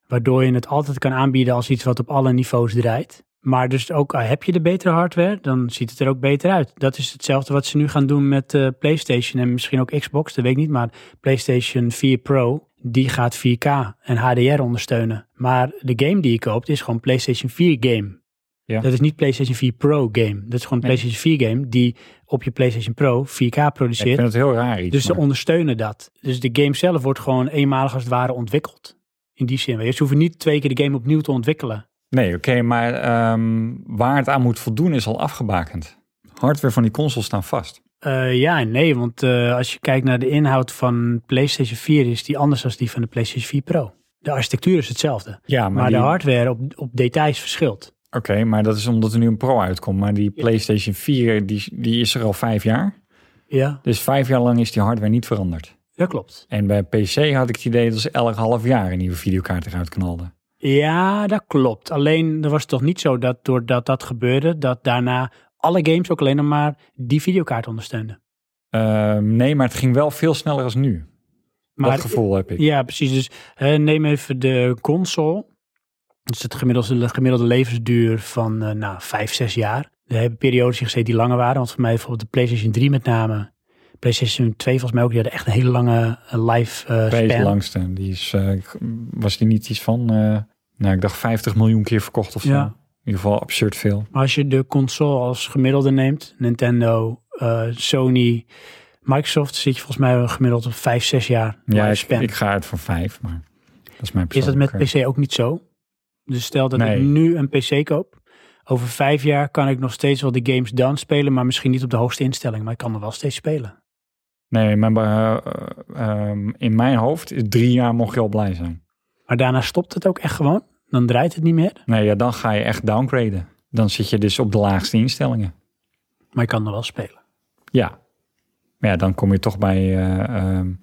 S2: Waardoor je het altijd kan aanbieden als iets wat op alle niveaus draait. Maar dus ook al heb je de betere hardware, dan ziet het er ook beter uit. Dat is hetzelfde wat ze nu gaan doen met eh, PlayStation en misschien ook Xbox, dat weet ik niet. Maar PlayStation 4 Pro, die gaat 4K en HDR ondersteunen. Maar de game die je koopt is gewoon PlayStation 4 game.
S1: Ja.
S2: Dat is niet PlayStation 4 Pro game. Dat is gewoon een
S1: Nee.
S2: PlayStation 4 game die op je PlayStation Pro 4K
S1: Ik vind
S2: produceert.
S1: het heel raar iets.
S2: dus ze
S1: maar-
S2: ondersteunen dat. Dus de game zelf wordt gewoon eenmalig als het ware ontwikkeld. In die zin. Ze hoeven niet twee keer de game opnieuw te ontwikkelen.
S1: Nee, oké, maar ehm, waar het aan moet voldoen is al afgebakend. Hardware van die consoles staan vast.
S2: Eh, ja en nee, want eh, als je kijkt naar de inhoud van PlayStation 4 is die anders dan die van de PlayStation 4 Pro. De architectuur is hetzelfde. Maar,
S1: Ja, maar,
S2: de
S1: die-
S2: hardware op, op details verschilt.
S1: Oké, maar dat is omdat er nu een Pro uitkomt. Maar die PlayStation 4, die, die is er al vijf jaar.
S2: Ja.
S1: Dus vijf jaar lang is die hardware niet veranderd.
S2: Dat klopt.
S1: En bij PC had ik het idee dat ze elk half jaar een nieuwe videokaart eruit knalden.
S2: Ja, dat klopt. Alleen er was het toch niet zo dat doordat dat gebeurde, dat daarna alle games ook alleen nog maar die videokaart ondersteunden.
S1: Ehm, nee, maar het ging wel veel sneller als nu.
S2: Maar
S1: dat gevoel heb ik.
S2: Ja, precies. Dus eh, neem even de console. Dat is het gemiddelde, de gemiddelde levensduur van eh nou, vijf, zes jaar. Er hebben periodes in gezeten die langer waren. Want voor mij bijvoorbeeld de PlayStation 3 met name. PlayStation 2 volgens mij ook. Die hadden echt een hele lange eh, life eh,
S1: Bij het
S2: span.
S1: langste. Die is, eh, was die niet iets van, eh, nou ik dacht 50 miljoen keer verkocht of zo.
S2: Ja.
S1: In ieder geval absurd veel.
S2: Maar als je de console als gemiddelde neemt. Nintendo, eh, Sony, Microsoft. Zit je volgens mij gemiddeld op vijf, zes jaar
S1: Ja, ik,
S2: lifespan.
S1: ik ga uit van 5, maar dat is mijn
S2: Is dat met
S1: persoonlijke-
S2: PC ook niet zo? Dus stel dat
S1: Nee.
S2: ik nu een PC koop. Over vijf jaar kan ik nog steeds wel de games down spelen, maar misschien niet op de hoogste instelling. Maar ik kan er wel steeds spelen.
S1: Nee, maar eh, eh, ehm, in mijn hoofd is drie jaar mocht je al blij zijn.
S2: Maar daarna stopt het ook echt gewoon. Dan draait het niet meer,
S1: Nee, ja, dan ga je echt downgraden. Dan zit je dus op de laagste instellingen.
S2: maar ik kan er wel spelen.
S1: Ja. Maar ja, dan kom je toch bij... eh, ehm,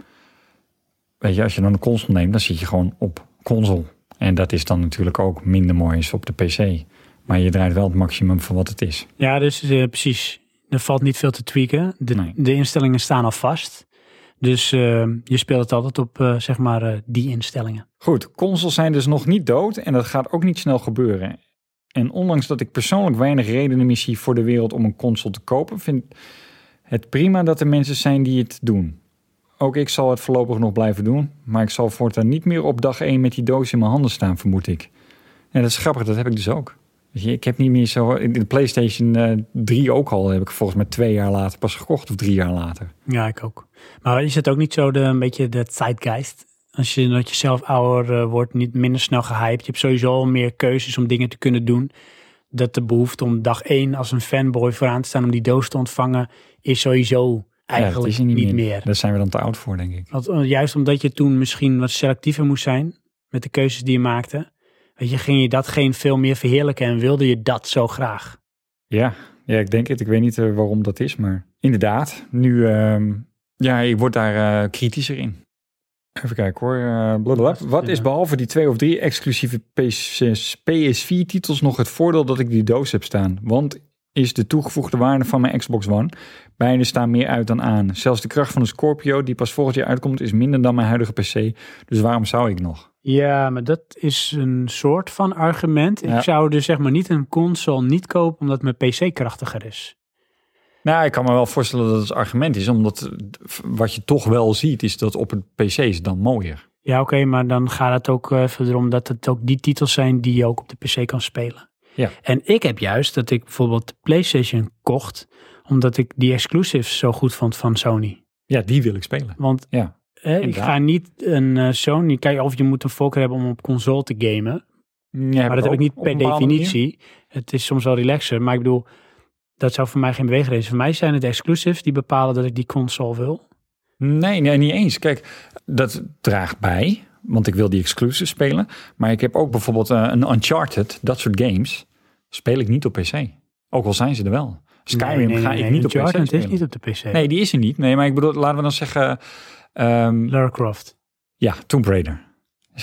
S1: weet je, als je dan een console neemt, dan zit je gewoon op console. En dat is dan natuurlijk ook minder mooi als op de PC. Maar je draait wel het maximum van wat het is.
S2: Ja, dus eh, precies. Er valt niet veel te tweaken. De,
S1: Nee.
S2: de instellingen staan al vast. Dus eh, je speelt het altijd op, eh, zeg maar, eh, die instellingen.
S1: Goed, consoles zijn dus nog niet dood en dat gaat ook niet snel gebeuren. En ondanks dat ik persoonlijk weinig redenen meer zie voor de wereld om een console te kopen, vind het prima dat er mensen zijn die het doen. Ook ik zal het voorlopig nog blijven doen, maar ik zal voortaan niet meer op dag 1 met die doos in mijn handen staan, vermoed ik. En dat is grappig, dat heb ik dus ook. Weet je, Ik heb niet meer zo. De PlayStation eh, 3 ook al heb ik volgens mij twee jaar later pas gekocht, of drie jaar later.
S2: Ja, ik ook. Maar is het ook niet zo de, een beetje de zeitgeist? Als je, dat je zelf ouder eh, wordt, niet minder snel gehyped. Je hebt sowieso al meer keuzes om dingen te kunnen doen. Dat de behoefte om dag één als een fanboy vooraan te staan om die doos te ontvangen, is sowieso
S1: ja, dat
S2: eigenlijk
S1: is er
S2: niet, meer.
S1: Daar zijn we dan te oud voor, denk ik.
S2: Want, eh, juist omdat je toen misschien wat selectiever moest zijn met de keuzes die je maakte, weet je, ging je datgene veel meer verheerlijken en wilde je dat zo graag.
S1: Ja, ja, ik denk het. Ik weet niet eh, waarom dat is, maar inderdaad. Nu, ehm, ja, ik word daar eh, kritischer in. Even kijken hoor. eh, blablabla. Wat is behalve die twee of drie exclusieve eh, PS PS4-titels nog het voordeel dat ik die doos heb staan? Want is de toegevoegde waarde van mijn Xbox One. Beide staan meer uit dan aan. Zelfs de kracht van de Scorpio, die pas volgend jaar uitkomt, is minder dan mijn huidige PC. Dus waarom zou ik nog?
S2: Ja, maar dat is een soort van argument.
S1: Ja.
S2: Ik zou dus zeg maar niet een console niet kopen omdat mijn PC krachtiger is.
S1: Nou, ik kan me wel voorstellen dat het een argument is, omdat eh, wat je toch wel ziet, is dat op een PC is dan mooier.
S2: Ja, oké, maar dan gaat het ook eh, even erom dat het ook die titels zijn die je ook op de PC kan spelen.
S1: Ja.
S2: En ik heb juist dat ik bijvoorbeeld de PlayStation kocht omdat ik die exclusives zo goed vond van Sony.
S1: Ja, die wil ik spelen.
S2: Want
S1: Ja,
S2: eh, ik
S1: inderdaad.
S2: ga niet een eh, Sony kijken of je moet een voorkeur hebben om op console te gamen. Maar dat heb ik niet per definitie. Het is soms wel relaxer. Maar ik bedoel, dat zou voor mij geen beweegreden zijn. Voor mij zijn het exclusives die bepalen dat ik die console wil.
S1: Nee, nee, niet eens. Kijk, dat draagt bij, want ik wil die exclusives spelen. Maar ik heb ook bijvoorbeeld eh, een Uncharted, dat soort games, speel ik niet op PC. Ook al zijn ze er wel. Skyrim
S2: Nee, nee,
S1: ga
S2: nee,
S1: ik
S2: nee.
S1: niet op
S2: Uncharted
S1: PC spelen.
S2: is niet op de PC.
S1: Nee, die is er niet. Nee, maar ik bedoel, laten we dan zeggen, ehm,
S2: Lara Croft.
S1: ja, Tomb Raider.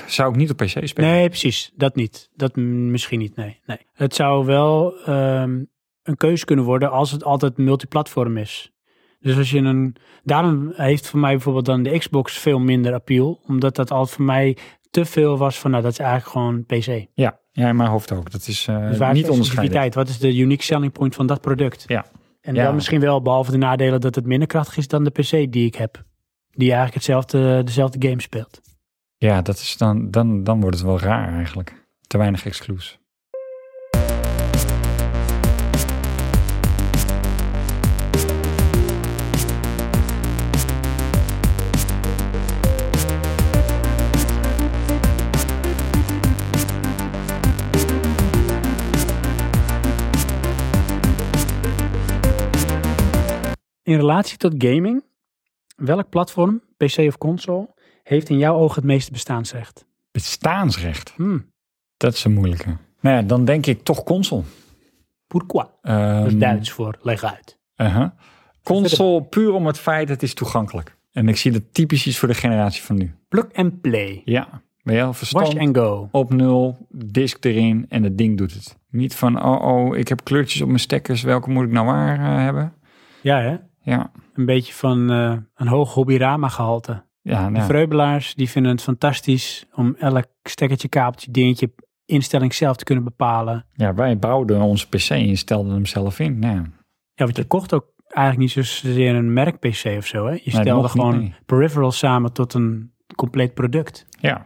S1: Zou ik niet op PC spelen?
S2: Nee, precies. Dat niet. Dat m- misschien niet, nee. nee. Het zou wel ehm, een keuze kunnen worden als het altijd multiplatform is. Dus als je een... Daarom heeft voor mij bijvoorbeeld dan de Xbox veel minder appeal. Omdat dat altijd voor mij te veel was van, nou, dat is eigenlijk gewoon PC.
S1: Ja, ja, in mijn hoofd ook. Dat is eh,
S2: Dus waar is
S1: niet
S2: de
S1: onderscheidend.
S2: exclusiviteit? Wat is de unique selling point van dat product?
S1: Ja.
S2: En
S1: Ja.
S2: dan misschien wel, behalve de nadelen dat het minder krachtig is dan de PC die ik heb. Die eigenlijk hetzelfde, dezelfde game speelt.
S1: Ja, dat is dan, dan, dan wordt het wel raar eigenlijk. Te weinig exclusives.
S2: In relatie tot gaming, welk platform, PC of console, heeft in jouw ogen het meeste bestaansrecht?
S1: Bestaansrecht.
S2: Hmm,
S1: Dat is een moeilijke. Nou ja, dan denk ik toch console.
S2: pourquoi?
S1: Ehm,
S2: Dus Dat is Duits voor leg uit. *laughs*
S1: uh-huh. Console puur om het feit dat het is toegankelijk. En ik zie dat typisch is voor de generatie van nu.
S2: Plug and play.
S1: Ja, ben je al
S2: Wash
S1: verstand
S2: and go.
S1: op nul, disk erin en het ding doet het. Niet van, oh oh, ik heb kleurtjes op mijn stekkers, welke moet ik nou waar eh, hebben?
S2: Ja, hè?
S1: Ja,
S2: Een beetje van eh, een hoog hobbyrama gehalte.
S1: ja,
S2: De
S1: nou,
S2: vreubelaars die vinden het fantastisch om elk stekkertje, kabeltje, dingetje, instelling zelf te kunnen bepalen.
S1: ja wij bouwden onze pc en stelden hem zelf in. Nou, ja.
S2: Ja, want je kocht ook eigenlijk niet zozeer een merk-PC of zo. Hè? Je
S1: dat
S2: stelde
S1: mocht niet,
S2: gewoon
S1: nee.
S2: peripherals samen tot een compleet product.
S1: ja.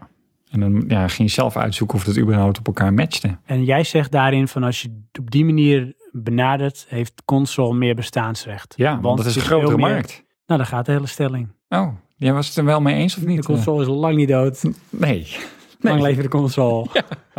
S1: En dan ja, ging je zelf uitzoeken of dat überhaupt op elkaar matchte.
S2: En jij zegt daarin van als je het op die manier benadert, heeft console meer bestaansrecht.
S1: Ja, want, dat is
S2: het
S1: een
S2: veel
S1: grotere
S2: meer-
S1: markt.
S2: Nou, daar gaat de hele stelling.
S1: Oh, jij was het er wel mee eens of
S2: De
S1: niet?
S2: console is lang niet dood.
S1: Eh, Nee.
S2: Lang leven de console.
S1: *laughs*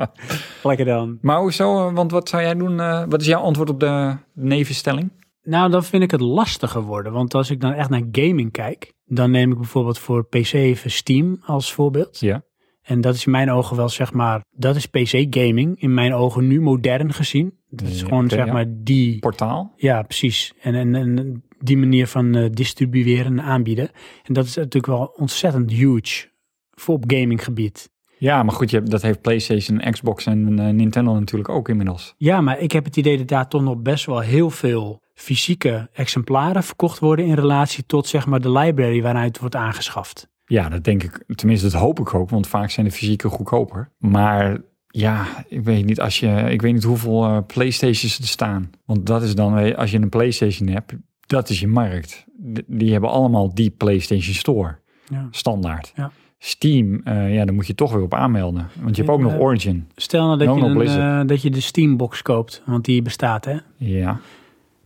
S2: Lekker dan.
S1: Maar hoezo? eh, Want wat zou jij doen? eh, wat is jouw antwoord op de nevenstelling?
S2: Nou, dan vind ik het lastiger worden. Want als ik dan echt naar gaming kijk, dan neem ik bijvoorbeeld voor PC even Steam als voorbeeld.
S1: Ja.
S2: En dat is in mijn ogen wel zeg maar, dat is PC gaming in mijn ogen nu modern gezien. Dat is
S1: Ja,
S2: gewoon
S1: oké,
S2: zeg
S1: ja.
S2: maar die
S1: Portaal?
S2: Ja, precies. En, en, en die manier van eh, distribueren en aanbieden. En dat is natuurlijk wel ontzettend huge voor op gaminggebied.
S1: Ja, maar goed, je hebt, dat heeft PlayStation, Xbox en eh, Nintendo natuurlijk ook inmiddels.
S2: Ja, maar ik heb het idee dat daar toch nog best wel heel veel fysieke exemplaren verkocht worden in relatie tot zeg maar de library waaruit het wordt aangeschaft.
S1: Ja, dat denk ik. Tenminste, dat hoop ik ook, want vaak zijn de fysieke goedkoper. Maar ja, ik weet niet, als je, ik weet niet hoeveel eh, PlayStations er staan. Want dat is dan, eh, als je een PlayStation hebt, dat is je markt. D- die hebben allemaal die PlayStation Store,
S2: Ja.
S1: standaard.
S2: Ja.
S1: Steam, eh, ja, daar moet je toch weer op aanmelden. Want je hebt ook nog
S2: Ja.
S1: Origin.
S2: Stel nou dat,
S1: No,
S2: je
S1: no,
S2: een,
S1: Blizzard.
S2: eh, dat je de Steambox koopt, want die bestaat hè.
S1: Ja.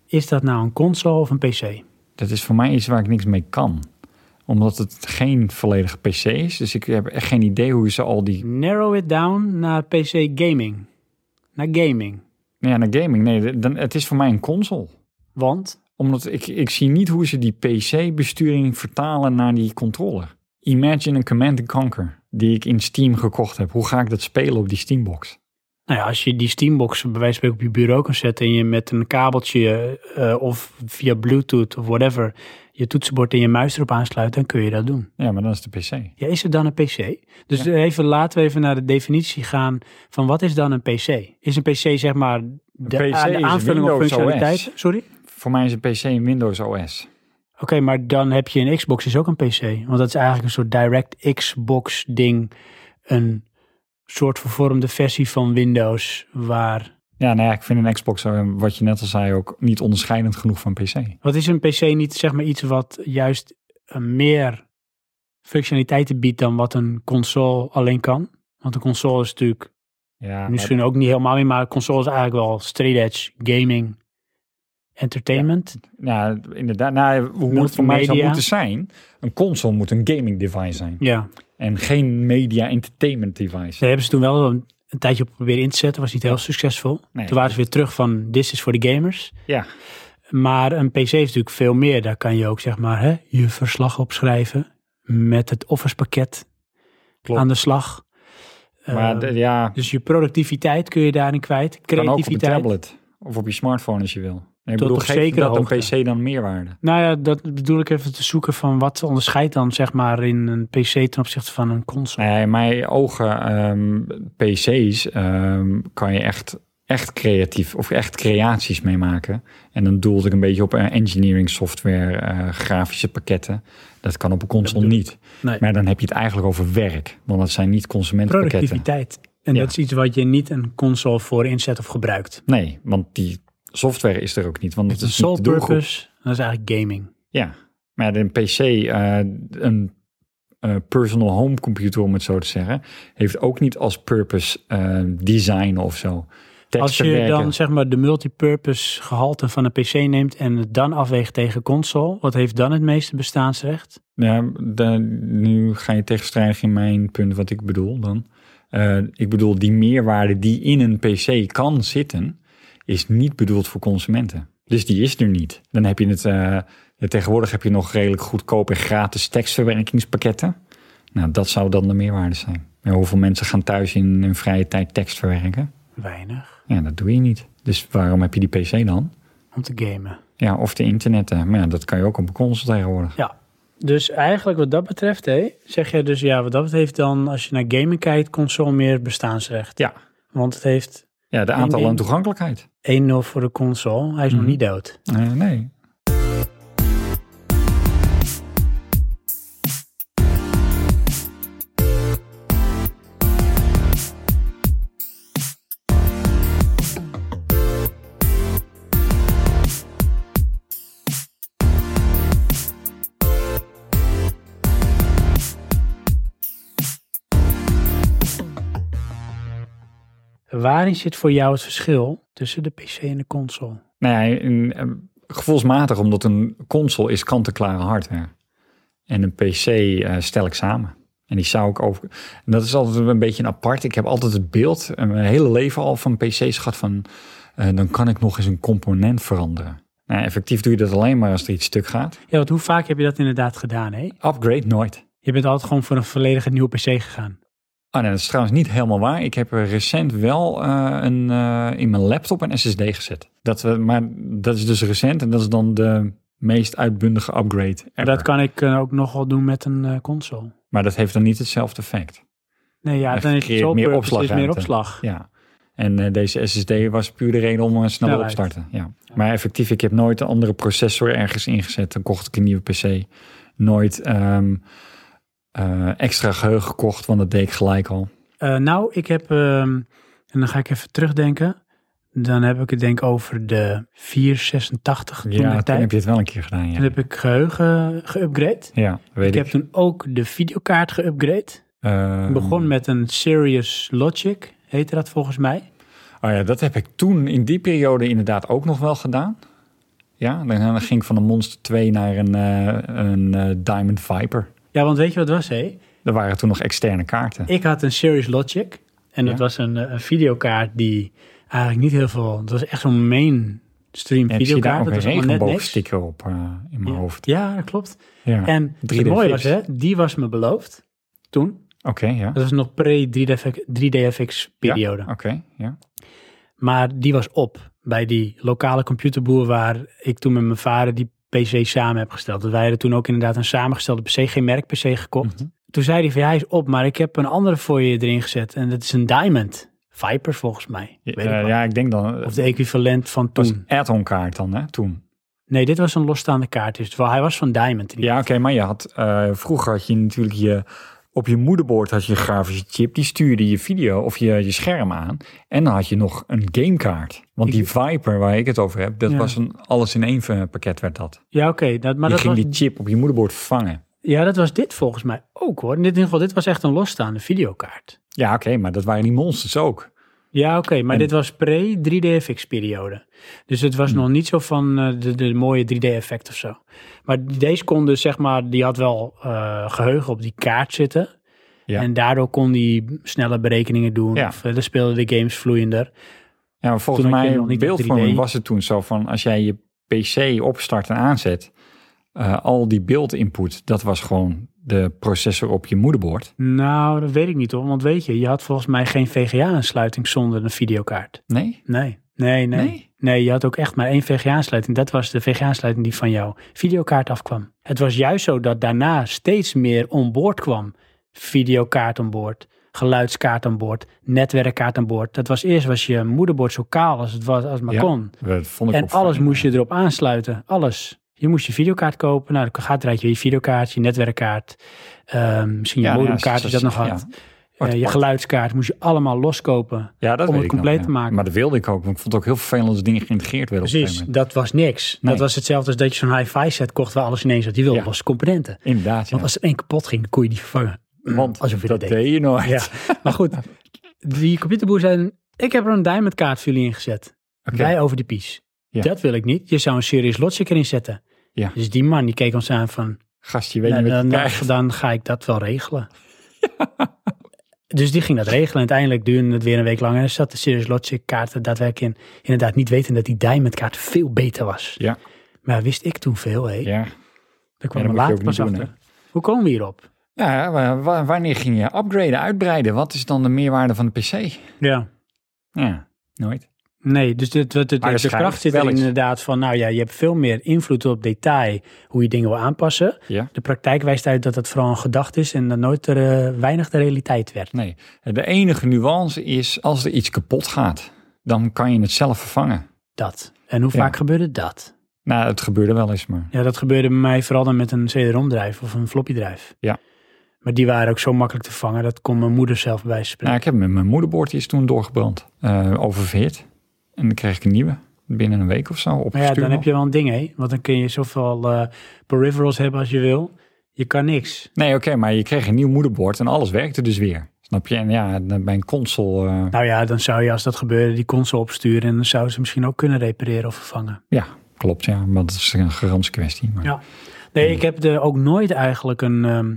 S2: Is dat nou een console of een PC?
S1: Dat is voor mij iets waar ik niks mee kan. Omdat het geen volledige PC is. Dus ik heb echt geen idee hoe ze al die...
S2: Narrow it down naar PC gaming. Naar gaming.
S1: Nou ja, naar gaming. Nee, dan, het is voor mij een console.
S2: Want
S1: Omdat ik, ik zie niet hoe ze die PC-besturing vertalen naar die controller. Imagine een Command and Conquer die ik in Steam gekocht heb. Hoe ga ik dat spelen op die Steambox?
S2: Nou ja, als je die Steambox bij wijze van spreken op je bureau kan zetten en je met een kabeltje eh, of via Bluetooth of whatever je toetsenbord en je muis erop aansluit, dan kun je dat doen.
S1: Ja, maar dan is de PC.
S2: Ja, is het dan een PC? Dus even, laten we even naar de definitie gaan van wat is dan een PC? Is een PC zeg maar de,
S1: Een PC
S2: aan- de
S1: is
S2: aanvulling op
S1: Windows OS.
S2: functionaliteit? Sorry?
S1: Voor mij is een PC een Windows OS.
S2: Oké, maar dan heb je een Xbox is ook een PC. Want dat is eigenlijk een soort direct Xbox ding. Een soort vervormde versie van Windows waar...
S1: Ja, nou ja, ik vind een Xbox, eh, wat je net al zei, ook niet onderscheidend genoeg van PC.
S2: Wat is een PC niet zeg maar iets wat juist eh, meer functionaliteiten biedt dan wat een console alleen kan? Want een console is natuurlijk
S1: Ja, maar-
S2: misschien ook niet helemaal meer, maar een console is eigenlijk wel straight edge gaming, entertainment.
S1: Ja, inderdaad. Nou, hoe het voor mij zou
S2: Multimedia.
S1: moeten zijn. Een console moet een gaming device zijn.
S2: Ja,
S1: En geen media entertainment device.
S2: daar hebben ze toen wel een, een tijdje op proberen in te zetten, was niet heel succesvol.
S1: Nee.
S2: Toen waren ze weer terug van this is voor de gamers.
S1: Ja,
S2: Maar een PC is natuurlijk veel meer. Daar kan je ook zeg maar hè, je verslag opschrijven met het Office pakket
S1: Klopt.
S2: aan de slag.
S1: maar
S2: Eh,
S1: d- ja,
S2: Dus je productiviteit kun je daarin kwijt.
S1: kan ook op een
S2: Creativiteit.
S1: tablet. Of op je smartphone als je wil. Nee, ik
S2: Tot
S1: bedoel,
S2: op
S1: geeft
S2: zekere
S1: dat een
S2: hoogte.
S1: PC dan meerwaarde?
S2: nou ja, dat bedoel ik even te zoeken van wat onderscheidt dan zeg maar in een PC ten opzichte van een console.
S1: Nee, in mijn ogen, ehm, PC's ehm, kan je echt, echt creatief of echt creaties mee maken. En dan doelde ik een beetje op eh, engineering software, eh, grafische pakketten. Dat kan op een console
S2: bedoel
S1: niet.
S2: Nee.
S1: Maar dan heb je het eigenlijk over werk, want dat zijn niet consumentenpakketten.
S2: Productiviteit. En
S1: Ja.
S2: dat is iets wat je niet een console voor inzet of gebruikt.
S1: Nee, want die software is er ook dus niet, want het
S2: Het is
S1: is niet
S2: sole
S1: de doelgroep.
S2: purpose, dat is eigenlijk gaming.
S1: Ja, maar een PC, eh, een eh, personal home computer om het zo te zeggen, heeft ook niet als purpose eh, design of zo. Teksten
S2: Als je
S1: werken.
S2: dan zeg maar de multipurpose gehalte van een PC neemt en het dan afweegt tegen console, wat heeft dan het meeste bestaansrecht?
S1: Ja, da- nu ga je tegenstrijdig in mijn punt wat ik bedoel dan. Eh, ik bedoel, die meerwaarde die in een PC kan zitten, is niet bedoeld voor consumenten. Dus die is er niet. Dan heb je het. eh, ja, tegenwoordig heb je nog redelijk goedkoop en gratis tekstverwerkingspakketten. Nou, dat zou dan de meerwaarde zijn. Ja, hoeveel mensen gaan thuis in hun vrije tijd tekst verwerken?
S2: Weinig.
S1: Ja, dat doe je niet. Dus waarom heb je die PC dan?
S2: Om te gamen.
S1: eh, Ja, of de internetten. Maar ja, dat kan je ook op een console tegenwoordig.
S2: Ja. Dus eigenlijk wat dat betreft, hé, zeg je dus ja, wat dat betreft dan, als je naar gaming kijkt, console meer bestaansrecht.
S1: Ja.
S2: Want het heeft 1-0
S1: Ja, de aantallen
S2: ding.
S1: en toegankelijkheid.
S2: voor de console. Hij is nog niet dood.
S1: Eh, nee.
S2: Waarin zit voor jou het verschil tussen de PC en de console?
S1: Nou ja, in- eh, gevoelsmatig, omdat een console is kant-en-klare hardware. En een PC eh, stel ik samen. En die zou ik over. En dat is altijd een beetje een apart. Ik heb altijd het beeld, eh, mijn hele leven al van PC's gehad van. eh, dan kan ik nog eens een component veranderen. Nou, effectief doe je dat alleen maar als er iets stuk gaat.
S2: Ja, want hoe vaak heb je dat inderdaad gedaan, hé?
S1: Upgrade nooit.
S2: Je bent altijd gewoon voor een volledige nieuwe PC gegaan.
S1: Ah, nee, dat is trouwens niet helemaal waar. Ik heb er recent wel eh, een, eh, in mijn laptop een SSD gezet. Dat, we, maar dat is dus recent en dat is dan de meest uitbundige upgrade.
S2: Maar
S1: ever.
S2: dat kan ik eh, ook nogal doen met een eh, console.
S1: Maar dat heeft dan niet hetzelfde effect.
S2: Nee, ja,
S1: Hij
S2: dan is het
S1: creëert
S2: zo
S1: meer
S2: purpose, het is meer
S1: opslagruimte.
S2: opslag.
S1: Ja. En eh, deze SSD was puur de reden om eh, sneller op te
S2: Snelheid.
S1: starten. Ja. Maar effectief, ik heb nooit een andere processor ergens ingezet. Dan kocht ik een nieuwe PC. Nooit ehm, eh, extra geheugen gekocht, want dat deed ik gelijk al.
S2: Eh, nou, ik heb, ehm, en dan ga ik even terugdenken. Dan heb ik het denk ik over de 486 toen
S1: Ja,
S2: de
S1: toen
S2: tijd. Dus
S1: heb je het wel een keer gedaan.
S2: Toen
S1: Ja,
S2: heb ik geheugen geüpgrade.
S1: ja weet
S2: Ik
S1: ik.
S2: heb toen ook de videokaart geüpgrade.
S1: Ehm,
S2: Ik begon met een Serious Logic, heette dat volgens mij.
S1: Oh ja, dat heb ik toen in die periode inderdaad ook nog wel gedaan. Ja, dan dan ging ik van een Monster 2 naar een, eh, een eh, Diamond Viper.
S2: Ja, want weet je wat het was, hé?
S1: Er waren toen nog externe kaarten.
S2: Ik had een Serious Logic. En dat
S1: Ja.
S2: was een, eh, een videokaart die eigenlijk niet heel veel... Het was echt zo'n mainstream
S1: En ik zie daar
S2: videokaart.
S1: ook
S2: Dat
S1: een
S2: was allemaal net niks.
S1: regenboogsticker op eh, in mijn
S2: Ja.
S1: hoofd.
S2: Ja, dat klopt.
S1: Ja.
S2: En het
S1: 3D
S2: mooie was,
S1: fix.
S2: hè, die was me beloofd toen.
S1: Oké, ja.
S2: Dat was nog pre-3DFX periode.
S1: Oké, ja.
S2: Maar die was op bij die lokale computerboer waar ik toen met mijn vader die PC samen heb gesteld. Dus wij hadden toen ook inderdaad een samengestelde PC, geen merk PC gekocht.
S1: Mhm.
S2: Toen zei hij van ja, hij is op, maar ik heb een andere voor je erin gezet. En dat is een Diamond. Viper volgens mij.
S1: Ja,
S2: Weet ik
S1: eh,
S2: wel.
S1: ja, ik denk dan...
S2: Of de equivalent van
S1: was
S2: toen.
S1: add-on kaart dan, hè, toen.
S2: Nee, dit was een losstaande kaart. Dus wel, hij was van Diamond.
S1: Ja, oké, maar je had... eh, vroeger had je natuurlijk je... Op je moederbord had je een grafische chip. Die stuurde je video of je, je scherm aan. En dan had je nog een gamekaart. Want die Viper waar ik het over heb, dat
S2: Ja.
S1: was een alles-in-één eh, pakket werd dat.
S2: Ja, oké. dat, maar
S1: je
S2: dat
S1: ging
S2: was
S1: die chip op je moederbord vervangen.
S2: Ja, dat was dit volgens mij ook hoor. In dit geval, dit was echt een losstaande videokaart.
S1: Ja, oké, maar dat waren die monsters ook.
S2: Ja, oké, maar dit was pre-3D-FX-periode. Dus het
S1: Hmm.
S2: was nog niet zo van eh, de, de mooie 3D-effect of zo. Maar deze kon dus, zeg maar, die had wel eh, geheugen op die kaart zitten.
S1: Ja.
S2: En daardoor kon die snelle berekeningen doen.
S1: Ja.
S2: Of eh, dan speelden de games vloeiender.
S1: Ja, maar volgens
S2: Toen had je
S1: mij
S2: nog niet dat
S1: beeldvorming
S2: 3D.
S1: was het toen zo van als jij je PC opstart en aanzet, eh, al die beeldinput, dat was gewoon de processor op je moederbord.
S2: Nou, dat weet ik niet hoor. Want weet je, je had volgens mij geen VGA-aansluiting zonder een videokaart.
S1: Nee?
S2: Nee. Nee, nee.
S1: Nee?
S2: Nee, je had ook echt maar één VGA-aansluiting. Dat was de VGA-aansluiting die van jouw videokaart afkwam. Het was juist zo dat daarna steeds meer onboord kwam. Videokaart onboord, geluidskaart onboord, netwerkkaart onboord. Dat was eerst was je moederbord zo kaal als het, was, als het maar
S1: Ja,
S2: kon.
S1: Dat vond ik
S2: En
S1: ook
S2: alles
S1: fijn.
S2: moest je erop aansluiten. Alles. Je moest je videokaart kopen. Nou, dan gaat eruit je videokaart, je netwerkkaart. ehm, misschien je
S1: Ja, nou,
S2: modemkaart
S1: ja,
S2: als je dat nog
S1: ja.
S2: had.
S1: Wat-
S2: Eh, je
S1: wat-
S2: geluidskaart moest je allemaal loskopen.
S1: Ja, dat
S2: om
S1: weet
S2: het
S1: ik nog,
S2: compleet
S1: ja.
S2: te maken.
S1: Maar dat wilde ik ook, want ik vond het ook heel vervelend als dingen geïntegreerd werden op een
S2: Precies,
S1: gegeven
S2: dat was niks.
S1: Nee.
S2: Dat was hetzelfde als dat je zo'n hi-fi set kocht waar alles ineens zat. Die wilde
S1: Ja.
S2: was componenten.
S1: moment. Inderdaad, ja.
S2: Want als er één kapot ging, dan kon je die vervangen.
S1: want
S2: alsof je
S1: dat
S2: dat deed.
S1: deed je nooit.
S2: Ja. maar goed, die computerboer zei, ik heb er een diamond kaart voor jullie ingezet.
S1: Oké.
S2: Wij over de pies.
S1: Ja.
S2: Dat wil ik niet. Je zou een Serious Logic erin zetten.
S1: Ja.
S2: Dus die man die keek ons aan van,
S1: Gast, je weet
S2: nou,
S1: niet wat je
S2: dan, dan,
S1: krijgt.
S2: dan ga ik dat wel
S1: *laughs*
S2: regelen. Dus die ging dat regelen. Uiteindelijk duurde het weer een week lang. En er zat de Serious Logic kaart er daadwerkelijk in. Inderdaad niet weten dat die diamond kaart veel beter was.
S1: Ja,
S2: Maar wist ik toen veel, hé.
S1: ja.
S2: Daar kwam
S1: Ja,
S2: we
S1: dat moet je
S2: later
S1: ook niet
S2: pas
S1: doen,
S2: achter. Hoe komen we hierop?
S1: ja wa- wa- wanneer ging je upgraden, uitbreiden? Wat is dan de meerwaarde van de PC?
S2: Ja.
S1: Ja, nooit.
S2: Nee, dus dit, wat de,
S1: Maar
S2: de,
S1: het
S2: de
S1: schijnt
S2: kracht zit
S1: wel
S2: er
S1: iets.
S2: inderdaad van, nou ja, je hebt veel meer invloed op detail hoe je dingen wil aanpassen.
S1: Ja.
S2: De praktijk wijst uit dat het vooral een gedachte is en dat nooit er, eh, weinig de realiteit werd.
S1: Nee, de enige nuance is als er iets kapot gaat, dan kan je het zelf vervangen.
S2: Dat. En hoe
S1: Ja.
S2: vaak gebeurde dat?
S1: Nou, het gebeurde wel eens, maar
S2: Ja, dat gebeurde bij mij vooral dan met een CD-ROM-drijf of een floppy-drijf.
S1: Ja.
S2: Maar die waren ook zo makkelijk te vangen, dat kon mijn moeder zelf bij wijze van
S1: nou,
S2: spreken.
S1: ik heb met mijn moederbord is toen doorgebrand, eh oververhit. En dan kreeg ik een nieuwe binnen een week of zo
S2: maar ja,
S1: opgestuurd.
S2: dan
S1: nog.
S2: heb je wel een ding, hè? Want dan kun je zoveel eh peripherals hebben als je wil. Je kan niks.
S1: Nee, oké, maar je kreeg een nieuw moederbord en alles werkte dus weer. Snap je? En ja, dan bij een console, eh,
S2: Nou ja, dan zou je als dat gebeurde die console opsturen en dan zouden ze misschien ook kunnen repareren of vervangen.
S1: ja, klopt, ja. Maar dat is een garantiekwestie. Maar...
S2: Ja. Nee, ik heb er ook nooit eigenlijk een, ehm,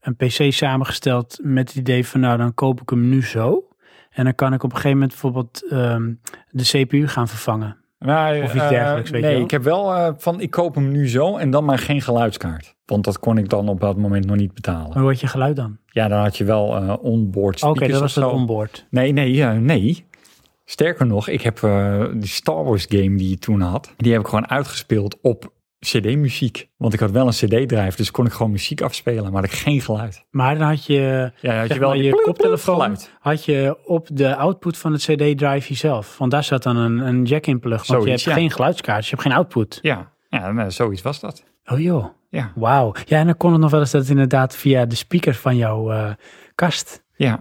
S2: een PC samengesteld met het idee van, nou, dan koop ik hem nu zo. En dan kan ik op een gegeven moment bijvoorbeeld ehm, de CPU gaan vervangen.
S1: Nou,
S2: Of iets
S1: eh,
S2: dergelijks, weet je
S1: nee,
S2: wel.
S1: ik heb wel eh, van ik koop hem nu zo en dan maar geen geluidskaart. Want dat kon ik dan op dat moment nog niet betalen.
S2: Maar hoe had je geluid dan?
S1: Ja, dan had je wel eh onboard
S2: Oh. Oké,
S1: speakers
S2: dat was
S1: of
S2: het
S1: zo.
S2: onboard.
S1: Nee, nee, ja, nee. Sterker nog, ik heb eh, die Star Wars game die je toen had, die heb ik gewoon uitgespeeld op CD-muziek. Want ik had wel een CD-drive, dus kon ik gewoon muziek afspelen, maar had ik geen geluid.
S2: Maar dan had je,
S1: Ja, dan had
S2: zeg
S1: je wel
S2: maar,
S1: die
S2: je
S1: ploep, ploep
S2: koptelefoon
S1: geluid.
S2: had je op de output van het CD-drive jezelf. Want daar zat dan een, een jack-in plug. Want je hebt
S1: Zoiets, ja.
S2: geen geluidskaart, je hebt geen output.
S1: Ja, ja nou, zoiets was dat.
S2: Oh joh,
S1: Ja,
S2: wauw. Ja, en dan kon het nog wel eens dat het inderdaad via de speaker van jouw eh, kast.
S1: ja.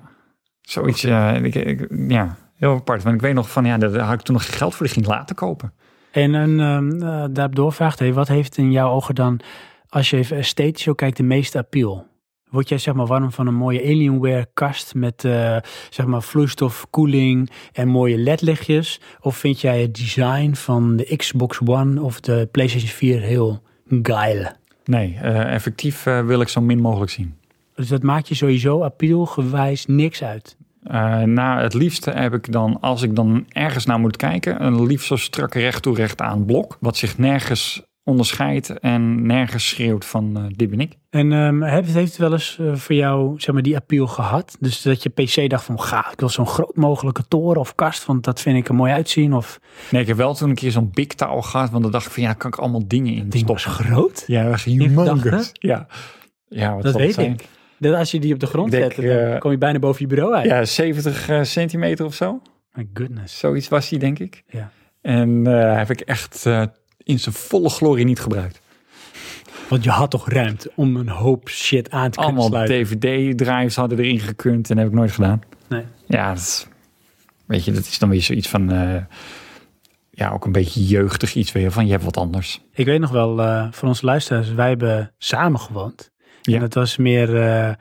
S1: Zoiets, eh, ik, ik- ja, heel apart. Want ik weet nog van, ja, daar had ik toen nog geen geld voor, die ging ik later kopen.
S2: En een, ehm eh, daardoor vraagt hij, wat heeft in jouw ogen dan, als je even esthetisch zo kijkt, de meeste appeal? Word jij zeg maar warm van een mooie Alienware kast met eh, zeg maar vloeistof, koeling en mooie LED-lichtjes? Of vind jij het design van de Xbox One of de PlayStation 4 heel geil?
S1: Nee, eh, effectief eh, wil ik zo min mogelijk zien.
S2: Dus dat maakt je sowieso appealgewijs niks uit.
S1: Eh, nou, het liefste heb ik dan, als ik dan ergens naar moet kijken, een liefst zo strak recht toe recht aan blok. Wat zich nergens onderscheidt en nergens schreeuwt van eh, dit ben ik.
S2: En ehm, heeft, heeft het wel eens eh, voor jou zeg maar, die appeal gehad? Dus dat je PC dacht van ga, ik wil zo'n groot mogelijke toren of kast, want dat vind ik er mooi uitzien. Of
S1: Nee, ik heb wel toen een keer zo'n big touw gehad, want dan dacht ik van ja, daar kan ik allemaal dingen in
S2: ding
S1: stoppen.
S2: was groot.
S1: Ja, dat was
S2: dacht,
S1: humongous. Ja. ja, wat
S2: Dat
S1: zal het
S2: weet
S1: zijn?
S2: ik. Dat als je die op de grond
S1: Ik denk,
S2: zet, dan
S1: eh,
S2: kom je bijna boven je bureau uit.
S1: Ja, 70 eh, centimeter of zo.
S2: My goodness.
S1: Zoiets was hij, denk ik.
S2: Ja.
S1: En eh, heb ik echt eh, in zijn volle glorie niet gebruikt.
S2: Want je had toch ruimte om een hoop shit aan te kunnen
S1: Allemaal
S2: sluiten.
S1: DVD-drives hadden erin gekund en heb ik nooit gedaan.
S2: Nee.
S1: Ja, dat is, weet je, dat is dan weer zoiets van, eh, ja, ook een beetje jeugdig iets weer van, je hebt wat anders.
S2: Ik weet nog wel, eh, voor onze luisteraars, wij hebben samen gewoond.
S1: Ja.
S2: En dat was meer, eh, eh,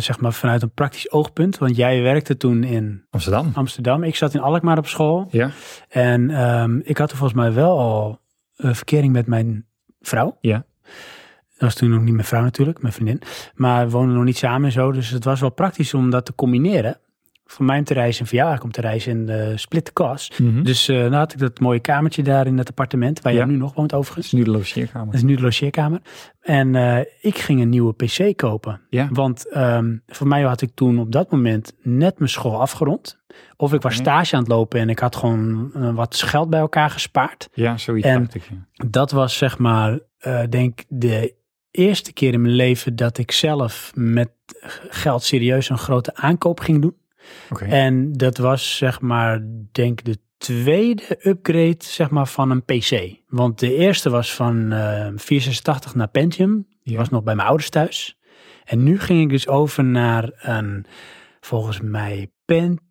S2: zeg maar, vanuit een praktisch oogpunt. Want jij werkte toen in
S1: Amsterdam.
S2: Amsterdam. Ik zat in Alkmaar op school.
S1: Ja,
S2: En ehm, ik had er volgens mij wel al eh, verkering met mijn vrouw.
S1: Ja.
S2: Dat was toen nog niet mijn vrouw natuurlijk, mijn vriendin. Maar we woonden nog niet samen en zo. Dus het was wel praktisch om dat te combineren. Voor mij om te reizen en voor jou eigenlijk om te reizen in de split kas.
S1: Mhm.
S2: Dus eh nou had ik dat mooie kamertje daar in dat appartement. Waar jij
S1: Ja.
S2: nu nog woont
S1: dat
S2: overigens.
S1: is nu de logeerkamer.
S2: Dat is nu de logeerkamer. En eh, ik ging een nieuwe pc kopen.
S1: Ja.
S2: Want ehm, voor mij had ik toen op dat moment net mijn school afgerond. Of ik was
S1: Ja.
S2: stage aan het lopen en ik had gewoon eh, wat geld bij elkaar gespaard.
S1: Ja, zoiets
S2: En-
S1: dacht ik. ja.
S2: Dat was zeg maar, eh, denk de eerste keer in mijn leven dat ik zelf met geld serieus een grote aankoop ging doen.
S1: Oké.
S2: En dat was zeg maar, denk de tweede upgrade zeg maar, van een PC. Want de eerste was van eh 486 naar Pentium. Die
S1: Ja.
S2: was nog bij mijn ouders thuis. En nu ging ik dus over naar een, volgens mij,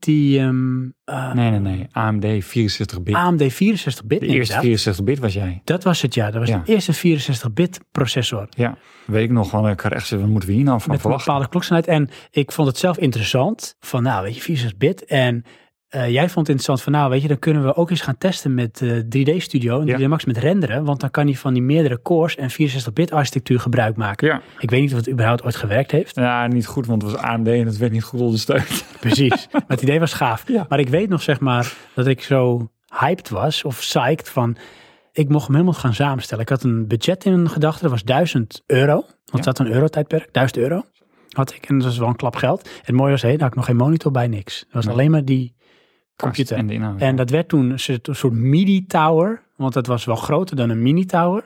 S2: Pentium eh,
S1: Nee, nee, nee. AMD 64-bit.
S2: AMD 64-bit.
S1: de eerste
S2: Ah, inderdaad.
S1: 64-bit was jij.
S2: Dat was het, ja. Dat was
S1: Ja.
S2: de eerste 64-bit processor.
S1: Ja, weet ik nog. Want ik had echt gezegd, wat moeten we hier nou van
S2: met een
S1: verwachten?
S2: bepaalde kloksnelheid. En ik vond het zelf interessant. Van nou, weet je, 64-bit. En eh, jij vond het interessant van nou, weet je, dan kunnen we ook eens gaan testen met eh, 3D-studio en
S1: Ja.
S2: 3D Max met renderen. Want dan kan hij van die meerdere cores en 64-bit architectuur gebruik maken.
S1: Ja.
S2: Ik weet niet of het überhaupt ooit gewerkt heeft.
S1: ja, niet goed, want het was AMD en het werd niet goed ondersteund.
S2: *laughs* Precies. Maar het idee was gaaf.
S1: Ja.
S2: Maar ik weet nog, zeg maar, dat ik zo hyped was of psyched van... Ik mocht hem helemaal gaan samenstellen. Ik had een budget in gedachten, dat was 1000 euro. Want het had een eurotijdperk, 1000 euro had ik. En dat was wel een klap geld. En het mooie was, hé, daar had ik nog geen monitor bij, niks. Dat was alleen maar die computer.
S1: en de inhoud.
S2: En dat werd toen een soort, een soort midi-tower, want dat was wel groter dan een mini-tower.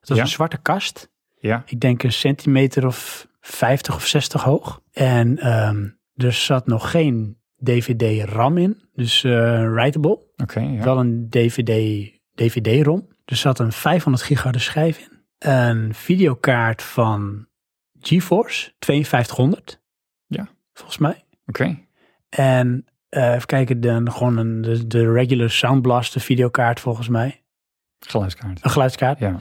S2: Het was
S1: Ja.
S2: een zwarte kast,
S1: ja.
S2: ik denk een centimeter of 50 of 60 hoog. En ehm, er zat nog geen DVD-RAM in, dus eh writable.
S1: Oké, ja.
S2: Wel een DVD, DVD-ROM. er zat een 500 gigahertz schijf in. Een videokaart van GeForce, 5200.
S1: Ja.
S2: Volgens mij.
S1: Oké.
S2: En eh, even kijken, dan gewoon een, de, de regular Sound Blaster videokaart volgens mij.
S1: Geluidskaart.
S2: Een geluidskaart.
S1: Ja.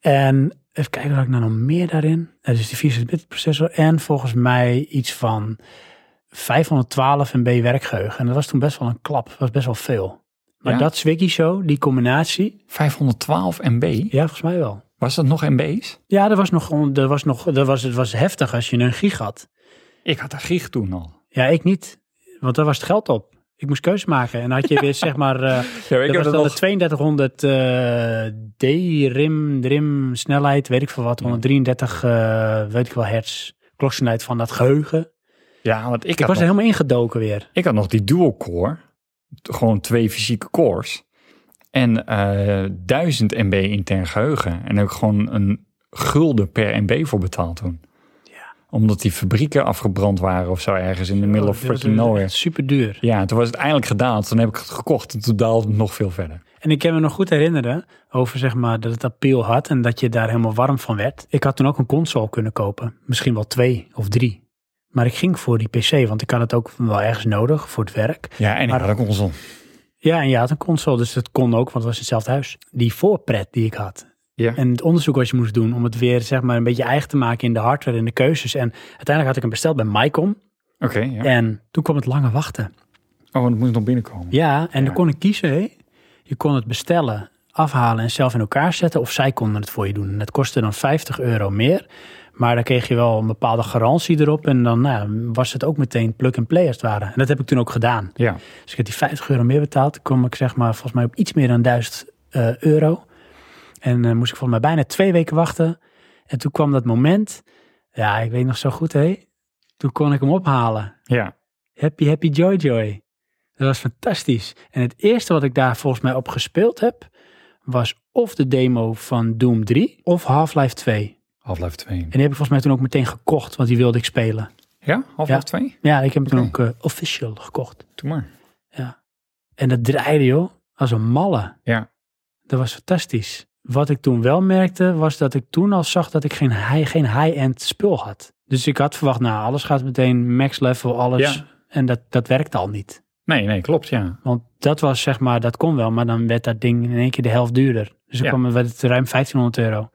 S2: En even kijken, wat had ik nou nog meer daarin? Eh, dus die 64-bit processor en volgens mij iets van 512 MB werkgeheugen. En dat was toen best wel een klap, dat was best wel veel. Maar
S1: Ja?
S2: dat Zwicky Show, die combinatie,
S1: 512 MB.
S2: ja, volgens mij wel.
S1: Was dat nog MB's?
S2: Ja, dat was nog, gewoon- dat was nog, dat was, het was heftig als je een gig had.
S1: Ik had een gig toen al.
S2: Ja, ik niet, want daar was het geld op. Ik moest keuzes maken en dan had je weer *laughs* zeg maar... eh,
S1: Ja, ik
S2: Dat was dan de 3200 eh, D-rim, rim, snelheid, weet ik veel wat. 133, eh, weet ik wel, hertz. Kloksnelheid van dat geheugen. Ik
S1: Ja, want ik, had
S2: was
S1: nog,
S2: er helemaal ingedoken weer.
S1: ik had nog die dual core. T- Gewoon twee fysieke cores. En eh 1000 MB intern geheugen. En daar heb ik gewoon een gulden per MB voor betaald toen. Omdat die fabrieken afgebrand waren of zo ergens in de middle
S2: Oh,
S1: of freaking nowhere.
S2: Super duur.
S1: Ja, toen was het eindelijk gedaald. Toen heb ik het gekocht. En toen daalde het nog veel verder.
S2: En ik kan me nog goed herinneren over zeg maar dat het appeal had en dat je daar helemaal warm van werd. Ik had toen ook een console kunnen kopen. Misschien wel twee of drie. Maar ik ging voor die PC, want ik had het ook wel ergens nodig voor het werk.
S1: Ja, en ik
S2: Maar-
S1: had ook onze.
S2: Ja, en je had een console, dus dat kon ook, want het was in hetzelfde huis. Die voorpret die ik had.
S1: Ja.
S2: En het onderzoek wat je moest doen om het weer zeg maar, een beetje eigen te maken in de hardware en de keuzes. En uiteindelijk had ik hem besteld bij Mycom.
S1: Oké, ja.
S2: En toen kwam het lange wachten.
S1: Oh, dat moest nog binnenkomen.
S2: Ja, en dan kon ik kiezen. Hè? Je kon het bestellen, afhalen en zelf in elkaar zetten. Of zij konden het voor je doen. En dat kostte dan 50 euro meer. Maar dan kreeg je wel een bepaalde garantie erop. En dan nou, ja, was het ook meteen plug and play als het ware. En dat heb ik toen ook gedaan.
S1: Ja.
S2: Dus ik heb die 50 euro meer betaald. Toen kwam ik zeg maar volgens mij op iets meer dan 1000 eh, euro. En eh, moest ik volgens mij bijna twee weken wachten. En toen kwam dat moment. Ja, ik weet nog zo goed hé. Toen kon ik hem ophalen.
S1: Ja.
S2: Happy Happy Joy Joy. Dat was fantastisch. En het eerste wat ik daar volgens mij op gespeeld heb... was of de demo van Doom 3 of Half-Life 2. En
S1: Half-Life 2.
S2: die heb ik volgens mij toen ook meteen gekocht, want die wilde ik spelen.
S1: Ja, Half-Life
S2: Ja.
S1: 2?
S2: Ja, ik heb hem toen
S1: Oké.
S2: ook eh, official gekocht.
S1: Doe maar.
S2: En dat draaide, joh, als een malle.
S1: Ja.
S2: Dat was fantastisch. Wat ik toen wel merkte, was dat ik toen al zag dat ik geen, high, geen high-end spul had. Dus ik had verwacht, nou, alles gaat meteen max level, alles.
S1: Ja.
S2: En dat, dat werkte al niet.
S1: Nee, nee, klopt, ja.
S2: Want dat was zeg maar, dat kon wel, maar dan werd dat ding in één keer de helft duurder. Dus dan
S1: Ja.
S2: kwam, werd het ruim 1500 euro.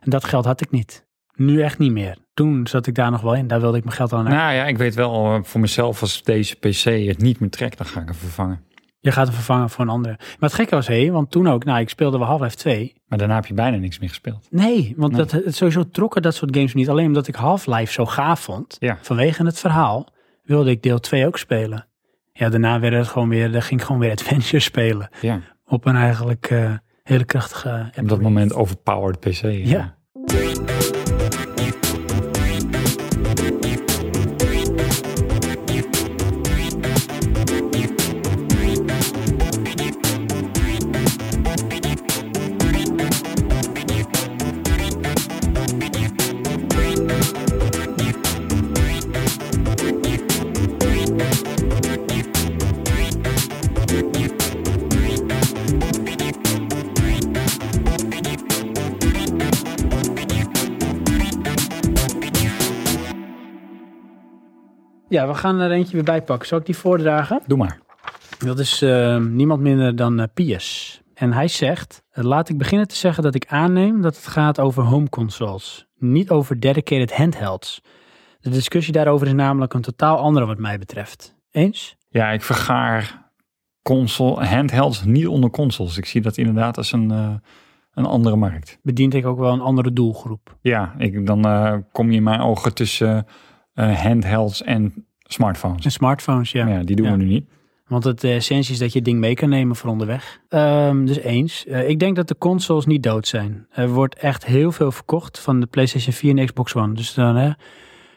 S2: En dat geld had ik niet. Nu echt niet meer. Toen zat ik daar nog wel in, daar wilde ik mijn geld aan uit.
S1: Nou ja, ik weet wel eh, voor mezelf als deze PC het niet meer trekt, dan ga ik hem vervangen.
S2: Je gaat hem vervangen voor een andere. Maar het gekke was, hé, want toen ook, nou, ik speelde wel Half-Life 2.
S1: Maar daarna heb je bijna niks meer gespeeld.
S2: Nee, want Dat, het sowieso trokken dat soort games me niet. Alleen omdat ik Half-Life zo gaaf vond.
S1: Ja.
S2: Vanwege het verhaal wilde ik deel 2 ook spelen. Ja, daarna werd het gewoon weer, daar ging ik gewoon weer Adventure spelen.
S1: Ja.
S2: Op een eigenlijk eh, hele krachtige app.
S1: Op dat moment overpowered PC. Ja.
S2: Ja. Ja, we gaan er eentje weer bij pakken. Zal ik die voordragen?
S1: Doe maar.
S2: Dat is eh, niemand minder dan eh, Piers. En hij zegt, eh, laat ik beginnen te zeggen dat ik aanneem dat het gaat over home consoles, niet over dedicated handhelds. De discussie daarover is namelijk een totaal andere wat mij betreft. Eens?
S1: Ja, ik vergaar console, handhelds niet onder consoles. Ik zie dat inderdaad als een, eh, een andere markt.
S2: Bedient ik ook wel een andere doelgroep.
S1: Ja, ik, dan eh, kom je in mijn ogen tussen eh, handhelds en smartphones.
S2: En smartphones, ja.
S1: Maar ja, die doen
S2: Ja.
S1: we nu niet.
S2: Want het eh, essentie is dat je het ding mee kan nemen voor onderweg. Ehm, dus eens. Eh, ik denk dat de consoles niet dood zijn. Er wordt echt heel veel verkocht van de PlayStation 4 en de Xbox One. Dus dan hè,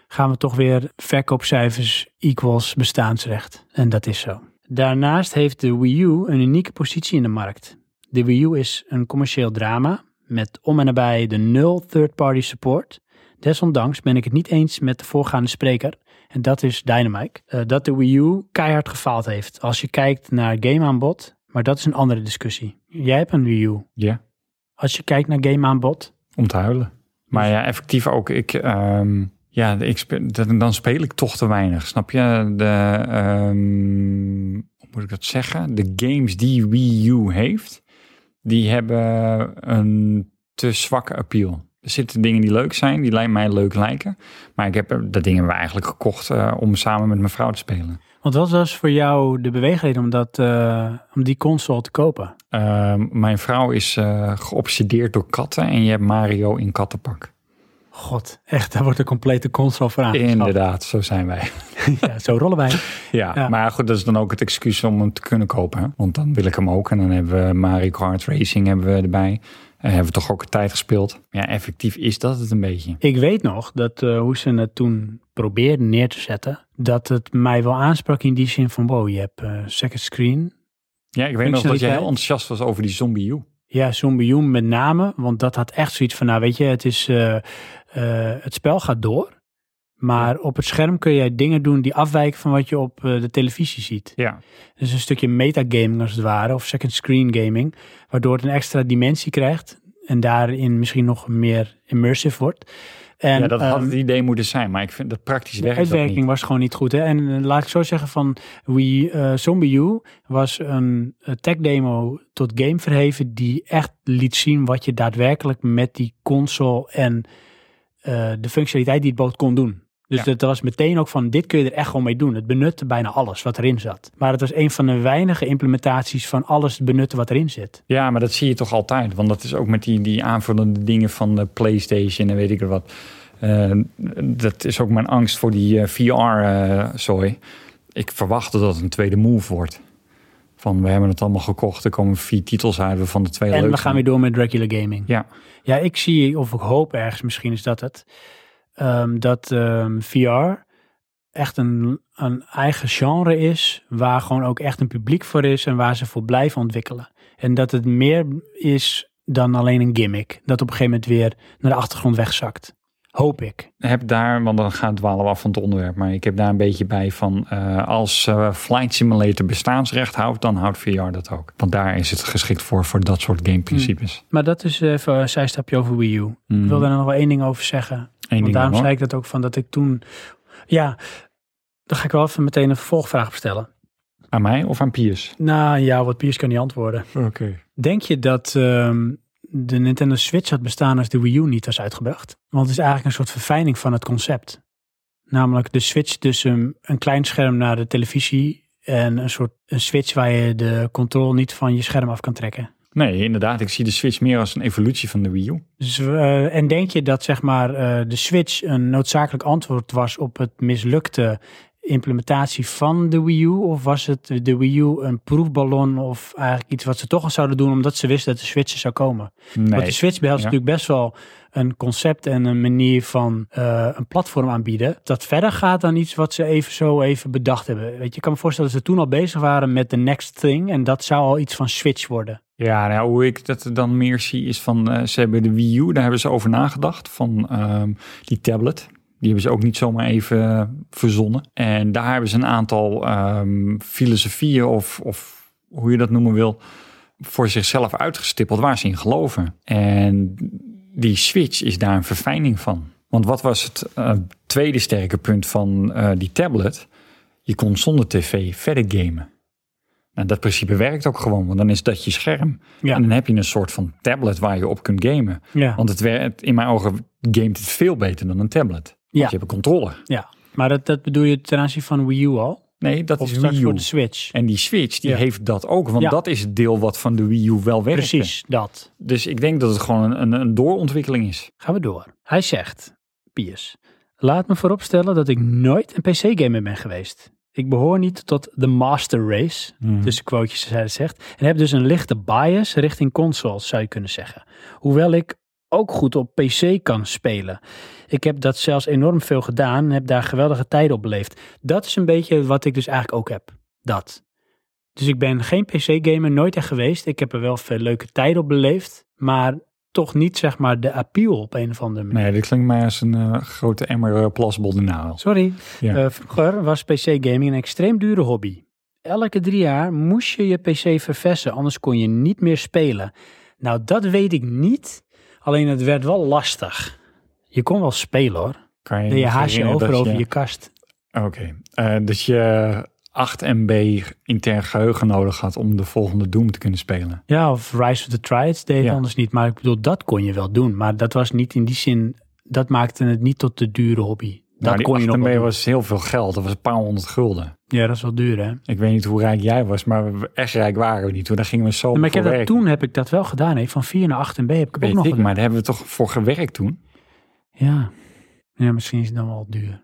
S2: gaan we toch weer verkoopcijfers equals bestaansrecht. En dat is zo. Daarnaast heeft de Wii U een unieke positie in de markt. De Wii U is een commercieel drama met om en nabij de nul third-party support. Desondanks ben ik het niet eens met de voorgaande spreker, en dat is Dynamite, eh, dat de Wii U keihard gefaald heeft als je kijkt naar gameaanbod, maar dat is een andere discussie. Jij hebt een Wii U.
S1: Ja,
S2: Als je kijkt naar gameaanbod,
S1: om te huilen. Maar
S2: Dus-
S1: ja, effectief ook. Ik, ehm, ja, ik spe- dan dan speel ik toch te weinig, snap je? De, ehm, hoe moet ik dat zeggen? De games die Wii U heeft, die hebben een te zwakke appeal. Er zitten dingen die leuk zijn, die lij- mij leuk lijken. Maar ik heb eh, dat dingen we eigenlijk gekocht eh, om samen met mijn vrouw te spelen.
S2: want wat was voor jou de beweegreden om, dat, eh, om die console te kopen?
S1: Ehm, mijn vrouw is eh, geobsedeerd door katten en je hebt Mario in
S2: Ah,
S1: kattenpak.
S2: God, echt, daar wordt een complete console voor aangeschaft.
S1: Inderdaad, zo zijn wij. *laughs*
S2: Ja, zo rollen wij.
S1: Ja,
S2: Ja.
S1: maar goed, dat is dan ook het excuus om hem te kunnen kopen. Hè? Want dan wil ik hem ook. En dan hebben we Mario Kart Racing hebben we erbij. En hebben we toch ook een tijd gespeeld. Ja, effectief is dat het een beetje.
S2: Ik weet nog dat eh, hoe ze het toen probeerden neer te zetten, dat het mij wel aansprak in die zin van wow, je hebt eh, second screen.
S1: Ja, ik weet nog dat je heel
S2: Functionaliteit.
S1: enthousiast was over die Zombie U.
S2: Ja, Zombioen met name, want dat had echt zoiets van, nou weet je, het, is, eh, eh, het spel gaat door. Maar op het scherm kun jij dingen doen die afwijken van wat je op eh, de televisie ziet.
S1: Ja,
S2: Dus een stukje metagaming als het ware, of second screen gaming, waardoor het een extra dimensie krijgt en daarin misschien nog meer immersive wordt. En,
S1: ja dat had
S2: ehm,
S1: het idee moeten zijn. Maar ik vind dat praktisch
S2: De
S1: werkt dat
S2: uitwerking
S1: niet.
S2: was gewoon niet goed. Hè? En eh, laat ik zo zeggen van Wii, eh, Zombie U was een eh, tech demo tot game verheven die echt liet zien wat je daadwerkelijk met die console en eh, de functionaliteit die het bood kon doen. Dus
S1: Ja.
S2: dat was meteen ook van, dit kun je er echt gewoon mee doen. Het benutte bijna alles wat erin zat. Maar het was een van de weinige implementaties van alles benutten wat erin zit.
S1: Ja, maar dat zie je toch altijd. Want dat is ook met die, die aanvullende dingen van de PlayStation en weet ik er wat. Eh, dat is ook mijn angst voor die eh, VR-zooi. eh, ik verwacht dat het een tweede move wordt. Van we hebben het allemaal gekocht, er komen vier titels uit waarvan de twee leuk
S2: en we
S1: zijn.
S2: gaan weer door met regular gaming.
S1: Ja,
S2: Ja, ik zie, of ik hoop ergens, misschien is dat het, ehm, dat ehm, VR echt een, een eigen genre is, waar gewoon ook echt een publiek voor is en waar ze voor blijven ontwikkelen. En dat het meer is dan alleen een gimmick, dat op een gegeven moment weer naar de achtergrond wegzakt. Hoop ik.
S1: heb daar, want dan gaat dwalen we af van het onderwerp. Maar ik heb daar een beetje bij van eh, als eh, Flight Simulator bestaansrecht houdt, dan houdt VR dat ook. Want daar is het geschikt voor, voor dat soort gameprincipes.
S2: Maar dat is even een zijstapje over Wii U. Ik wil daar nog wel één ding over zeggen.
S1: Mhm. Eén
S2: Want
S1: ding
S2: daarom
S1: nog,
S2: zei
S1: hoor.
S2: ik dat ook van dat ik toen... Ja, dan ga ik wel even meteen een vervolgvraag bestellen.
S1: Aan mij of aan Piers?
S2: Nou ja, wat Piers kan niet antwoorden.
S1: Oké.
S2: Denk je dat ehm, de Nintendo Switch had bestaan als de Wii U niet was uitgebracht? Want het is eigenlijk een soort verfijning van het concept. Namelijk de switch tussen een klein scherm naar de televisie en een soort een switch waar je de controle niet van je scherm af kan trekken.
S1: Nee, inderdaad. Ik zie de Switch meer als een evolutie van de Wii U.
S2: Dus, eh, en denk je dat zeg maar, eh, de switch een noodzakelijk antwoord was op het mislukte implementatie van de Wii U? Of was het de Wii U een proefballon of eigenlijk iets wat ze toch al zouden doen omdat ze wisten dat de switch er zou komen? Want
S1: Nee.
S2: de Switch behelst
S1: Ja.
S2: natuurlijk best wel een concept en een manier van eh, een platform aanbieden. Dat verder gaat dan iets wat ze even zo even bedacht hebben. Weet je, ik kan me voorstellen dat ze toen al bezig waren met de next thing. En dat zou al iets van Switch worden.
S1: Ja, nou, hoe ik dat dan meer zie is van eh, ze hebben de Wii U, daar hebben ze over nagedacht. Van ehm, die tablet. Die hebben ze ook niet zomaar even eh, verzonnen. En daar hebben ze een aantal ehm, filosofieën of, of hoe je dat noemen wil, voor zichzelf uitgestippeld waar ze in geloven. En die Switch is daar een verfijning van. Want wat was het eh, tweede sterke punt van eh, die tablet? Je kon zonder tv verder gamen. Nou, dat principe werkt ook gewoon, want dan is dat je scherm.
S2: Ja.
S1: En dan heb je een soort van tablet waar je op kunt gamen.
S2: Ja.
S1: Want het werkt, in mijn ogen gamet het veel beter dan een tablet. Want
S2: Ja.
S1: je hebt een controller.
S2: ja. Maar dat, dat bedoel je ten aanzien van Wii U al?
S1: Nee, dat
S2: Of
S1: is
S2: straks
S1: Wii
S2: voor
S1: U.
S2: de Switch?
S1: En die Switch, die
S2: Ja.
S1: heeft dat ook. Want
S2: Ja.
S1: dat is het deel wat van de Wii U wel werkt.
S2: Precies, dat.
S1: Dus ik denk dat het gewoon een, een, een doorontwikkeling is.
S2: Gaan we door. Hij zegt, Piers, laat me vooropstellen dat ik nooit een PC-gamer ben geweest. Ik behoor niet tot de master race, tussen quotejes zoals hij het zegt, en heb dus een lichte bias richting consoles, zou je kunnen zeggen. Hoewel ik ook goed op PC kan spelen. Ik heb dat zelfs enorm veel gedaan en heb daar geweldige tijden op beleefd. Dat is een beetje wat ik dus eigenlijk ook heb. Dat. Dus ik ben geen PC-gamer, nooit echt geweest. Ik heb er wel veel leuke tijden op beleefd. Maar toch niet, zeg maar, de appeal op een of andere manier.
S1: Nee, dit klinkt mij als een eh, grote emmer eh, plasbol de naal.
S2: Sorry.
S1: Ja.
S2: Eh, vroeger was PC-gaming een extreem dure hobby. Elke drie jaar moest je je PC verversen, anders kon je niet meer spelen. Nou, dat weet ik niet. Alleen het werd wel lastig. Je kon wel spelen hoor.
S1: Kan
S2: Je
S1: niet
S2: haast je
S1: herinneren
S2: over
S1: dat
S2: over je kast.
S1: Oké, Eh, dus je 8 MB intern geheugen nodig had om de volgende Doom te kunnen spelen.
S2: Ja, of Rise of the Triads deed het
S1: Ja.
S2: anders niet. Maar ik bedoel, dat kon je wel doen. Maar dat was niet in die zin, dat maakte het niet tot de dure hobby. Dat
S1: Nou, die
S2: kon je
S1: 8
S2: nog wel
S1: MB
S2: doen.
S1: was heel veel geld, dat was een paar honderd gulden.
S2: Ja, dat is wel duur hè.
S1: Ik weet niet hoe rijk jij was, maar we- echt rijk waren we niet. Toen daar gingen we zo
S2: maar ik
S1: voor
S2: heb dat,
S1: werken.
S2: toen heb ik dat wel gedaan. Hè. Van 4 naar 8 en B heb ik ook
S1: Weet
S2: nog
S1: ik,
S2: gedaan.
S1: maar daar hebben we toch voor gewerkt toen?
S2: Ja. ja, misschien is het dan wel duur.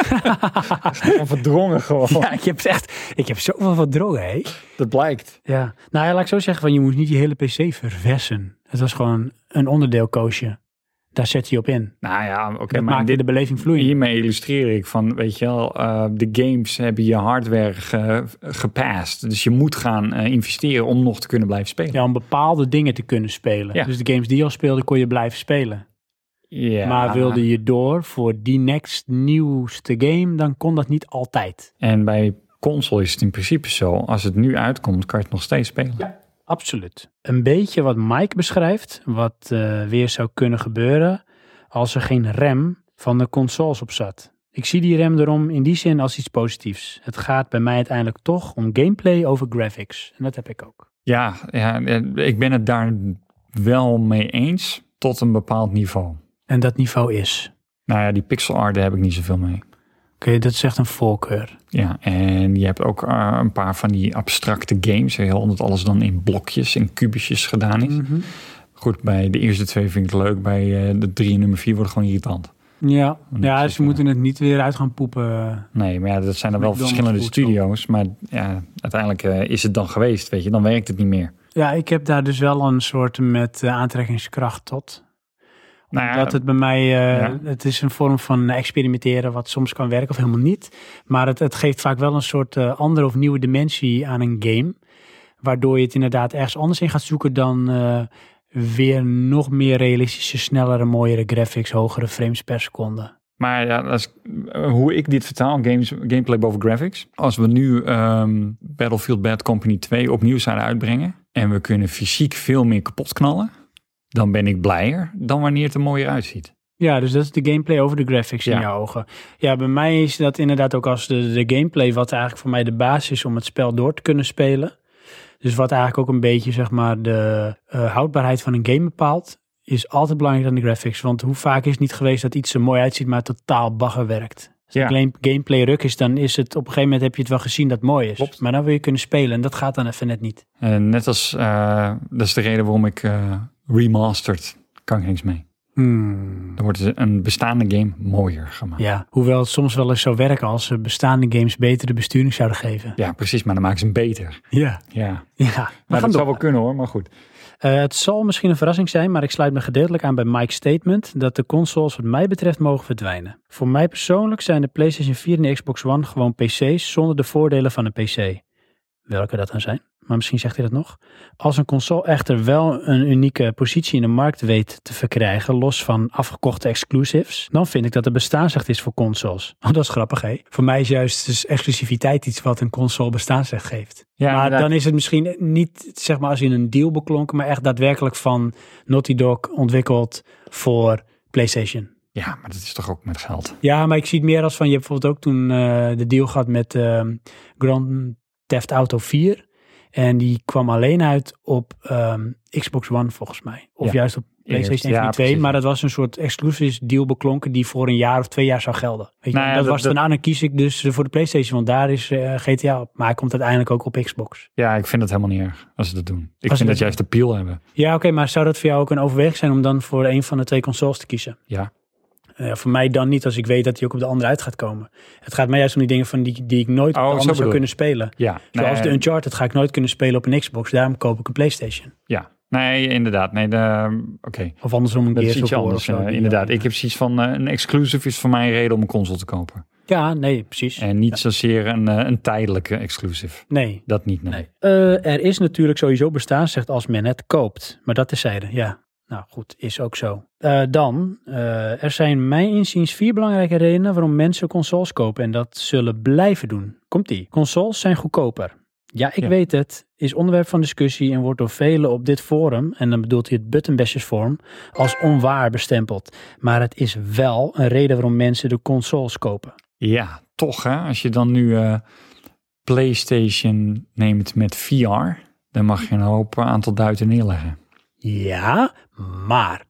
S1: Gewoon verdrongen gewoon.
S2: Ja, ik heb het echt, ik heb zoveel verdrogen hè.
S1: *laughs* Dat blijkt.
S2: Ja, nou ja, laat ik zo zeggen, van, je moest niet je hele pc verversen. Het was gewoon een onderdeelkoosje. Daar zet je op in.
S1: Nou ja, oké,
S2: dat
S1: maar
S2: maakte
S1: dit,
S2: de beleving vloeiend.
S1: hiermee illustreer ik van, weet je wel, eh, de games hebben je hardware ge, gepast. Dus je moet gaan eh, investeren om nog te kunnen blijven spelen.
S2: Ja, om bepaalde dingen te kunnen spelen.
S1: Ja.
S2: Dus de games die je al speelde, kon je blijven spelen.
S1: Ja.
S2: Maar wilde je door voor die next nieuwste game, dan kon dat niet altijd.
S1: En bij console is het in principe zo. Als het nu uitkomt, kan je het nog steeds spelen.
S2: Absoluut. Een beetje wat Mike beschrijft, wat eh, weer zou kunnen gebeuren als er geen rem van de consoles op zat. Ik zie die rem erom in die zin als iets positiefs. Het gaat bij mij uiteindelijk toch om gameplay over graphics. En dat heb ik ook.
S1: Ja, ja, eh, ik ben het daar wel mee eens tot een bepaald niveau.
S2: En dat niveau is.
S1: Nou ja, die pixel art daar heb ik niet zoveel mee.
S2: Oké, dat is echt een voorkeur.
S1: Ja, en je hebt ook eh, een paar van die abstracte games, heel omdat alles dan in blokjes en kubusjes gedaan is.
S2: Mhm.
S1: Goed, bij de eerste twee vind ik het leuk, bij eh, de drie en nummer vier wordt het gewoon irritant.
S2: Ja,
S1: Ja, ze zeker. moeten
S2: het niet weer uit gaan poepen.
S1: Nee, maar ja, dat zijn er wel
S2: McDonald's
S1: verschillende
S2: voedsel.
S1: studio's, maar ja, uiteindelijk eh, is het dan geweest, weet je, dan werkt het niet meer.
S2: Ja, ik heb daar dus wel een soort met eh, aantrekkingskracht tot.
S1: Nou ja,
S2: dat het bij mij, eh,
S1: ja.
S2: het is een vorm van experimenteren wat soms kan werken of helemaal niet. Maar het, het geeft vaak wel een soort eh, andere of nieuwe dimensie aan een game. Waardoor je het inderdaad ergens anders in gaat zoeken dan eh, weer nog meer realistische, snellere, mooiere graphics, hogere frames per seconde.
S1: Maar ja, als, eh, hoe ik dit vertaal, games, gameplay boven graphics. Als we nu ehm, Battlefield Bad Company 2 opnieuw zouden uitbrengen... en we kunnen fysiek veel meer kapot knallen... dan ben ik blijer dan wanneer het er mooier uitziet.
S2: Ja, dus dat is de gameplay over de graphics
S1: Ja.
S2: in jouw ogen. Ja, bij mij is dat inderdaad ook als de, de gameplay, wat eigenlijk voor mij de basis is om het spel door te kunnen spelen. Dus wat eigenlijk ook een beetje zeg maar de eh, houdbaarheid van een game bepaalt, is altijd belangrijker dan de graphics. Want hoe vaak is het niet geweest dat iets er mooi uitziet, maar totaal bagger werkt? Als
S1: Ja.
S2: de game- gameplay ruk is, dan is het op een gegeven moment heb je het wel gezien dat het mooi is.
S1: Klopt.
S2: Maar dan wil je kunnen spelen en dat gaat dan even net niet.
S1: En net als, eh, dat is de reden waarom ik eh, remastered... kan ik niks mee. Dan wordt het een bestaande game mooier gemaakt. Ja.
S2: Ja, hoewel het soms wel eens zou werken als ze bestaande games betere besturing zouden geven.
S1: precies, maar dan maken ze hem beter.
S2: Ja,
S1: Ja,
S2: ja. We
S1: maar
S2: gaan
S1: dat zou
S2: door.
S1: wel kunnen hoor, maar goed.
S2: Eh, het zal misschien een verrassing zijn, maar ik sluit me gedeeltelijk aan bij Mike's statement dat de consoles wat mij betreft mogen verdwijnen. Voor mij persoonlijk zijn de PlayStation 4 en de Xbox One gewoon PC's zonder de voordelen van een PC. Welke dat dan zijn, maar misschien zegt hij dat nog. Als een console echter wel een unieke positie in de markt weet te verkrijgen, los van afgekochte exclusives, dan vind ik dat er bestaansrecht is voor consoles. *laughs* Oh, dat is grappig, hè? Voor mij is juist dus exclusiviteit iets wat een console bestaansrecht geeft
S1: Ja,
S2: maar
S1: inderdaad.
S2: dan is het misschien niet, zeg maar, als in een deal beklonken, maar echt daadwerkelijk van Naughty Dog ontwikkeld voor PlayStation.
S1: Ja, maar dat is toch ook met geld.
S2: Ja, maar ik zie het meer als van, je hebt bijvoorbeeld ook toen eh, de deal gehad met ehm, Grand Theft Auto 4. En die kwam alleen uit op ehm, Xbox One volgens mij. Of
S1: Ja.
S2: juist op
S1: Eerst,
S2: PlayStation
S1: ja,
S2: 1 en 2.
S1: precies.
S2: Maar dat was een soort exclusive deal beklonken die voor een jaar of twee jaar zou gelden. Weet je?
S1: Nou ja,
S2: dat,
S1: dat-
S2: was van,
S1: dat-
S2: aan dan kies ik dus voor de PlayStation, want daar is eh, GTA op. Maar hij komt uiteindelijk ook op Xbox.
S1: Ja, ik vind het helemaal niet erg als ze dat doen. Ik
S2: Als ze
S1: vind dat
S2: dat
S1: juist de piel hebben.
S2: Ja, oké, maar zou dat voor jou ook een overweging zijn om dan voor een van de twee consoles te kiezen?
S1: Ja.
S2: Eh, voor mij dan niet, als ik weet dat die ook op de andere uit gaat komen. Het gaat mij juist om die dingen van die, die ik nooit
S1: Oh, zo
S2: op de andere
S1: bedoel
S2: zou
S1: je.
S2: kunnen spelen.
S1: Ja,
S2: Zoals de
S1: nee,
S2: Uncharted ga ik nooit kunnen spelen op een Xbox, daarom koop ik een Playstation.
S1: ja. nee inderdaad. Nee, de- ehm, oké.
S2: Of andersom een
S1: Dat is
S2: Gears
S1: iets
S2: of War of
S1: anders.
S2: zo.
S1: eh,
S2: die-
S1: inderdaad. Ik heb zoiets van eh, een exclusive is voor mij een reden om een console te kopen.
S2: Ja, nee, precies.
S1: En niet zozeer een, eh, een tijdelijke exclusive.
S2: Nee.
S1: Dat niet, nee.
S2: Eh, er is natuurlijk sowieso bestaansrecht als men het koopt. Maar dat terzijde, ja. Nou goed, is ook zo. Eh, dan, eh, er zijn mijn inziens vier belangrijke redenen waarom mensen consoles kopen en dat zullen blijven doen. Komt-ie. Consoles zijn goedkoper. Ja, ik
S1: Ja.
S2: weet het, is onderwerp van discussie en wordt door velen op dit forum, en dan bedoelt hij het buttonbashers-forum, als onwaar bestempeld. Maar het is wel een reden waarom mensen de consoles kopen.
S1: Ja, toch hè. Als je dan nu eh, PlayStation neemt met VR, dan mag je een hoop eh, aantal duiten neerleggen.
S2: Ja, maar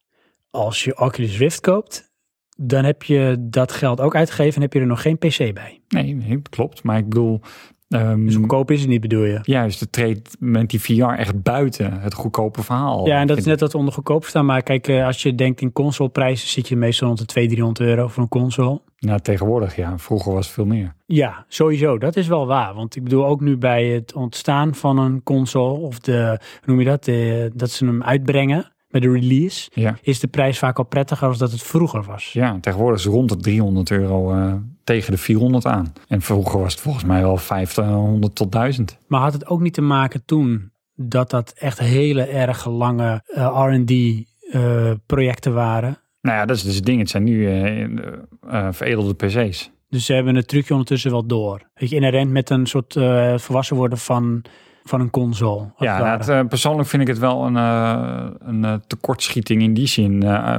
S2: als je Oculus Rift koopt, dan heb je dat geld ook uitgegeven en heb je er nog geen PC bij.
S1: Nee, nee, klopt. Maar ik bedoel, ehm,
S2: Dus goedkoop is het niet, bedoel je?
S1: juist, het treedt met die VR echt buiten het goedkope verhaal.
S2: Ja, en dat is
S1: Oh, Vind
S2: net wat we onder goedkoop staan. Maar kijk, eh, als je denkt in consoleprijzen, zit je meestal rond de 200, 300 euro voor een console.
S1: ik. Nou, tegenwoordig ja. Vroeger was het veel meer.
S2: Ja, sowieso. Dat is wel waar. Want ik bedoel ook nu bij het ontstaan van een console, of de, hoe noem je dat, de, dat ze hem uitbrengen bij de release,
S1: Ja.
S2: is de prijs vaak al prettiger als dat het vroeger was.
S1: Ja, tegenwoordig is het rond de 300 euro eh, tegen de 400 aan. En vroeger was het volgens mij wel 500 tot 1000.
S2: Maar had het ook niet te maken toen dat dat echt hele erg lange eh, RD-projecten eh, waren?
S1: Nou ja, dat is dus het ding. Het zijn nu eh, eh, veredelde PC's.
S2: Dus ze hebben het trucje ondertussen wel door. Weet je, inherent met een soort eh, verwassen worden van, van een console. als
S1: Ja,
S2: het ware.
S1: nou, het, eh, persoonlijk vind ik het wel een, eh, een eh, tekortschieting in die zin. eh,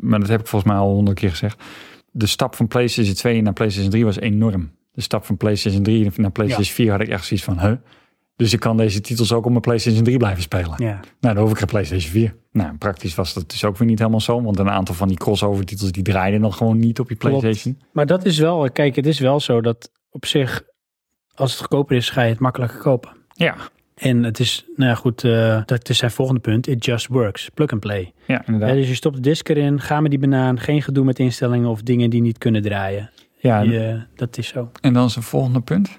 S1: maar dat heb ik volgens mij al honderd keer gezegd. De stap van PlayStation 2 naar PlayStation 3 was enorm. De stap van PlayStation 3 naar PlayStation 4 had ik echt zoiets van, huh? Dus ik kan deze titels ook op mijn PlayStation 3 blijven spelen.
S2: ja.
S1: Nou, dan hoef ik geen PlayStation 4. Nou, praktisch was dat dus ook weer niet helemaal zo. Want een aantal van die crossover titels die draaiden dan gewoon niet op je
S2: Klopt.
S1: PlayStation.
S2: Maar dat is wel, kijk, het is wel zo dat op zich, als het goedkoper is, ga je het makkelijker kopen.
S1: Ja,
S2: En het is, nou ja, goed, eh, dat is zijn volgende punt. It just works. Plug and play.
S1: ja inderdaad.
S2: Hè, dus je stopt de disk erin, ga met die banaan, geen gedoe met instellingen of dingen die niet kunnen draaien.
S1: ja, en-
S2: Je- dat is zo.
S1: En dan is een volgende punt.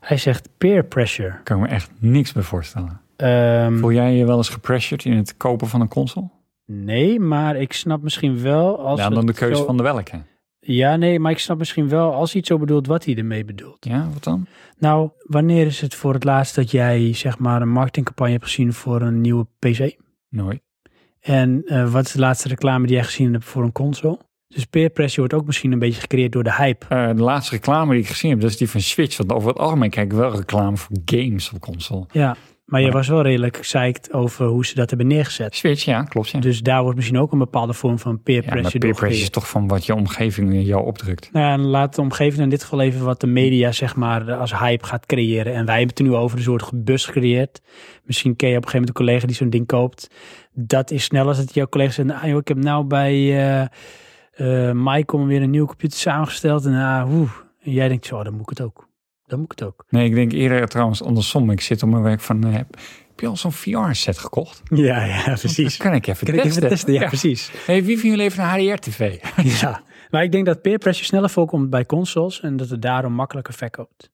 S2: Hij zegt peer pressure.
S1: Kan ik me echt niks bij voorstellen.
S2: Ehm,
S1: Voel jij je wel eens gepressured in het kopen van een console?
S2: nee, maar ik snap misschien wel als.
S1: ja, dan de
S2: het
S1: keuze
S2: zo-
S1: van de welke.
S2: Ja, nee, maar ik snap misschien wel als hij het zo bedoelt wat hij ermee bedoelt.
S1: Ja, wat dan?
S2: Nou, wanneer is het voor het laatst dat jij zeg maar een marketingcampagne hebt gezien voor een nieuwe PC?
S1: Nooit.
S2: En eh, wat is de laatste reclame die jij gezien hebt voor een console? Dus peer pressure wordt ook misschien een beetje gecreëerd door de hype.
S1: Eh, de laatste reclame die ik gezien heb, dat is die van Switch. Want over het algemeen kijk ik wel reclame voor games op console.
S2: Ja, maar je was wel redelijk psyched over hoe ze dat hebben neergezet.
S1: Switch, ja, klopt. Ja,
S2: Dus daar wordt misschien ook een bepaalde vorm van peer
S1: ja maar
S2: pressure
S1: peer
S2: door
S1: pressure is
S2: gecreëerd.
S1: toch van wat je omgeving jou opdrukt.
S2: Nou ja, en laat de omgeving in dit geval even wat de media zeg maar als hype gaat creëren. En wij hebben het er nu over een soort bus gecreëerd. Misschien ken je op een gegeven moment een collega die zo'n ding koopt. Dat is sneller als dat jouw collega zegt, nou joh, ik heb nou bij eh eh Micom weer een nieuwe computer samengesteld. En, ah, oeh. en jij denkt, zo, oh, dan moet ik het ook. Dan moet ik het ook.
S1: Nee, ik denk eerder trouwens andersom. Ik zit op mijn werk van, eh, heb, heb je al zo'n VR-set gekocht?
S2: *laughs* Ja, ja, precies.
S1: Dan kan ik even
S2: *laughs* Kan ik
S1: testen.
S2: even testen? Ja, *laughs* precies.
S1: Hey, wie van jullie heeft een
S2: *laughs*
S1: HDR-tv?
S2: Ja, maar ik denk dat peer pressure sneller voorkomt bij consoles en dat het daarom makkelijker verkoopt.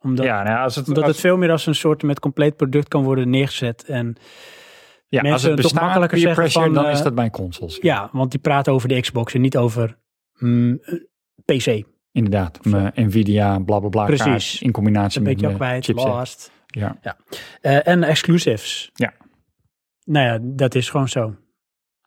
S2: Omdat,
S1: Ja, nou, ja, als het,
S2: omdat
S1: als-
S2: het veel meer als een soort met compleet product kan worden neergezet. En
S1: ja, als
S2: mensen
S1: het
S2: toch
S1: bestaat,
S2: makkelijker
S1: peer
S2: zeggen
S1: pressure,
S2: van,
S1: dan
S2: eh,
S1: is dat bij consoles.
S2: ja, want die praten over de Xbox en niet over mm, PC.
S1: Inderdaad, mijn Nvidia, bla bla bla.
S2: Precies.
S1: kaart in combinatie
S2: Dat ben
S1: met
S2: ik jou
S1: mijn
S2: kwijt,
S1: chipset.
S2: last.
S1: Ja.
S2: Eh, en exclusives.
S1: Ja.
S2: Nou ja, dat is gewoon zo.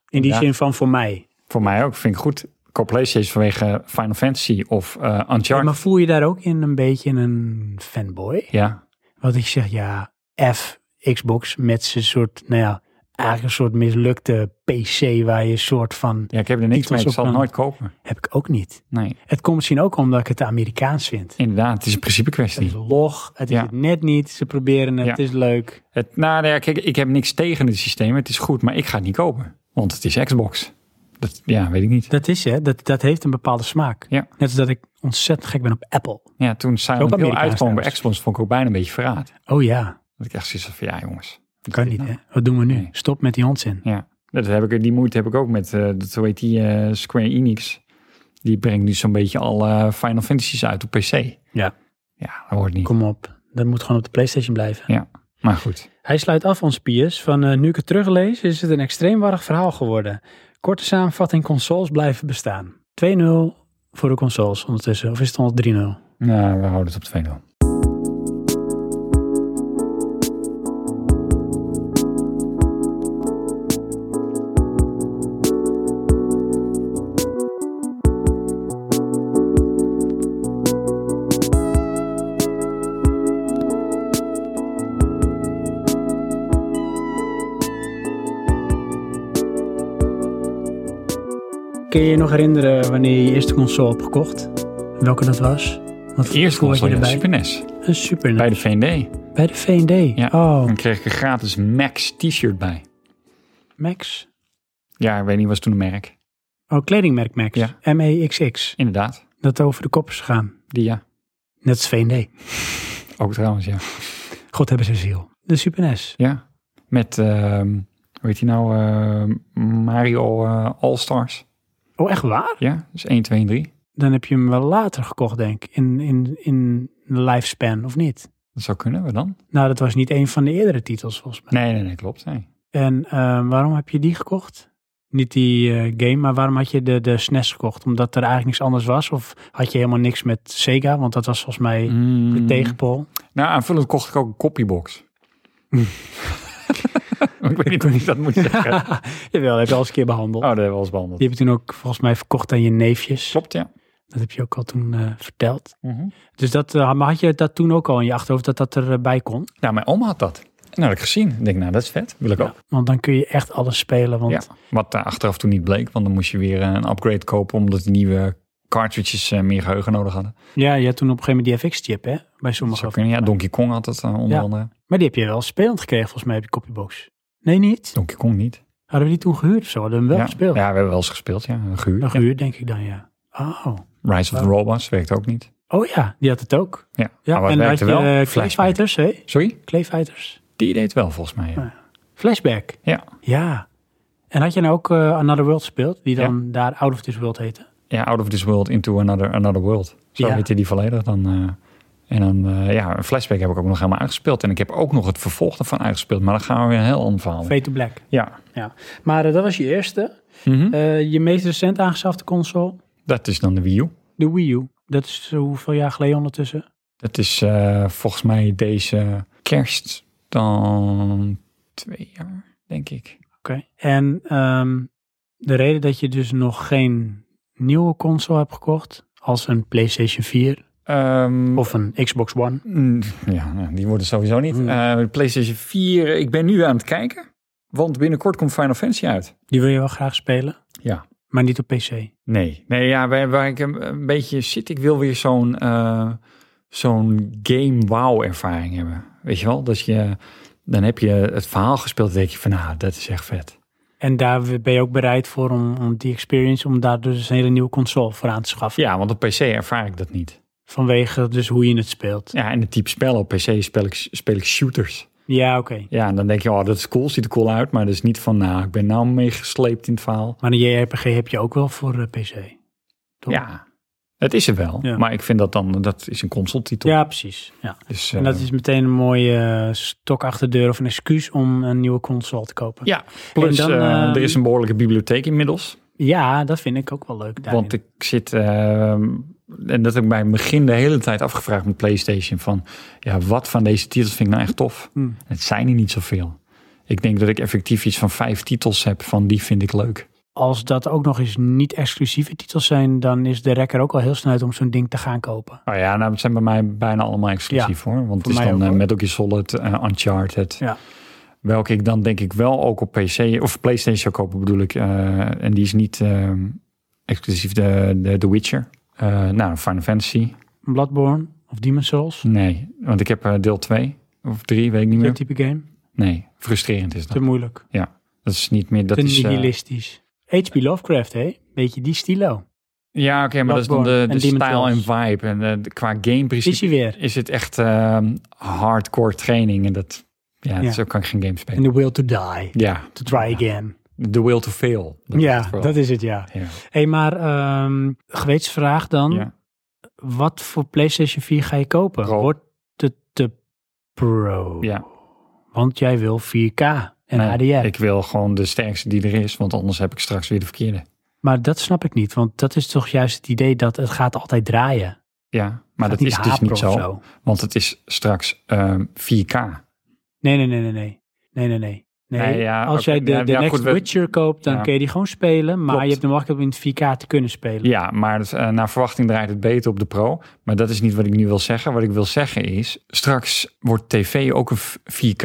S2: In die
S1: Ja.
S2: zin van voor mij.
S1: Voor mij ook, vind ik goed. Ik Koop PlayStation vanwege Final Fantasy of eh Uncharted. Ja,
S2: Maar voel je daar ook in een beetje een fanboy? Want ik zeg ja, F Xbox met zijn soort, nou ja, eigenlijk een soort mislukte PC waar je een soort van,
S1: Ja, ik heb er niks
S2: Titels
S1: mee. Ik
S2: op
S1: zal het
S2: een-
S1: nooit kopen.
S2: heb ik ook niet.
S1: Nee,
S2: Het komt misschien ook omdat ik het Amerikaans vind.
S1: inderdaad, het is een principe
S2: Het is
S1: kwestie.
S2: log, het is
S1: Ja.
S2: het net niet, ze proberen het,
S1: Ja.
S2: het is leuk.
S1: Het, nou ja, kijk, ik heb niks tegen het systeem. Het is goed, maar ik ga het niet kopen. Want het is Xbox. Dat, ja, weet ik niet.
S2: Dat is hè, dat, dat heeft een bepaalde smaak.
S1: Ja.
S2: Net als dat ik ontzettend gek ben op Apple.
S1: Ja, toen Silent Hill
S2: Amerikaans
S1: uitkwam bij
S2: trouwens.
S1: Xbox, vond ik ook bijna een beetje verraad.
S2: Oh ja,
S1: Dat ik echt zoiets had van, ja jongens. wat
S2: kan
S1: is
S2: niet
S1: dit
S2: hè.
S1: nou?
S2: Wat doen we nu?
S1: Nee.
S2: Stop met die onzin.
S1: Ja, dat heb ik, die moeite heb ik ook met, eh dat, hoe heet die, eh, Square Enix. Die brengt nu zo'n beetje al eh, Final Fantasy's uit op PC.
S2: Ja.
S1: Ja, dat hoort niet.
S2: Kom op, dat moet gewoon op de Playstation blijven.
S1: Ja, maar goed.
S2: Hij sluit af ons Piers van eh, nu ik het teruglees is het een extreem warrig verhaal geworden. Korte samenvatting consoles blijven bestaan. 2-0 voor de consoles ondertussen? Of is het al 3-0?
S1: Nou, we houden het op 2-0.
S2: Kun je je nog herinneren wanneer je je eerste console hebt gekocht? Welke dat was? Wat
S1: Eerst
S2: voor
S1: was
S2: had je
S1: je de
S2: erbij?
S1: Super NES
S2: Een Super
S1: bij
S2: NES.
S1: de V&D.
S2: Bij de V&D.
S1: Ja.
S2: Oh,
S1: Dan kreeg ik een gratis Max t-shirt bij.
S2: Max.
S1: Ja, ik weet niet, was toen een merk.
S2: Oh, kledingmerk Max.
S1: Ja.
S2: M-E-X-X.
S1: Inderdaad,
S2: Dat over de kop is gegaan.
S1: die ja.
S2: Net als V&D.
S1: Ook trouwens, ja.
S2: God hebben ze ziel. De Super E NES.
S1: Ja, met, ehm, hoe heet die nou, eh, Mario eh, All-Stars.
S2: Oh, echt waar?
S1: Ja, dus 1, 2 en 3.
S2: Dan heb je hem wel later gekocht, denk ik. In, in, in de lifespan, of niet?
S1: Dat zou kunnen, we dan?
S2: Nou, dat was niet een van de eerdere titels, volgens mij.
S1: Nee, nee, nee, klopt. Nee.
S2: En eh, waarom heb je die gekocht? Niet die eh, game, maar waarom had je de, de SNES gekocht? Omdat er eigenlijk niks anders was? Of had je helemaal niks met Sega? Want dat was volgens mij
S1: Hmm.
S2: de tegenpol.
S1: Nou, aanvullend kocht ik ook een *laughs* copybox. ik weet niet hoe ik dat moet *laughs* zeggen. Oh,
S2: Jawel, dat heb je al eens een keer behandeld.
S1: dat hebben we al eens behandeld.
S2: Die heb je toen ook volgens mij verkocht aan je neefjes.
S1: Klopt, ja.
S2: Dat heb je ook al toen eh, verteld.
S1: Mhm.
S2: Dus dat, eh, maar had je dat toen ook al in je achterhoofd dat dat erbij kon?
S1: Nou, mijn oma had dat. En dat had ik gezien. Ik denk, nou, dat is vet. Wil ik ook.
S2: Want dan kun je echt alles spelen. Want
S1: Ja, wat daar achteraf toen niet bleek, want dan moest je weer eh, een upgrade kopen omdat die nieuwe cartridges eh, meer geheugen nodig hadden.
S2: Ja, je had toen op een gegeven moment die FX-chip, hè? Bij sommige.
S1: Zou kunnen, ja, Donkey Kong had dat eh, onder
S2: Ja.
S1: andere.
S2: Maar die heb je wel spelend gekregen, volgens mij, op je copybox. Nee, niet?
S1: Donkey Kong niet.
S2: Hadden we die toen gehuurd of zo? Hadden we hem wel
S1: ja.
S2: gespeeld?
S1: Ja, we hebben wel eens gespeeld, ja. Gehuurd.
S2: Nou,
S1: Ja.
S2: gehuurd denk ik dan, ja. Oh.
S1: Rise of the Robots werkt ook niet.
S2: Oh ja, die had het ook.
S1: Ja,
S2: Ja,
S1: maar het
S2: en dan had
S1: Nou, werkte
S2: je
S1: wel.
S2: eh, Clay
S1: Flashback.
S2: Fighters, hè?
S1: Sorry?
S2: Clay Fighters.
S1: Die deed wel volgens mij. Ja.
S2: Flashback.
S1: Ja.
S2: Ja. En had je nou ook eh, Another World gespeeld? Die dan daar Out of This World heette?
S1: ja, Out of this world into another, another world. Zo
S2: Ja.
S1: heet heette die volledig dan. eh, en dan, eh, ja, een flashback heb ik ook nog helemaal uitgespeeld. En ik heb ook nog het vervolg ervan uitgespeeld. Maar dan gaan we weer een heel ander verhaal. in.
S2: Fade to Black.
S1: Ja,
S2: Ja. Maar eh, dat was je eerste.
S1: Mhm.
S2: Eh, je meest recent aangeschafte console?
S1: dat is dan de Wii U.
S2: De Wii U. Dat is eh, hoeveel jaar geleden ondertussen?
S1: Dat is eh, volgens mij deze kerst dan twee jaar, denk ik.
S2: Oké. En ehm, de reden dat je dus nog geen nieuwe console hebt gekocht, als een PlayStation 4
S1: Ehm,
S2: of een Xbox One.
S1: Mm, Ja, nou, die worden sowieso niet.
S2: Hmm.
S1: Eh, PlayStation 4, ik ben nu aan het kijken. Want binnenkort komt Final Fantasy uit.
S2: Die wil je wel graag spelen,
S1: Ja.
S2: maar niet op PC.
S1: Nee. Nee, ja, waar, waar ik een, een beetje zit, ik wil weer zo'n eh, zo'n game wow ervaring hebben. Weet je wel? Dat je, dan heb je het verhaal gespeeld en denk je van, nou, dat is echt vet.
S2: En daar ben je ook bereid voor om, om die experience, om daar dus een hele nieuwe console voor aan te schaffen.
S1: Ja, want op PC ervaar ik dat niet.
S2: Vanwege dus hoe je het speelt. Ja,
S1: Ja, en het type spel op PC speel ik, speel ik shooters.
S2: oké.
S1: Ja, en dan denk je, oh, dat is cool, ziet er cool uit. Maar dat is niet van, nou, ik ben nou meegesleept in het verhaal.
S2: Maar een JRPG heb je ook wel voor eh, PC. Toch?
S1: Ja, het is er wel.
S2: Ja.
S1: Maar ik vind dat dan, dat is een consoletitel.
S2: Ja, precies. Ja.
S1: Dus,
S2: En
S1: eh,
S2: dat is meteen een mooie eh, stok achter de deur of een excuus om een nieuwe console te kopen.
S1: ja, plus
S2: En dan,
S1: eh,
S2: eh,
S1: er is een behoorlijke bibliotheek inmiddels.
S2: Ja, dat vind ik ook wel leuk. daarin.
S1: Want ik zit, eh, en dat heb ik bij het begin de hele tijd afgevraagd met PlayStation. Van, ja, wat van deze titels vind ik nou echt tof?
S2: Hmm.
S1: Het zijn er niet zoveel. Ik denk dat ik effectief iets van vijf titels heb van die vind ik leuk.
S2: Als dat ook nog eens niet exclusieve titels zijn, dan is de rekker ook al heel snel uit om zo'n ding te gaan kopen.
S1: Nou ja, nou, het zijn bij mij bijna allemaal exclusief hoor. Want
S2: voor
S1: het is
S2: mij
S1: dan
S2: ook,
S1: met
S2: hoor.
S1: Metal Gear Solid, eh, Uncharted.
S2: Ja.
S1: Welke ik dan denk ik wel ook op PC of PlayStation zou kopen bedoel ik. eh, en die is niet eh, exclusief de, de, de Witcher. Eh, nou, Final Fantasy.
S2: Bloodborne of Demon's Souls,
S1: Nee, want ik heb eh, deel 2 of 3, weet ik niet
S2: dat
S1: meer.
S2: type game.
S1: Nee, frustrerend is
S2: Te
S1: dat.
S2: moeilijk,
S1: Dat is niet meer. Dat
S2: te
S1: is, eh,
S2: nihilistisch. H.P. Lovecraft, hè? Beetje die stilo.
S1: ja, oké, maar dat is dan de,
S2: Bloodborne
S1: de
S2: en Demon's
S1: stijl en
S2: Souls.
S1: vibe. En eh, qua gameprincipe
S2: Is hij weer.
S1: is het echt eh, hardcore training. En dat, ja,
S2: Ja.
S1: zo kan ik geen game
S2: En
S1: spelen.
S2: The Will to Die,
S1: Ja,
S2: to Try Again.
S1: the will to fail. Dat is het
S2: ja,
S1: vooral.
S2: dat is het, ja.
S1: Ja.
S2: Hé, hey, maar ehm gewetensvraag dan.
S1: Ja.
S2: Wat voor PlayStation 4 ga je kopen?
S1: Pro.
S2: Wordt het de Pro?
S1: Ja.
S2: Want jij wil 4K en
S1: Nee,
S2: HDR.
S1: Nou, Ik wil gewoon de sterkste die er is, want anders heb ik straks weer de verkeerde.
S2: Maar dat snap ik niet, want dat is toch juist het idee dat het gaat altijd draaien. Het
S1: Ja, maar
S2: gaat
S1: dat is dus
S2: haperen
S1: niet zo.
S2: of
S1: Want het is straks ehm, 4K.
S2: Nee, nee, nee, nee, nee. Nee, nee, nee. nee.
S1: Nee, ja,
S2: Als jij
S1: oké.
S2: de,
S1: Ja,
S2: de
S1: ja,
S2: Next
S1: goed, we-
S2: Witcher koopt, dan
S1: Ja.
S2: kun je die gewoon spelen. Maar
S1: Klopt.
S2: je hebt de mogelijkheid om in het 4K te kunnen spelen.
S1: Ja, maar het, eh, naar verwachting draait het beter op de Pro. Maar dat is niet wat ik nu wil zeggen. Wat ik wil zeggen is, straks wordt tv ook een v- 4K.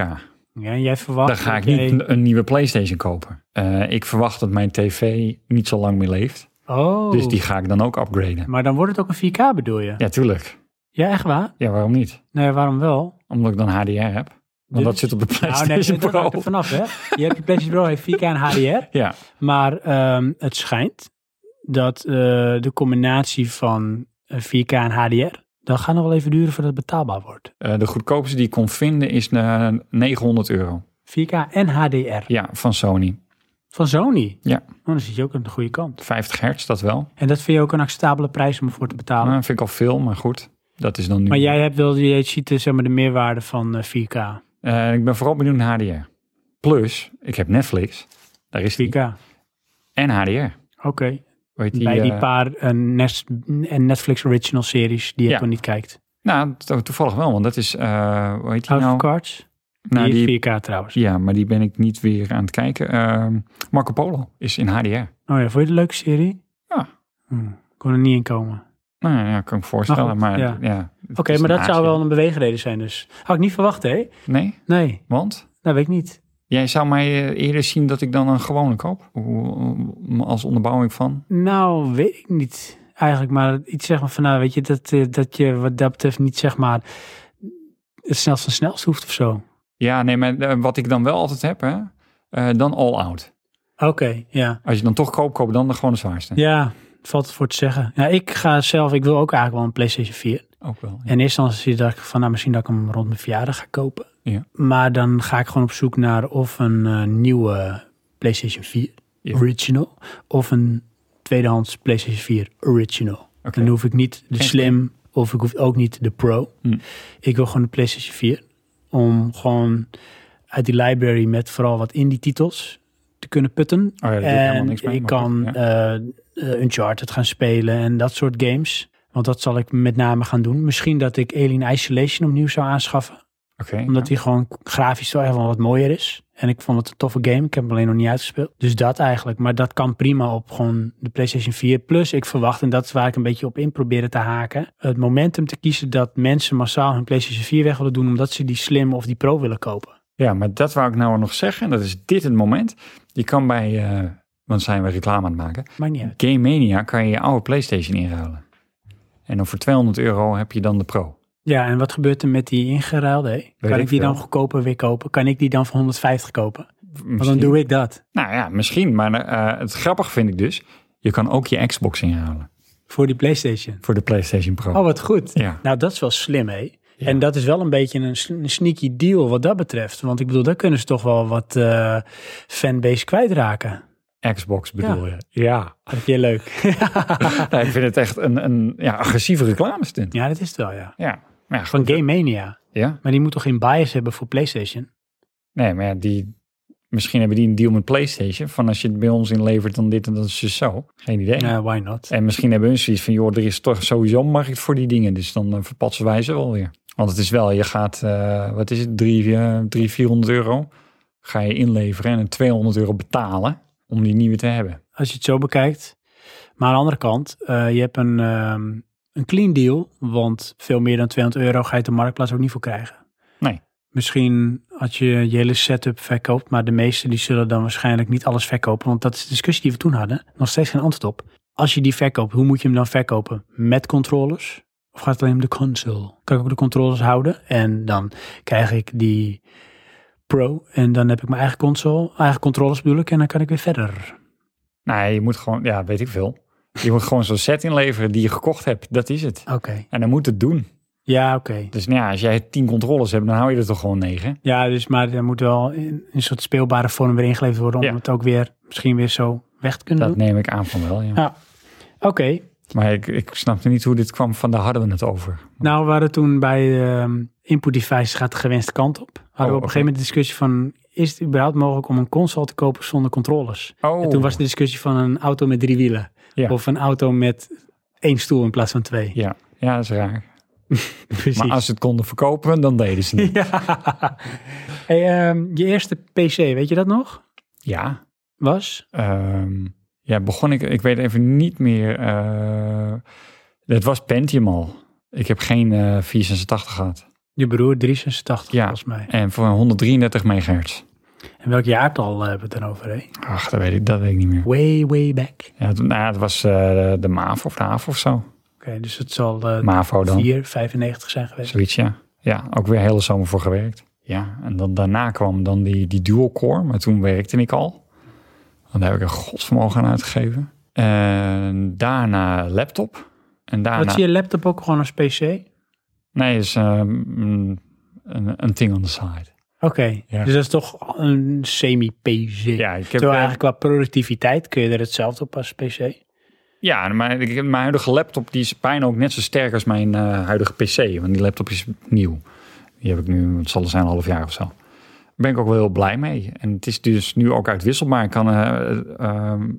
S2: Ja, en jij verwacht...
S1: Dan ga ik
S2: dat jij-
S1: niet een, een nieuwe PlayStation kopen. Eh, ik verwacht dat mijn tv niet zo lang meer leeft.
S2: Oh,
S1: Dus die ga ik dan ook upgraden.
S2: maar dan wordt het ook een 4K bedoel je? Ja,
S1: Ja, tuurlijk.
S2: echt waar?
S1: Ja, waarom niet?
S2: Nee, waarom wel?
S1: Omdat ik dan HDR heb.
S2: Dit-
S1: Want dat zit op de
S2: Nou, nee,
S1: PlayStation
S2: dat hangt er
S1: Pro.
S2: vanaf, hè. Je hebt je PlayStation Pro, heeft 4K en HDR.
S1: *laughs* Ja,
S2: Maar ehm, het schijnt dat eh, de combinatie van eh, 4K en HDR... dat gaat nog wel even duren voordat het betaalbaar wordt.
S1: eh, de goedkoopste die ik kon vinden is eh, 900 euro.
S2: 4K en HDR.
S1: Ja, van Sony.
S2: Van Sony.
S1: Ja,
S2: Oh, dan zit je ook aan de goede kant.
S1: 50 hertz, dat wel.
S2: En dat vind je ook een acceptabele prijs om ervoor te betalen.
S1: Nou, vind ik al veel, maar goed. Dat is dan nu.
S2: Maar jij hebt wel, jij ziet eh, zeg maar, de meerwaarde van eh, 4K.
S1: Eh, ik ben vooral benieuwd naar HDR. Plus, ik heb Netflix. Daar is die.
S2: 4K, oké.
S1: En HDR. Weet
S2: Bij die
S1: eh,
S2: paar eh, Nes- en Netflix original series die je
S1: Ja.
S2: nog niet kijkt.
S1: Nou, to- toevallig wel, want dat is. eh hoe heet die
S2: House
S1: nou?
S2: of Cards,
S1: Nou,
S2: die,
S1: die-
S2: is 4K trouwens.
S1: ja, maar die ben ik niet weer aan het kijken. Ehm, Marco Polo is in HDR.
S2: Oh ja, vond je het een leuke serie?
S1: Ja.
S2: Hm, kon er niet in komen.
S1: Nou ja, kan ik me voorstellen.
S2: Maar goed,
S1: maar
S2: ja.
S1: ja.
S2: Oké, maar dat zou wel een beweegreden zijn dus. Had ik niet verwacht, hè?
S1: Nee,
S2: Nee,
S1: want
S2: dat weet ik niet.
S1: jij zou mij eh, eerder zien dat ik dan een gewone koop. Hoe- Als onderbouwing van.
S2: Nou, weet ik niet eigenlijk. Maar iets zeg maar van, nou weet je, dat, eh, dat je wat dat betreft niet zeg maar het snelst van snelst hoeft of zo. Oké,
S1: Ja, nee, maar eh, wat ik dan wel altijd heb, hè, eh, dan all-out.
S2: ja.
S1: Als je dan toch koop, koop dan de gewoon de zwaarste.
S2: Ja, valt voor te zeggen. Ja, ik ga zelf, ik wil ook eigenlijk wel een PlayStation 4.
S1: Ook wel. ja.
S2: En eerst dan zie ik van, nou misschien dat ik hem rond mijn verjaardag ga kopen.
S1: Ja.
S2: Maar dan ga ik gewoon op zoek naar of een eh, nieuwe PlayStation 4
S1: Ja.
S2: Original of een tweedehands PlayStation 4 Original.
S1: Oké.
S2: Dan hoef ik niet de Slim of ik hoef ook niet de Pro.
S1: Hm.
S2: Ik wil gewoon de PlayStation 4 om gewoon uit die library met vooral wat indie titels te kunnen putten.
S1: Oh ja, daar doe ik helemaal
S2: en
S1: niks mee,
S2: ik
S1: maar
S2: kan
S1: goed,
S2: eh, eh, Uncharted gaan spelen en dat soort games. Want dat zal ik met name gaan doen. Misschien dat ik Alien Isolation opnieuw zou aanschaffen.
S1: Oké.
S2: Omdat die gewoon grafisch toch echt wel wat mooier is. En ik vond het een toffe game. Ik heb hem alleen nog niet uitgespeeld. Dus dat eigenlijk. Maar dat kan prima op gewoon de PlayStation 4. Plus ik verwacht, en dat is waar ik een beetje op in probeerde te haken. Het momentum te kiezen dat mensen massaal hun PlayStation 4 weg willen doen. Omdat ze die Slim of die Pro willen kopen.
S1: Ja, maar dat wou ik nou nog zeggen. En dat is dit het moment. Je kan bij, eh, want zijn we reclame aan het maken.
S2: Maakt niet uit.
S1: Game Mania kan je je oude PlayStation inruilen. En dan voor 200 euro heb je dan de Pro.
S2: Ja, en wat gebeurt er met die ingeruilde? hè?
S1: ik
S2: Kan ik die
S1: veel.
S2: dan goedkoper weer kopen? Kan ik die dan voor 150 kopen? Want dan
S1: Misschien-
S2: doe ik dat.
S1: Nou ja, misschien. Maar eh, het grappig vind ik dus, je kan ook je Xbox inruilen
S2: Voor die PlayStation.
S1: voor de PlayStation Pro.
S2: Oh, wat goed.
S1: Ja.
S2: Nou, dat is wel slim, hé. En dat is wel een beetje een, s- een sneaky deal wat dat betreft. Want ik bedoel, daar kunnen ze toch wel wat eh, fanbase kwijtraken.
S1: Xbox bedoel je? Ja.
S2: Dat vind je leuk. *laughs*
S1: Nou, ik vind het echt een, een ja, agressieve reclame stunt.
S2: ja, dat is het wel, ja.
S1: Ja. Maar ja,
S2: Van
S1: goed.
S2: Game Mania.
S1: Ja.
S2: Maar die moet toch geen bias hebben voor PlayStation?
S1: Nee, maar ja, die, misschien hebben die een deal met PlayStation. Van als je het bij ons inlevert, dan dit en dat is dus zo. Geen idee.
S2: Ja, Eh, why not?
S1: En misschien hebben hun zoiets van, joh, er is toch sowieso markt voor die dingen. Dus dan eh, verpatsen wij ze wel weer. Want het is wel, je gaat, eh, wat is het, 300, 400 euro ga je inleveren en een 200 euro betalen om die nieuwe te hebben.
S2: Als je het zo bekijkt. Maar aan de andere kant, eh, je hebt een, ehm, een clean deal. Want veel meer dan 200 euro ga je het de marktplaats ook niet voor krijgen.
S1: Nee.
S2: Misschien had je je hele setup verkoopt, maar de meesten die zullen dan waarschijnlijk niet alles verkopen. Want dat is de discussie die we toen hadden. Nog steeds geen antwoord op. Als je die verkoopt, hoe moet je hem dan verkopen? Met controllers? Of gaat het alleen om de console? Kan ik ook de controllers houden? En dan krijg ik die Pro en dan heb ik mijn eigen console, eigen controllers bedoel ik. En dan kan ik weer verder.
S1: Nee, Nou, je moet gewoon, ja, weet ik veel. Je moet gewoon zo'n set inleveren die je gekocht hebt. Dat is het.
S2: Oké.
S1: En dan moet het doen.
S2: Ja, oké.
S1: Dus nou ja, als jij 10 controllers hebt, dan hou je er toch gewoon 9.
S2: Ja, dus, maar er moet wel in een soort speelbare vorm weer ingeleverd worden. Om
S1: Ja.
S2: het ook weer, misschien weer zo weg te kunnen
S1: Dat
S2: doen.
S1: neem ik aan van wel, ja.
S2: Ja. Oké,
S1: Maar ik, ik snapte niet hoe dit kwam, van daar hadden we het over.
S2: Nou, we hadden toen bij ehm input devices gaat de gewenste kant op. Hadden we op een
S1: Oh, oké.
S2: gegeven moment de discussie van, is het überhaupt mogelijk om een console te kopen zonder controllers?
S1: Oh,
S2: En toen was de discussie van een auto met drie wielen.
S1: Ja.
S2: Of een auto met één stoel in plaats van twee. *laughs*
S1: ja. ja, dat is raar.
S2: Precies.
S1: Maar als ze het konden verkopen, dan deden ze het.
S2: *laughs* Ja. Hey, ehm, je eerste PC, weet je dat nog?
S1: ja.
S2: Was?
S1: Ehm, ja, begon ik, ik weet even niet meer. eh, het was Pentium al. Ik heb geen eh 486 gehad.
S2: Je broer 386
S1: Ja.
S2: volgens mij.
S1: En voor 133 megahertz.
S2: En welk jaartal eh, hebben we het dan over? Hè?
S1: Ach, dat weet ik, dat weet ik niet meer.
S2: Way, way back. Oké,
S1: Ja, het, nou, het was eh, de MAVO of de HAVO of zo.
S2: dus het zal eh
S1: MAVO dan.
S2: 4, 95 zijn geweest.
S1: Zoiets, ja. Ja, ook weer hele zomer voor gewerkt. Ja, en dan, daarna kwam dan die, die dual core, maar toen werkte ik al. Want daar heb ik een godsvermogen aan uitgegeven. En daarna laptop. En daarna...
S2: Wat zie je laptop ook gewoon als PC? Oké,
S1: Nee, is ehm, mm, een, een thing on the side. Ja.
S2: dus dat is toch een semi-PC.
S1: Ja, ik heb,
S2: Terwijl
S1: eh,
S2: eigenlijk qua productiviteit kun je er hetzelfde op als PC.
S1: ja maar ik heb mijn huidige laptop die is bijna ook net zo sterk als mijn eh, huidige PC. Want die laptop is nieuw. Die heb ik nu, het zal er zijn, een half jaar of zo. Daar ben ik ook wel heel blij mee. En het is dus nu ook uitwisselbaar. Ik kan eh, ehm,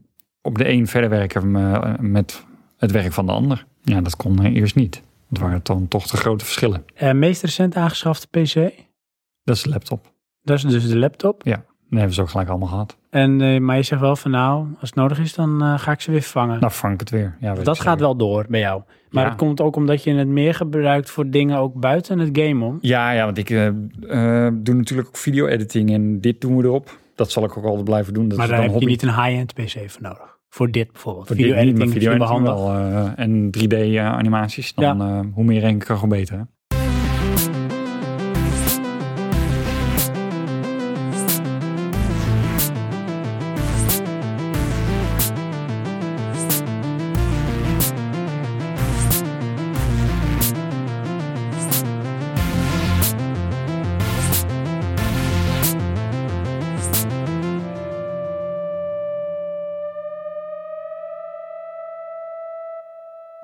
S1: op de een verder werken eh, met het werk van de ander. Ja, dat kon eh, eerst niet. Het waren dan toch te grote verschillen.
S2: Eh meest recent aangeschafte PC,
S1: Dat is de laptop.
S2: dat is dus de laptop.
S1: Dat hebben ze ook gelijk allemaal gehad.
S2: En, eh, maar je zegt wel van nou, als het nodig is, dan eh, ga ik ze weer vervangen. Dus
S1: Nou, vang ik het weer. Ja, weet ik
S2: dat
S1: zeker.
S2: gaat wel door bij jou. Maar
S1: Ja.
S2: het komt ook omdat je het meer gebruikt voor dingen ook buiten het game om.
S1: Ja, ja, want ik eh, eh, doe natuurlijk ook video-editing en dit doen we erop. Dat zal ik ook altijd blijven doen. Dat
S2: maar
S1: is
S2: daar
S1: dan
S2: heb je
S1: hobby.
S2: niet een high-end PC voor nodig. Voor dit bijvoorbeeld.
S1: Voor dit
S2: video
S1: niet,
S2: editing
S1: maar
S2: is wel
S1: video-editing
S2: handig.
S1: wel, eh, en 3D-animaties. Dan eh, hoe meer en kan, hoe beter. hè?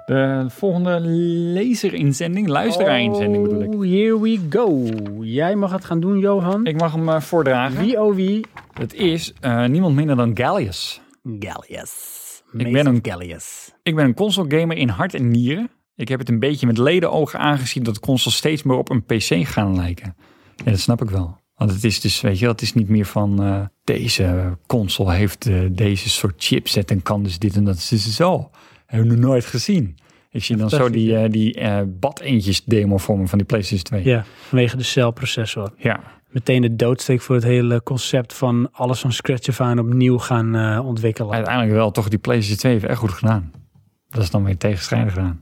S1: De volgende lezer-inzending, luisteraar-inzending bedoel ik.
S2: Oh, here we go. Jij mag het gaan doen, Johan.
S1: Ik mag hem eh, voordragen.
S2: Wie oh wie?
S1: Het is eh, niemand minder dan Gallius.
S2: Gallius.
S1: Ik ben een-
S2: Gallius.
S1: Ik ben een console gamer in hart en nieren. Ik heb het een beetje met ledenogen aangezien dat consoles steeds meer op een PC gaan lijken. Ja, dat snap ik wel. Want het is dus, weet je wel, het is niet meer van eh, deze console heeft eh, deze soort chipset en kan dus dit en dat. Het is zo. Hebben we nog nooit gezien. Ik zie dan zo die, eh, die eh bad-eentjes demo vormen van die PlayStation 2.
S2: Ja, vanwege de celprocessor.
S1: ja.
S2: Meteen de doodsteek voor het hele concept van alles van scratch af aan opnieuw gaan eh, ontwikkelen.
S1: uiteindelijk wel toch die PlayStation 2 heeft echt goed gedaan. Dat is dan weer tegenstrijdig gedaan.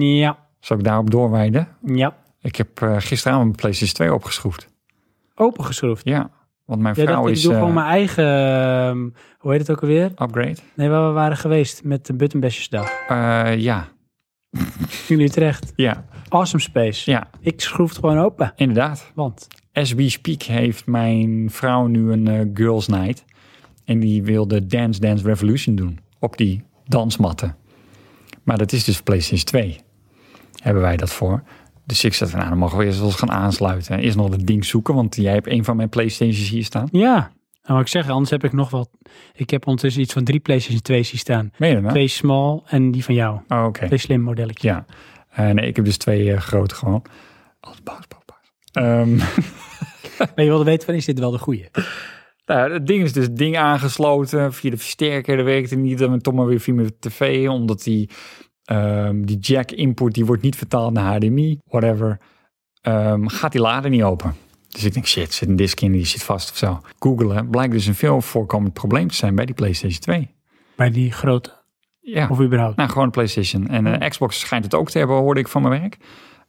S2: Ja,
S1: Zal ik daarop doorwijden?
S2: ja.
S1: Ik heb eh, gisteravond mijn PlayStation 2 opgeschroefd.
S2: Opengeschroefd.
S1: Ja, want mijn
S2: Ja,
S1: vrouw
S2: dat, ik
S1: is
S2: doe
S1: eh,
S2: gewoon mijn eigen, ehm, hoe heet het ook alweer?
S1: upgrade.
S2: Nee, waar we waren geweest met de Buttonbashesdag.
S1: Eh, ja,
S2: Jullie terecht.
S1: ja,
S2: Awesome Space.
S1: ja,
S2: Ik schroef het gewoon open,
S1: inderdaad.
S2: want
S1: As we speak heeft mijn vrouw nu een eh, girls night. En die wilde Dance Dance Revolution doen. Op die dansmatten. Maar dat is dus PlayStation 2. Hebben wij dat voor. Dus ik zei, nou dan mogen we eerst wel eens gaan aansluiten. Eerst nog dat ding zoeken, want jij hebt een van mijn Playstations hier staan.
S2: ja. Nou, wat ik zeg, anders heb ik nog wat. Ik heb ondertussen iets van drie PlayStation 2's hier staan.
S1: Meen je dat nou?
S2: Twee small en die van jou.
S1: Oh, Oké.
S2: Twee slim modelletjes.
S1: Ja, Eh, nee, ik heb dus twee eh, grote gewoon. Oh, pauze, pauze, pauze. Ehm,
S2: Maar je wilde weten, van, is dit wel de goede?
S1: Nou, het ding is dus ding aangesloten via de versterker. Dat werkte niet. Dan toch maar weer via mijn tv. Omdat die, ehm, die jack input die wordt niet vertaald naar HDMI. Whatever. Ehm, gaat die lader niet open. Dus ik denk, shit, zit een disk in die zit vast of zo. Googelen blijkt dus een veel voorkomend probleem te zijn bij die PlayStation 2.
S2: Bij die grote,
S1: Ja.
S2: of überhaupt.
S1: Nou, gewoon de PlayStation. En eh, Xbox schijnt het ook te hebben, hoorde ik van mijn werk.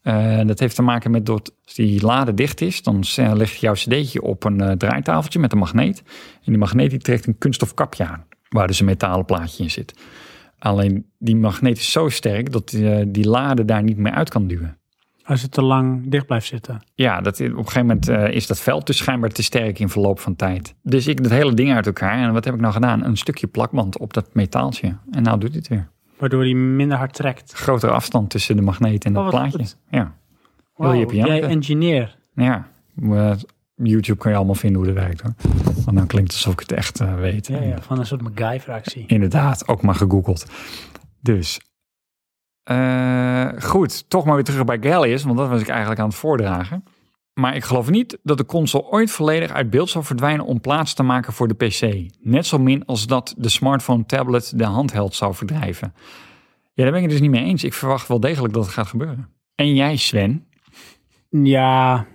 S1: Eh, dat heeft te maken met dat als die lade dicht is, dan s- eh, ligt jouw cd'tje op een eh, draaitafeltje met een magneet. En die magneet die trekt een kunststof kapje aan, waar dus een metalen plaatje in zit. Alleen die magneet is zo sterk dat eh, die lade daar niet meer uit kan duwen.
S2: Als het te lang dicht blijft zitten.
S1: Ja, dat, op een gegeven moment eh, is dat veld dus schijnbaar te sterk in verloop van tijd. Dus ik dat hele ding uit elkaar. En wat heb ik nou gedaan? Een stukje plakband op dat metaaltje. En nou doet dit weer.
S2: Waardoor hij minder hard trekt.
S1: Grotere afstand tussen de magneet en
S2: Oh,
S1: het
S2: wat
S1: plaatje.
S2: goed.
S1: Ja.
S2: Wauw,
S1: hippie, hè?
S2: jij engineer.
S1: ja. Maar YouTube kan je allemaal vinden hoe dat werkt hoor. Want dan klinkt het alsof ik het echt eh, weet.
S2: Ja, ja, van een soort MacGyver-actie.
S1: Inderdaad, ook maar gegoogeld. Dus. eh, goed, toch maar weer terug bij Gallius, want dat was ik eigenlijk aan het voordragen. Maar ik geloof niet dat de console ooit volledig uit beeld zal verdwijnen om plaats te maken voor de PC. Net zo min als dat de smartphone, tablet, de handheld zou verdrijven. Ja, daar ben ik het dus niet mee eens. Ik verwacht wel degelijk dat het gaat gebeuren. En jij, Sven?
S2: Ja,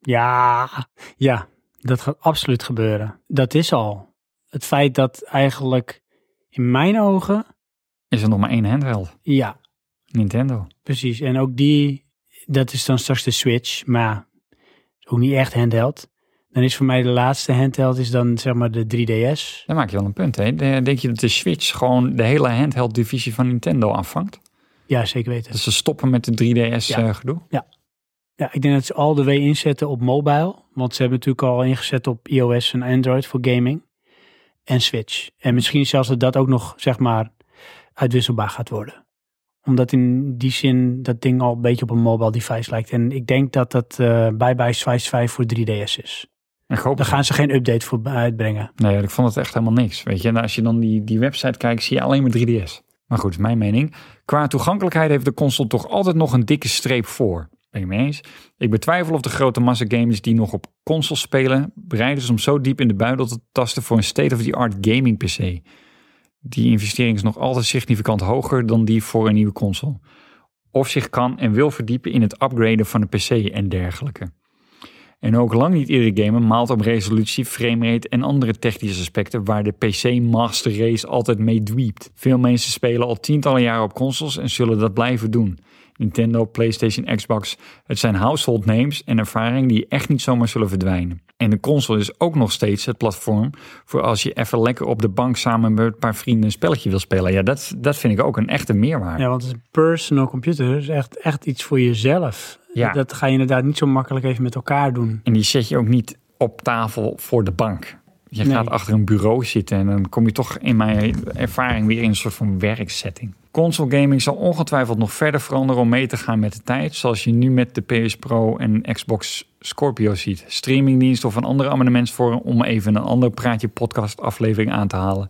S2: ja, ja, dat gaat absoluut gebeuren. Dat is al. Het feit dat eigenlijk in mijn ogen,
S1: Is er nog maar één handheld?
S2: ja,
S1: Nintendo.
S2: precies. En ook die, dat is dan straks de Switch, maar ook niet echt handheld. Dan is voor mij de laatste handheld is dan zeg maar de 3DS.
S1: Daar maak je wel een punt, hè? De- Denk je dat de Switch gewoon de hele handheld-divisie van Nintendo afvangt?
S2: Ja, zeker weten.
S1: Dat Dus ze stoppen met de 3DS
S2: Ja.
S1: eh, gedoe.
S2: Ja, ik denk dat ze all the way inzetten op mobile. Want ze hebben natuurlijk al ingezet op iOS en Android voor gaming. En Switch. En misschien zelfs dat dat ook nog, zeg maar, uitwisselbaar gaat worden. Omdat in die zin dat ding al een beetje op een mobile device lijkt. En ik denk dat dat eh Bye Bye Slice 5 voor 3DS is.
S1: Ik hoop
S2: Daar
S1: het.
S2: gaan ze geen update voor uitbrengen.
S1: Nee, ik vond het echt helemaal niks. Weet je, en als je dan die, die website kijkt, zie je alleen maar 3DS. Maar goed, mijn mening. Qua toegankelijkheid heeft de console toch altijd nog een dikke streep voor. Ben je mee eens? Ik betwijfel of de grote massa gamers die nog op console spelen, bereiden soms zo diep in de buidel te tasten voor een state-of-the-art gaming PC. Die investering is nog altijd significant hoger dan die voor een nieuwe console. Of zich kan en wil verdiepen in het upgraden van een PC en dergelijke. En ook lang niet iedere gamer maalt op resolutie, framerate en andere technische aspecten waar de PC Master Race altijd mee dwiept. Veel mensen spelen al tientallen jaren op consoles en zullen dat blijven doen. Nintendo, PlayStation, Xbox, het zijn household names en ervaring die echt niet zomaar zullen verdwijnen. En de console is ook nog steeds het platform voor als je even lekker op de bank samen met een paar vrienden een spelletje wil spelen. Ja, dat, dat vind ik ook een echte meerwaarde.
S2: Ja, want het is een personal computer. is echt, echt iets voor jezelf.
S1: Ja.
S2: Dat ga je inderdaad niet zo makkelijk even met elkaar doen.
S1: En die zet je ook niet op tafel voor de bank. Je
S2: Nee.
S1: gaat achter een bureau zitten en dan kom je toch in mijn ervaring weer in een soort van werksetting. Console gaming zal ongetwijfeld nog verder veranderen om mee te gaan met de tijd, zoals je nu met de PS Pro en Xbox Scorpio ziet. Streamingdiensten of een andere abonnementsvorm, om even een andere praatje podcast aflevering aan te halen,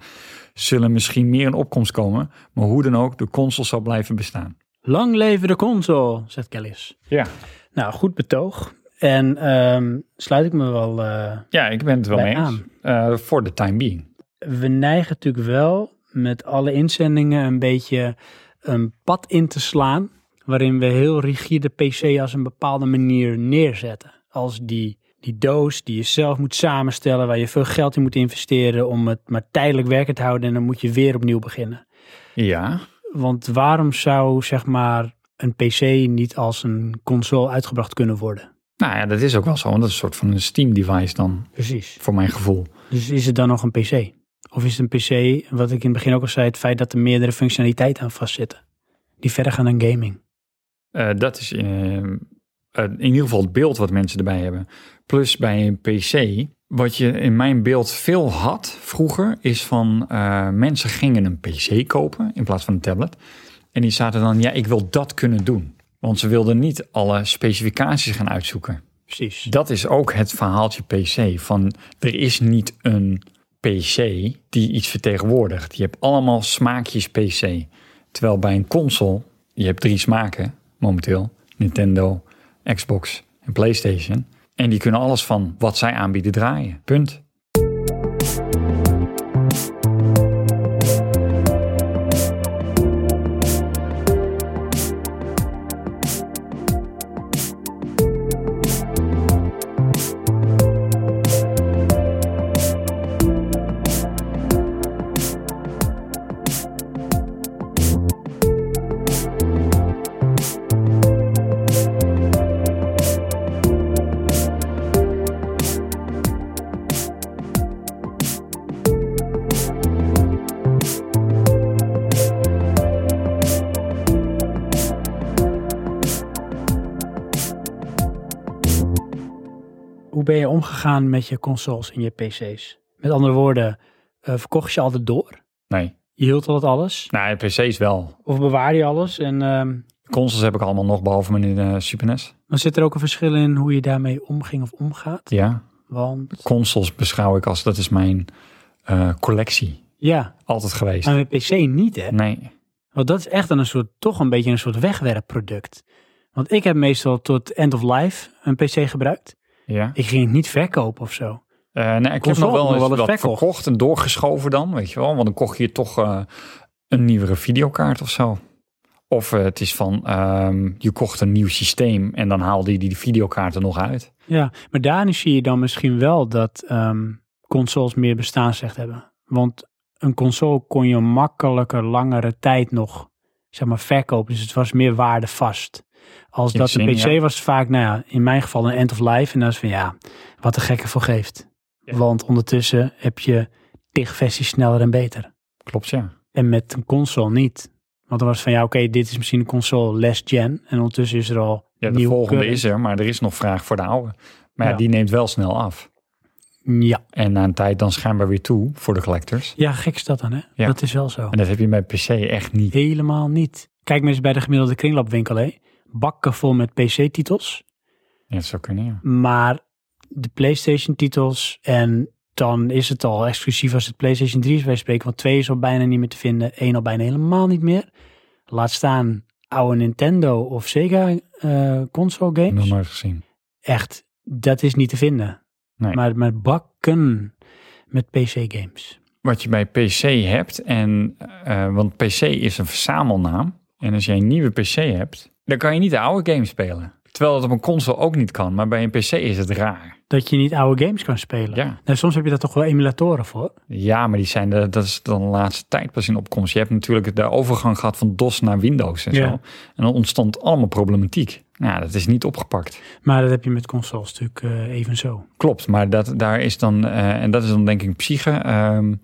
S1: zullen misschien meer in opkomst komen, maar hoe dan ook, de console zal blijven bestaan.
S2: Lang leven de console, zegt Kellis.
S1: Ja.
S2: Nou, goed betoog. En ehm, sluit ik me wel. eh,
S1: Ja, ik ben het wel
S2: Bij
S1: mee eens.
S2: aan.
S1: Eh, Voor de time being.
S2: we neigen natuurlijk wel met alle inzendingen een beetje een pad in te slaan. Waarin we heel rigide PC als een bepaalde manier neerzetten. Als die, die doos die je zelf moet samenstellen, waar je veel geld in moet investeren om het maar tijdelijk werkend te houden. En dan moet je weer opnieuw beginnen.
S1: Ja.
S2: Want waarom zou zeg maar een PC niet als een console uitgebracht kunnen worden?
S1: Nou ja, dat is ook wel zo. Want dat is een soort van een Steam-device dan,
S2: Precies.
S1: voor mijn gevoel.
S2: Dus is het dan nog een PC? Of is het een PC, wat ik in het begin ook al zei, het feit dat er meerdere functionaliteiten aan vastzitten? Die verder gaan dan gaming.
S1: Eh, dat is eh, eh, in ieder geval het beeld wat mensen erbij hebben. Plus bij een PC, wat je in mijn beeld veel had vroeger, is van eh, mensen gingen een PC kopen in plaats van een tablet. En die zaten dan, ja, ik wil dat kunnen doen. Want ze wilden niet alle specificaties gaan uitzoeken.
S2: Precies.
S1: Dat is ook het verhaaltje PC. Van er is niet een PC die iets vertegenwoordigt. Je hebt allemaal smaakjes PC. Terwijl bij een console, je hebt drie smaken momenteel: Nintendo, Xbox en PlayStation. En die kunnen alles van wat zij aanbieden draaien. Punt.
S2: Hoe ben je omgegaan met je consoles en je PC's? Met andere woorden, eh, verkocht je altijd door?
S1: Nee.
S2: Je Je hield al het alles?
S1: Nou, PC's wel.
S2: Of bewaarde je alles? En ehm,
S1: Consoles heb ik allemaal nog, behalve mijn eh Super NES.
S2: dan zit er ook een verschil in hoe je daarmee omging of omgaat.
S1: Ja,
S2: Want
S1: consoles beschouw ik als, dat is mijn eh, collectie.
S2: ja,
S1: Altijd geweest.
S2: maar met PC niet hè.
S1: Nee.
S2: Want dat is echt dan een soort, toch een beetje een soort wegwerpproduct. Want ik heb meestal tot end of life een PC gebruikt.
S1: Ja.
S2: Ik ging het niet verkopen of zo.
S1: Eh, nee, ik heb
S2: Console
S1: nog wel
S2: nog
S1: eens
S2: wel eens
S1: wat
S2: verkocht.
S1: verkocht en doorgeschoven dan, weet je wel. Want dan kocht je toch eh, een nieuwere videokaart of zo. Of eh, het is van, ehm, je kocht een nieuw systeem en dan haalde je die videokaart er nog uit.
S2: Ja, maar daarin zie je dan misschien wel dat ehm, consoles meer bestaansrecht hebben. Want een console kon je makkelijker langere tijd nog zeg maar, verkopen. Dus het was meer waardevast. Als
S1: In
S2: dat een
S1: zin,
S2: PC
S1: ja.
S2: was vaak, nou ja, in mijn geval een end of life. En dan is van ja, wat de gekke voor geeft. Want ondertussen heb je tig versies sneller en beter.
S1: Klopt, ja.
S2: En met een console niet. Want dan was het van ja, oké, dit is misschien een console last gen. En ondertussen is er al
S1: ja de
S2: nieuw
S1: volgende
S2: current.
S1: is er, maar er is nog vraag voor de oude. Maar ja,
S2: Ja.
S1: die neemt wel snel af.
S2: Ja.
S1: En na een tijd dan schijnbaar weer toe voor de collectors.
S2: ja, gek is dat dan hè.
S1: Ja.
S2: Dat is wel zo.
S1: En dat heb je bij PC echt niet.
S2: Helemaal niet. Kijk maar eens bij de gemiddelde kringloopwinkel. Hè. Bakken vol met PC-titels.
S1: Ja, dat zou kunnen, ja.
S2: Maar de PlayStation-titels en dan is het al exclusief als het PlayStation 3 is bij spreken. Want 2 is al bijna niet meer te vinden. 1 al bijna helemaal niet meer. Laat staan oude Nintendo of Sega eh, console
S1: Nog
S2: games.
S1: nooit gezien.
S2: Echt, dat is niet te vinden.
S1: Nee.
S2: Maar met bakken met PC-games.
S1: wat je bij PC hebt. En, eh, want PC is een verzamelnaam. En als jij een nieuwe PC hebt, dan kan je niet de oude game spelen. Terwijl dat op een console ook niet kan. Maar bij een PC is het raar.
S2: Dat je niet oude games kan spelen.
S1: Ja,
S2: Nou, soms heb je daar toch wel emulatoren voor.
S1: ja maar die zijn de, dat is dan de laatste tijd pas in opkomst. Je hebt natuurlijk de overgang gehad van DOS naar Windows en
S2: Ja.
S1: zo. En dan ontstond allemaal problematiek. Nou, dat is niet opgepakt.
S2: Maar dat heb je met consoles natuurlijk eh evenzo.
S1: Klopt, maar dat, daar is dan, eh, en dat is dan denk ik psyche, ehm,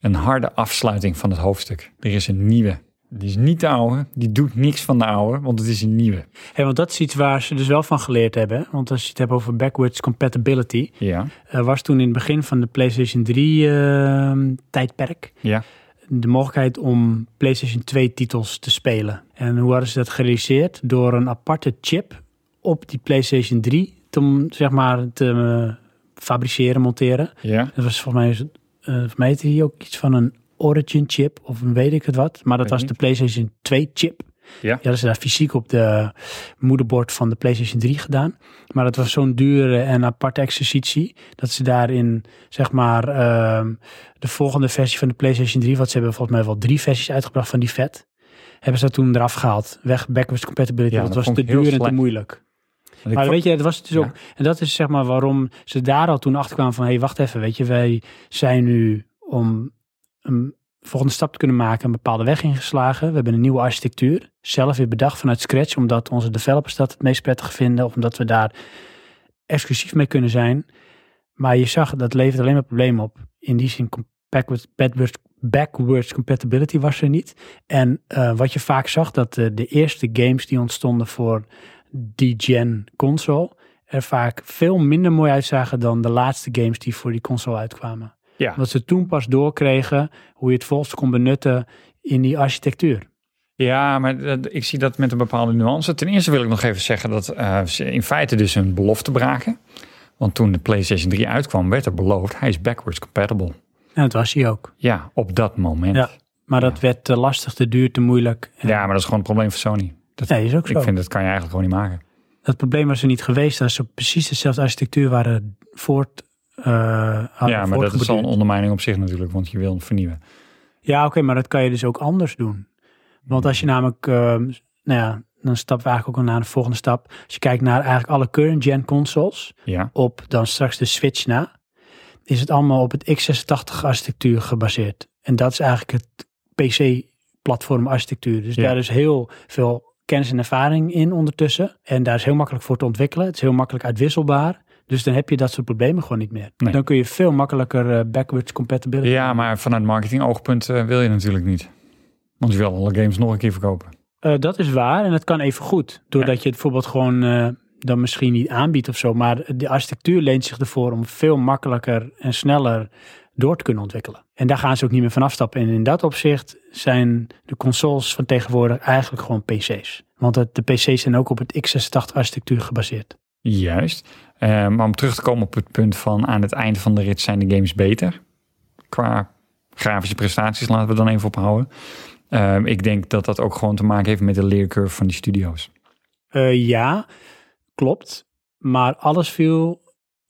S1: een harde afsluiting van het hoofdstuk. Er is een nieuwe. Die is niet de oude, die doet niks van de oude, want het is een nieuwe.
S2: Hey, want dat is iets waar ze dus wel van geleerd hebben. hè? Want als je het hebt over backwards compatibility,
S1: Ja,
S2: eh, was toen in het begin van de PlayStation 3 ehm, tijdperk
S1: ja.
S2: de mogelijkheid om PlayStation 2 titels te spelen. En hoe hadden ze dat gerealiseerd? Door een aparte chip op die PlayStation 3 te, zeg maar, te eh, fabriceren, monteren.
S1: ja.
S2: Dat was volgens mij, eh volgens mij heette hij ook iets van een Origin chip of een weet ik het wat. Maar
S1: Weet
S2: dat was de
S1: niet.
S2: PlayStation 2 chip.
S1: Ja.
S2: Die hadden ze daar fysiek op de moederbord van de PlayStation 3 gedaan. Maar dat was zo'n dure en aparte exercitie. Dat ze daarin, zeg maar, ehm, de volgende versie van de PlayStation 3, wat ze hebben volgens mij wel drie versies uitgebracht van die vet. Hebben ze dat toen eraf gehaald. Weg backwards compatibility.
S1: Ja,
S2: dat,
S1: dat
S2: was
S1: vond
S2: te
S1: ik heel
S2: duur en te
S1: slecht.
S2: moeilijk.
S1: Want ik
S2: Maar
S1: vo-
S2: weet je, dat was het dus
S1: Ja.
S2: ook. En dat is zeg maar waarom ze daar al toen achter kwamen van... hé, hey, wacht even, weet je, wij zijn nu om een volgende stap te kunnen maken... een bepaalde weg ingeslagen. We hebben een nieuwe architectuur. Zelf weer bedacht vanuit scratch, omdat onze developers dat het meest prettig vinden... of omdat we daar exclusief mee kunnen zijn. Maar je zag, dat levert alleen maar problemen op. In die zin, com- backwards, backwards, backwards compatibility was er niet. En eh, wat je vaak zag, dat eh, de eerste games die ontstonden voor die gen console... er vaak veel minder mooi uitzagen dan de laatste games die voor die console uitkwamen.
S1: Ja.
S2: Omdat ze toen pas doorkregen hoe je het volst kon benutten in die architectuur.
S1: Ja, maar dat- ik zie dat met een bepaalde nuance. Ten eerste wil ik nog even zeggen dat eh, ze in feite dus hun belofte braken. Want toen de PlayStation 3 uitkwam, werd er beloofd, hij is backwards compatible.
S2: En dat was hij ook.
S1: Ja, op dat moment.
S2: Ja. Maar dat werd te lastig, te duur, te moeilijk.
S1: Ja, maar dat is gewoon een probleem van Sony. Dat,
S2: Nee, is ook zo.
S1: ik vind dat kan je eigenlijk gewoon niet maken.
S2: Dat probleem was er niet geweest als ze op precies dezelfde architectuur waren voort. eh, hadden
S1: Ja, maar dat is al een
S2: voortgeborduurd.
S1: ondermijning op zich natuurlijk, want je wil vernieuwen.
S2: Ja, oké, maar dat kan je dus ook anders doen. Want als je
S1: Hmm.
S2: namelijk, eh, nou ja, dan stappen we eigenlijk ook al naar de volgende stap. Als je kijkt naar eigenlijk alle current gen consoles
S1: Ja,
S2: op dan straks de Switch na, is het allemaal op het x86 architectuur gebaseerd. En dat is eigenlijk het PC platform architectuur. Dus
S1: Ja.
S2: daar is heel veel kennis en ervaring in ondertussen. En daar is heel makkelijk voor te ontwikkelen. Het is heel makkelijk uitwisselbaar. Dus dan heb je dat soort problemen gewoon niet meer.
S1: Nee.
S2: Dan kun je veel makkelijker eh, backwards compatibility.
S1: ja maar vanuit marketing oogpunt eh, wil je natuurlijk niet. Want je wil alle games nog een keer verkopen.
S2: Eh, dat is waar en dat kan even goed. Doordat je het bijvoorbeeld gewoon eh, dan misschien niet aanbiedt of zo. Maar de architectuur leent zich ervoor om veel makkelijker en sneller door te kunnen ontwikkelen. En daar gaan ze ook niet meer van afstappen. En in dat opzicht zijn de consoles van tegenwoordig eigenlijk gewoon PC's. Want het- de PC's zijn ook op het x86-architectuur gebaseerd.
S1: Juist. Eh, maar om terug te komen op het punt van aan het eind van de rit zijn de games beter. Qua grafische prestaties laten we dan even ophouden. Eh, ik denk dat dat ook gewoon te maken heeft met de leercurve van die studio's.
S2: Eh, ja, klopt. Maar alles viel,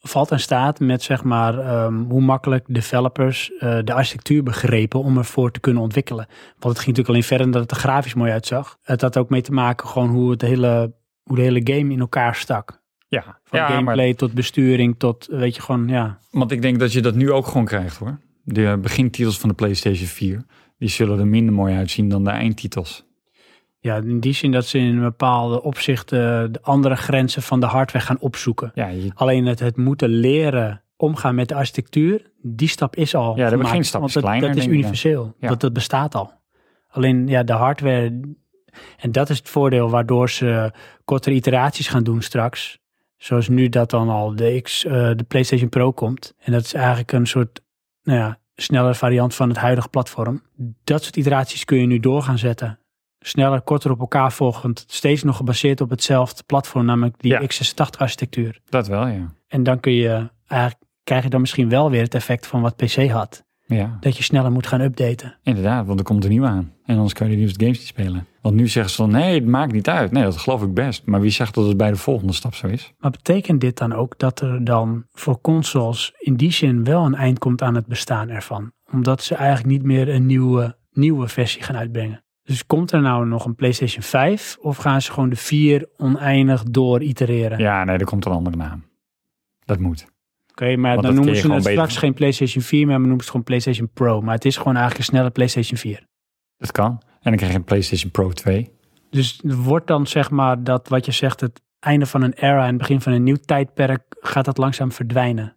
S2: valt en staat met zeg maar, ehm, hoe makkelijk developers eh, de architectuur begrepen om ervoor te kunnen ontwikkelen. Want het ging natuurlijk alleen verder dan dat het er grafisch mooi uitzag. Het had ook mee te maken gewoon hoe, het hele, hoe de hele game in elkaar stak.
S1: Ja,
S2: Van
S1: ja maar
S2: gameplay tot besturing tot, eh, weet je, gewoon, ja.
S1: Want ik denk dat je dat nu ook gewoon krijgt hoor. De begintitels van de PlayStation 4, die zullen er minder mooi uitzien dan de eindtitels.
S2: Ja, in die zin dat ze in bepaalde opzichten de andere grenzen van de hardware gaan opzoeken.
S1: Ja, je,
S2: Alleen het, het moeten leren omgaan met de architectuur, die stap is al.
S1: de
S2: gemaakt.
S1: beginstap
S2: Want
S1: is
S2: dat,
S1: kleiner,
S2: dat is
S1: denk ik, ja.
S2: universeel.
S1: Ja.
S2: Dat, dat bestaat al. Alleen ja, de hardware. En dat is het voordeel waardoor ze kortere iteraties gaan doen straks. Zoals nu dat dan al de, X, eh, de PlayStation Pro komt. En dat is eigenlijk een soort nou ja, snellere variant van het huidige platform. Dat soort iteraties kun je nu door gaan zetten. Sneller, korter op elkaar volgend. Steeds nog gebaseerd op hetzelfde platform, namelijk die
S1: Ja.
S2: x86-architectuur.
S1: dat wel, ja.
S2: En dan kun je eigenlijk krijg je dan misschien wel weer het effect van wat PC had.
S1: Ja,
S2: Dat je sneller moet gaan updaten.
S1: inderdaad, want er komt er nieuw aan. En anders kan je die games niet spelen. Want nu zeggen ze dan, nee, het maakt niet uit. Nee, dat geloof ik best. Maar wie zegt dat het bij de volgende stap zo is?
S2: Maar betekent dit dan ook dat er dan voor consoles in die zin wel een eind komt aan het bestaan ervan? Omdat ze eigenlijk niet meer een nieuwe, nieuwe versie gaan uitbrengen. Dus komt er nou nog een PlayStation 5 of gaan ze gewoon de 4 oneindig door itereren?
S1: Ja, nee, er komt een andere naam. Dat moet.
S2: Oké, maar
S1: Want dat
S2: dan
S1: kun
S2: noemen
S1: je
S2: ze
S1: gewoon
S2: het
S1: beter-
S2: straks geen PlayStation 4 meer, maar noemen ze het gewoon PlayStation Pro. Maar het is gewoon eigenlijk een snelle PlayStation 4.
S1: Dat kan. En dan krijg je een PlayStation Pro 2.
S2: Dus wordt dan zeg maar dat wat je zegt, het einde van een era en het begin van een nieuw tijdperk, gaat dat langzaam verdwijnen?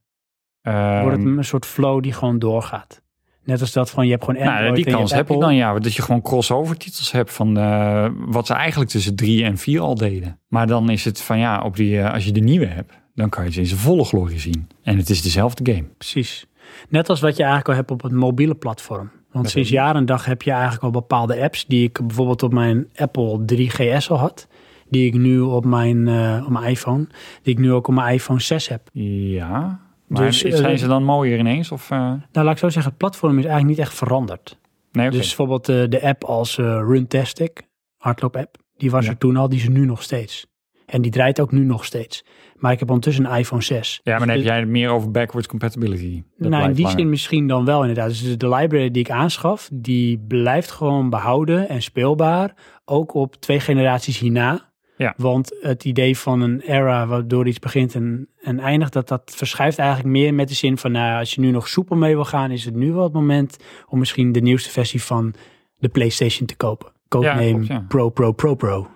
S1: Ehm,
S2: Wordt het een soort flow die gewoon doorgaat? Net als dat van je hebt gewoon Android
S1: nou, die
S2: en je
S1: kans
S2: hebt
S1: heb je
S2: Apple.
S1: dan, ja. Dat je gewoon crossover titels hebt van eh, wat ze eigenlijk tussen drie en vier al deden. Maar dan is het van ja, op die, eh, als je de nieuwe hebt, dan kan je ze in zijn volle glorie zien. En het is dezelfde game.
S2: Precies. Net als wat je eigenlijk al hebt op het mobiele platform. Want sinds jaar en dag heb je eigenlijk al bepaalde apps die ik bijvoorbeeld op mijn Apple 3GS al had. Die ik nu op mijn, eh, op mijn iPhone. Die ik nu ook op mijn iPhone 6 heb.
S1: Ja, maar
S2: Dus, eh,
S1: zijn ze dan mooier ineens? Of, eh,
S2: Nou, laat ik zo zeggen, het platform is eigenlijk niet echt veranderd.
S1: nee, oké.
S2: Dus bijvoorbeeld eh, de app als eh, Runtastic, hardloop-app, die was
S1: Ja.
S2: er toen al, die is er nu nog steeds. En die draait ook nu nog steeds. Maar ik heb ondertussen een iPhone 6.
S1: ja, maar dan
S2: Dus
S1: heb
S2: de-
S1: jij het meer over backwards compatibility. Dat
S2: nou, in
S1: blijft
S2: die
S1: langer.
S2: zin misschien dan wel inderdaad. Dus de- de library die ik aanschaf, die blijft gewoon behouden en speelbaar. Ook op twee generaties hierna.
S1: Ja.
S2: Want het idee van een era waardoor iets begint en, en eindigt, dat, dat verschuift eigenlijk meer met de zin van, nou, als je nu nog soepel mee wil gaan, is het nu wel het moment om misschien de nieuwste versie van de PlayStation te kopen. Codename
S1: klopt, ja.
S2: Pro Pro Pro Pro.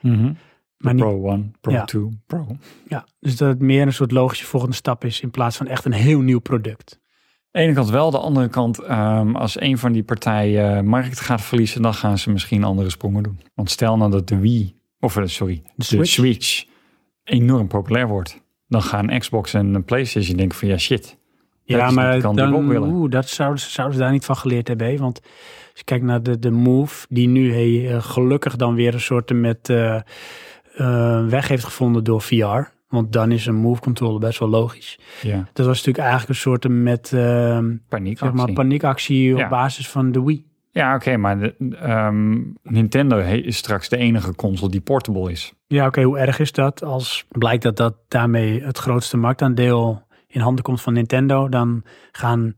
S1: Mhm.
S2: Maar niet,
S1: Pro 1, Pro
S2: Ja.
S1: 2, Pro.
S2: ja, dus dat het meer een soort logische volgende stap is in plaats van echt een heel nieuw product.
S1: De ene kant wel, de andere kant, ehm, als een van die partijen eh, markt gaat verliezen, dan gaan ze misschien andere sprongen doen. Want stel nou dat de Wii, of eh, sorry, de,
S2: Switch.
S1: Switch. enorm populair wordt, dan gaan Xbox en PlayStation denken van ja shit. Dat
S2: Ja,
S1: is niet
S2: maar
S1: de kant die we op
S2: dan,
S1: willen.
S2: oeh, dat zouden ze, zouden ze daar niet van geleerd hebben. hè? Want als je kijkt naar de, de move, die nu hey, eh, gelukkig dan weer een soort met eh, eh, weg heeft gevonden door VR. Want dan is een move controller best wel logisch.
S1: Ja,
S2: Dat was natuurlijk eigenlijk een soort met eh,
S1: paniek.
S2: zeg maar paniekactie op
S1: Ja.
S2: basis van de Wii.
S1: Ja, oké, maar de- ehm, Nintendo he- is straks de enige console die portable is.
S2: Ja, oké, hoe erg is dat? Als blijkt dat, dat daarmee het grootste marktaandeel in handen komt van Nintendo, dan gaan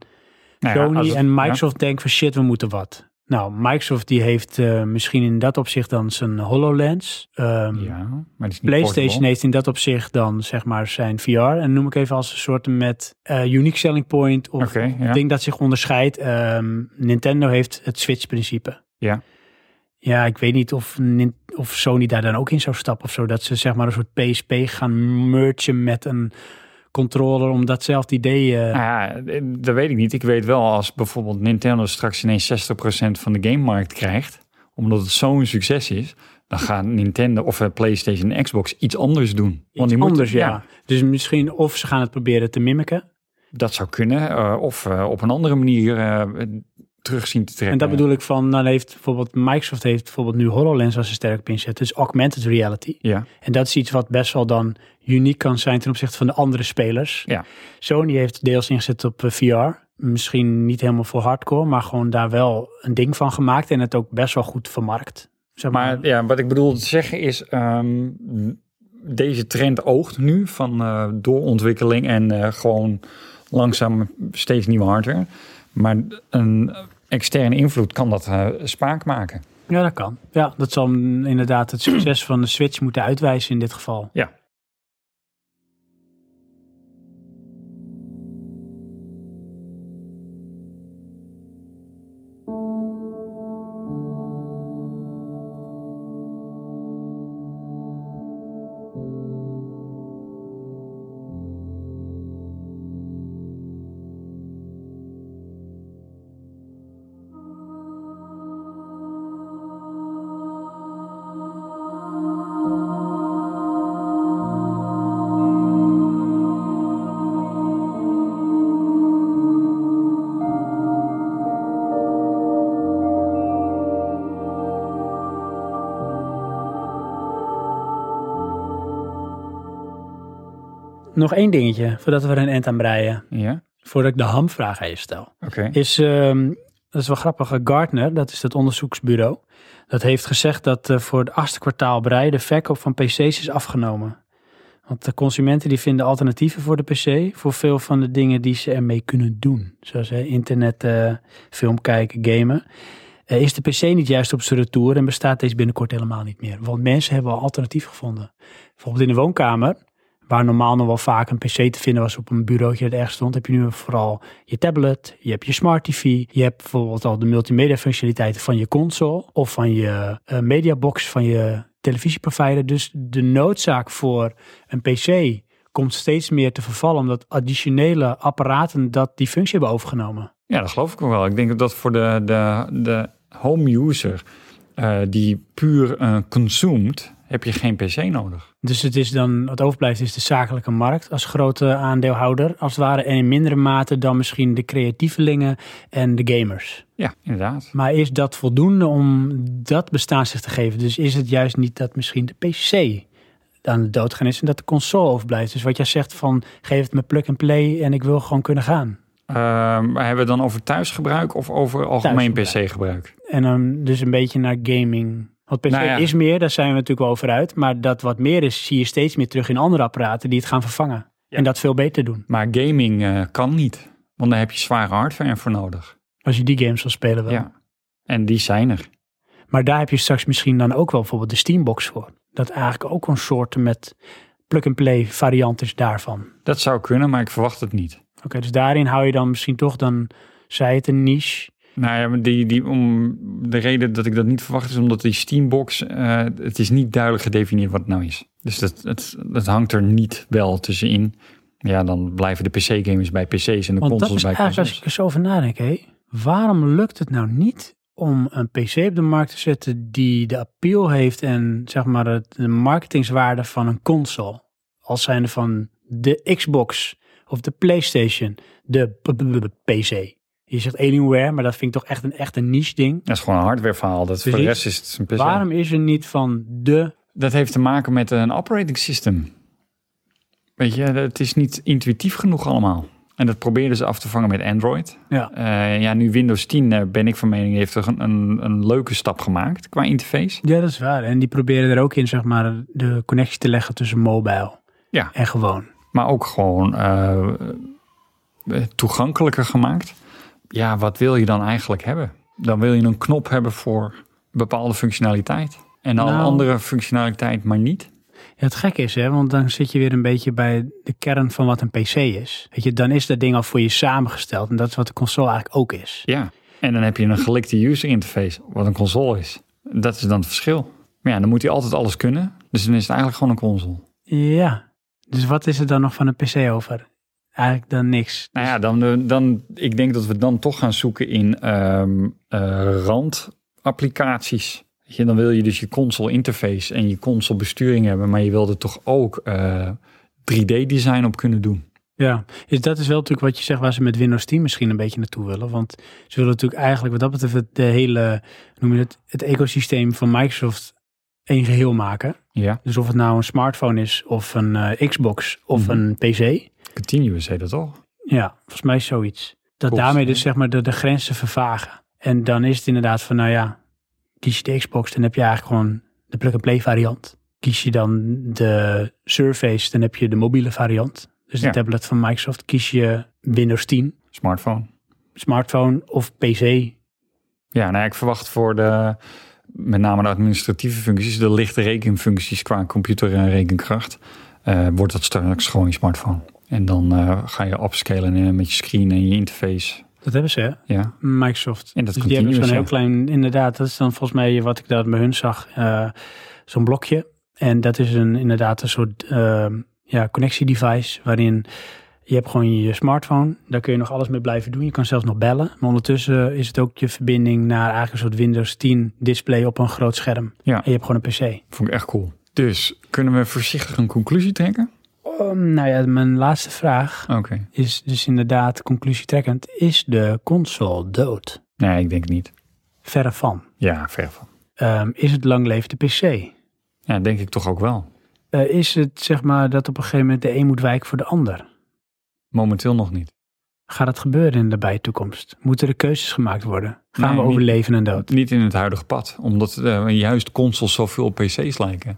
S1: Nou ja,
S2: Sony
S1: als het-
S2: en
S1: ja.
S2: Microsoft denken van shit, we moeten wat. Nou, Microsoft die heeft eh, misschien in dat opzicht dan zijn HoloLens. Ehm,
S1: Ja, maar die is niet
S2: PlayStation
S1: portable.
S2: heeft in dat opzicht dan zeg maar zijn VR. En noem ik even als een soort met eh, unique selling point of
S1: Oké, ja.
S2: ding dat zich onderscheidt. Ehm, Nintendo heeft het Switch-principe.
S1: Ja.
S2: Ja, ik weet niet of, Nin- of Sony daar dan ook in zou stappen of zo. Dat ze zeg maar een soort PSP gaan mergen met een controller om datzelfde idee... eh,
S1: Nou ja, dat weet ik niet. Ik weet wel als bijvoorbeeld Nintendo straks ineens 60% van de gamemarkt krijgt, omdat het zo'n succes is, dan gaan Nintendo of eh, PlayStation en Xbox iets anders doen.
S2: Iets
S1: die moeten-
S2: anders, ja. Dus misschien of ze gaan het proberen te mimiken.
S1: Dat zou kunnen. eh, of eh, op een andere manier eh, terug zien te trekken.
S2: En dat bedoel ik van, nou heeft bijvoorbeeld Microsoft heeft bijvoorbeeld nu HoloLens als een sterk pincet. Dus augmented reality.
S1: Ja,
S2: En dat is iets wat best wel dan uniek kan zijn ten opzichte van de andere spelers.
S1: ja.
S2: Sony heeft deels ingezet op eh, VR. Misschien niet helemaal voor hardcore, maar gewoon daar wel een ding van gemaakt en het ook best wel goed vermarkt. Zeg maar,
S1: Maar ja, wat ik bedoel te zeggen is, ehm, deze trend oogt nu van eh, doorontwikkeling en eh, gewoon langzaam steeds nieuwe hardware. Maar een externe invloed kan dat eh, spaak maken.
S2: ja, dat kan. Ja, dat zal inderdaad het succes van de Switch moeten uitwijzen in dit geval.
S1: Ja.
S2: Nog één dingetje voordat we er een eind aan breien.
S1: Ja,
S2: Voordat ik de hamvraag even stel.
S1: oké.
S2: Is, ehm, dat is wel grappig, eh, Gartner, dat is het onderzoeksbureau. Dat heeft gezegd dat eh, voor het achtste kwartaal breien de verkoop van PC's is afgenomen. Want de consumenten die vinden alternatieven voor de PC voor veel van de dingen die ze ermee kunnen doen. Zoals hè, internet, eh, film kijken, gamen. Eh, is de PC niet juist op zijn retour en bestaat deze binnenkort helemaal niet meer? Want mensen hebben al alternatief gevonden. Bijvoorbeeld in de woonkamer, waar normaal nog wel vaak een PC te vinden was op een bureautje dat ergens stond, heb je nu vooral je tablet, je hebt je smart TV, je hebt bijvoorbeeld al de multimedia functionaliteiten van je console of van je eh, mediabox van je televisieprovider. Dus de noodzaak voor een PC komt steeds meer te vervallen omdat additionele apparaten dat die functie hebben overgenomen.
S1: Ja, dat geloof ik wel. Ik denk dat voor de, de, de home user eh, die puur eh, consumed, heb je geen PC nodig.
S2: Dus het is dan, wat overblijft is de zakelijke markt als grote aandeelhouder, als het ware, en in mindere mate dan misschien de creatievelingen en de gamers.
S1: Ja, inderdaad.
S2: Maar is dat voldoende om dat bestaansrecht te geven? Dus is het juist niet dat misschien de PC aan de dood gaan is en dat de console overblijft? Dus wat jij zegt van, geef het me plug and play en ik wil gewoon kunnen gaan.
S1: Ehm, maar hebben we het dan over thuisgebruik of over algemeen
S2: Thuisgebruik.
S1: PC-gebruik?
S2: En dan dus een beetje naar gaming. Want PC
S1: Nou ja.
S2: is meer, daar zijn we natuurlijk wel over uit. Maar dat wat meer is, zie je steeds meer terug in andere apparaten die het gaan vervangen. En dat veel beter doen.
S1: Maar gaming eh, kan niet. Want daar heb je zware hardware voor nodig.
S2: Als je die games wil spelen wel.
S1: Ja. En die zijn er.
S2: Maar daar heb je straks misschien dan ook wel bijvoorbeeld de Steambox voor. Dat eigenlijk ook een soort met plug-and-play variant is daarvan. Oké,
S1: Dat zou kunnen, maar ik verwacht het niet.
S2: dus daarin hou je dan misschien toch dan, zij het een niche.
S1: Nou ja, maar die, die, om, de reden dat ik dat niet verwacht is omdat die Steambox, eh, het is niet duidelijk gedefinieerd wat het nou is. Dus dat, het, dat hangt er niet wel tussenin. Ja, dan blijven de PC-gamers bij PC's en de
S2: Want dat
S1: consoles
S2: is
S1: bij
S2: eigenlijk, als
S1: consoles.
S2: ik er zo over nadenk, hé, waarom lukt het nou niet om een PC op de markt te zetten die de appeal heeft en zeg maar het, de marketingswaarde van een console? Als zijnde van de Xbox of de PlayStation, de p- p- p- PC. Je zegt Alienware, maar dat vind ik toch echt een, echt een niche ding.
S1: Dat is gewoon een hardware verhaal. Dat voor de
S2: Precies.
S1: rest is het een PC.
S2: Waarom is er niet van de...
S1: Dat heeft te maken met een operating system. Weet je, het is niet intuïtief genoeg allemaal. En dat probeerden ze af te vangen met Android.
S2: Ja.
S1: Eh, ja, nu Windows 10 eh, ben ik van mening heeft er een, een, een leuke stap gemaakt qua interface.
S2: Ja, dat is waar. En die proberen er ook in, zeg maar, de connectie te leggen tussen mobile
S1: Ja.
S2: en gewoon.
S1: Maar ook gewoon eh, eh, toegankelijker gemaakt. Ja, wat wil je dan eigenlijk hebben? Dan wil je een knop hebben voor bepaalde functionaliteit. En dan
S2: Nou.
S1: andere functionaliteit maar niet.
S2: Ja, het gekke is, hè, want dan zit je weer een beetje bij de kern van wat een PC is. Weet je, dan is dat ding al voor je samengesteld. En dat is wat de console eigenlijk ook is.
S1: Ja, en dan heb je een gelikte user interface, wat een console is. Dat is dan het verschil. Maar ja, dan moet hij altijd alles kunnen. Dus dan is het eigenlijk gewoon een console.
S2: Ja. Dus wat is er dan nog van een PC over? Eigenlijk dan niks.
S1: Nou ja, dan, eh, dan, ik denk dat we dan toch gaan zoeken in ehm eh, randapplicaties. Weet je, Dan wil je dus je console interface en je console besturing hebben, maar je wil er toch ook eh, 3D-design op kunnen doen.
S2: Ja, dus dat is wel natuurlijk wat je zegt waar ze met Windows 10 misschien een beetje naartoe willen. Want ze willen natuurlijk eigenlijk wat dat betreft het de hele, noem je het, het ecosysteem van Microsoft één geheel maken.
S1: Ja,
S2: Dus of het nou een smartphone is of een eh, Xbox of
S1: Mhm.
S2: een PC.
S1: Continuous heet dat al.
S2: Ja, volgens mij is zoiets. Dat
S1: Klopt,
S2: daarmee
S1: ja.
S2: dus zeg maar de, de grenzen vervagen. En dan is het inderdaad van nou ja, kies je de Xbox dan heb je eigenlijk gewoon de plug-and-play variant. Kies je dan de Surface dan heb je de mobiele variant. Dus de
S1: Ja.
S2: tablet van Microsoft. Kies je Windows 10
S1: Smartphone.
S2: smartphone of PC.
S1: Ja, nou, ja, ik verwacht voor de, met name de administratieve functies, de lichte rekenfuncties qua computer en rekenkracht, eh, wordt dat straks gewoon je smartphone. En dan eh, ga je upscalen eh, met je screen en je interface.
S2: Dat hebben ze, hè?
S1: Ja,
S2: Microsoft.
S1: En dat
S2: dus die hebben zo'n heel
S1: continuous,
S2: klein, inderdaad, dat is dan volgens mij wat ik daar bij hun zag, eh, zo'n blokje. En dat is een, inderdaad een soort eh, ja, connectiedevice waarin je hebt gewoon je smartphone. Daar kun je nog alles mee blijven doen. Je kan zelfs nog bellen. Maar ondertussen is het ook je verbinding naar eigenlijk een soort Windows 10 display op een groot scherm.
S1: Ja.
S2: En je hebt gewoon een PC.
S1: vond ik echt cool. Dus kunnen we voorzichtig een conclusie trekken?
S2: Oh, nou ja, mijn laatste vraag
S1: Oké.
S2: is dus inderdaad conclusietrekkend. Is de console dood?
S1: Nee, ik denk het niet.
S2: Verre van.
S1: Ja, ver van.
S2: Ehm, is het lang leef de PC?
S1: Ja, denk ik toch ook wel.
S2: Eh, is het zeg maar dat op een gegeven moment de een moet wijken voor de ander?
S1: Momenteel nog niet.
S2: Gaat dat gebeuren in de nabije toekomst? Moeten er keuzes gemaakt worden? Gaan
S1: Nee,
S2: we
S1: niet-
S2: over leven en dood?
S1: Niet in het huidige pad, omdat eh, juist consoles zoveel op PC's lijken.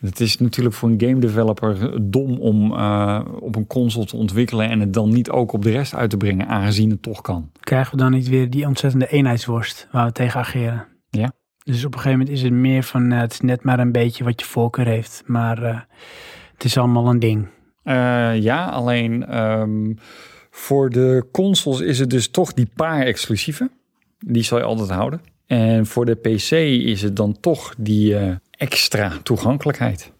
S1: Het is natuurlijk voor een game developer dom om eh, op een console te ontwikkelen en het dan niet ook op de rest uit te brengen, aangezien het toch kan.
S2: Krijgen we dan niet weer die ontzettende eenheidsworst waar we tegen ageren?
S1: Ja.
S2: Dus op een gegeven moment is het meer van eh, het is net maar een beetje wat je voorkeur heeft, maar eh, het is allemaal een ding.
S1: Eh, ja, alleen ehm, voor de consoles is het dus toch die paar exclusieve. Die zal je altijd houden. En voor de PC is het dan toch die eh, extra toegankelijkheid.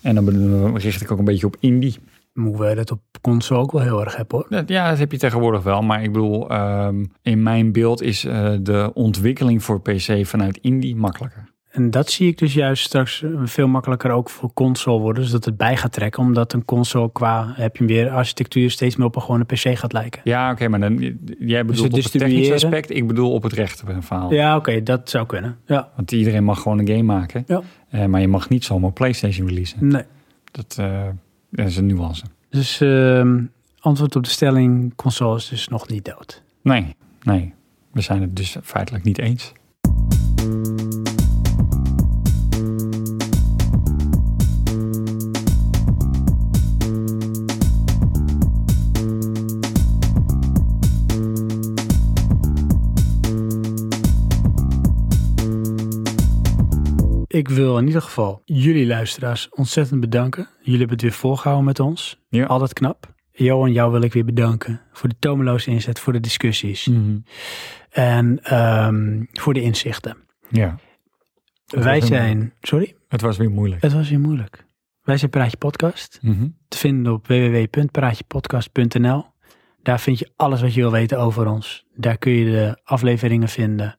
S1: En dan bedoel- richt ik ook een beetje op indie.
S2: Moeten we dat op console ook wel heel erg hebben hoor.
S1: Dat- Ja, dat heb je tegenwoordig wel. Maar ik bedoel, ehm, in mijn beeld is eh, de ontwikkeling voor PC vanuit indie makkelijker.
S2: En dat zie ik dus juist straks veel makkelijker ook voor console worden. Dus dat het bij gaat trekken. Omdat een console qua, heb je hem weer, architectuur steeds meer op een gewone PC gaat lijken.
S1: Ja, oké, maar dan, jij bedoelt op het technische
S2: Dus distribueren?
S1: aspect, ik bedoel op het rechte verhaal.
S2: Ja, oké, dat zou kunnen. Ja,
S1: Want iedereen mag gewoon een game maken,
S2: Ja.
S1: Eh, maar je mag niet zomaar PlayStation releasen.
S2: nee.
S1: Dat, eh, dat is een nuance.
S2: Dus ehm, antwoord op de stelling, console is dus nog niet dood.
S1: Nee, nee, we zijn het dus feitelijk niet eens.
S2: Ik wil in ieder geval jullie luisteraars ontzettend bedanken. Jullie hebben het weer volgehouden met ons.
S1: Ja.
S2: Altijd knap. Johan, jou wil ik weer bedanken voor de tomeloze inzet, voor de discussies
S1: Mm.
S2: en ehm, voor de inzichten.
S1: Ja, was
S2: Wij
S1: weer
S2: zijn, sorry,
S1: het was weer moeilijk.
S2: het was weer moeilijk. Wij zijn Praatje Podcast.
S1: Mhm.
S2: te vinden op www.praatjepodcast.nl. Daar vind je alles wat je wil weten over ons. Daar kun je de afleveringen vinden.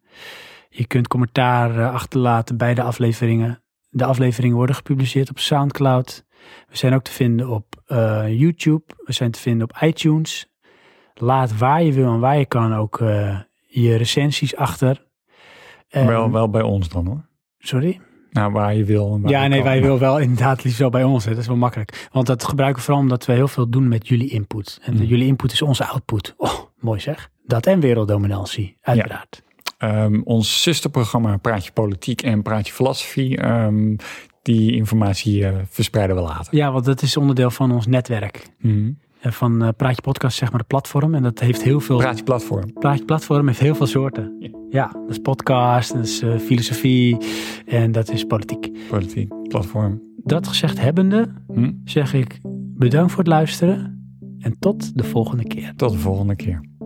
S2: Je kunt commentaar eh, achterlaten bij de afleveringen. De afleveringen worden gepubliceerd op SoundCloud. We zijn ook te vinden op eh, YouTube. We zijn te vinden op iTunes. Laat waar je wil en waar je kan ook eh, je recensies achter. En-
S1: Wel, wel bij ons dan hoor.
S2: Sorry?
S1: Nou, waar je wil. en waar
S2: Ja,
S1: je
S2: nee,
S1: kan.
S2: wij willen wel inderdaad liefst wel bij ons. Hè. Dat is wel makkelijk. Want dat gebruiken we vooral omdat we heel veel doen met jullie input. En
S1: Mm.
S2: jullie input is onze output. Oh, mooi zeg. Dat en werelddominantie, uiteraard.
S1: Ehm, ons zusterprogramma Praatje Politiek en Praatje Filosofie. ehm, die informatie eh, verspreiden we later.
S2: Ja. want dat is onderdeel van ons netwerk. En van eh, Praatje Podcast, zeg maar, de platform. En dat heeft heel veel...
S1: Praatje Platform.
S2: Praatje Platform heeft heel veel soorten.
S1: Ja.
S2: Ja, dat is podcast, dat is eh, filosofie en dat is politiek.
S1: Politiek Platform.
S2: Dat gezegd hebbende
S1: Hm?
S2: zeg ik bedankt voor het luisteren. En tot de volgende keer.
S1: Tot de volgende keer.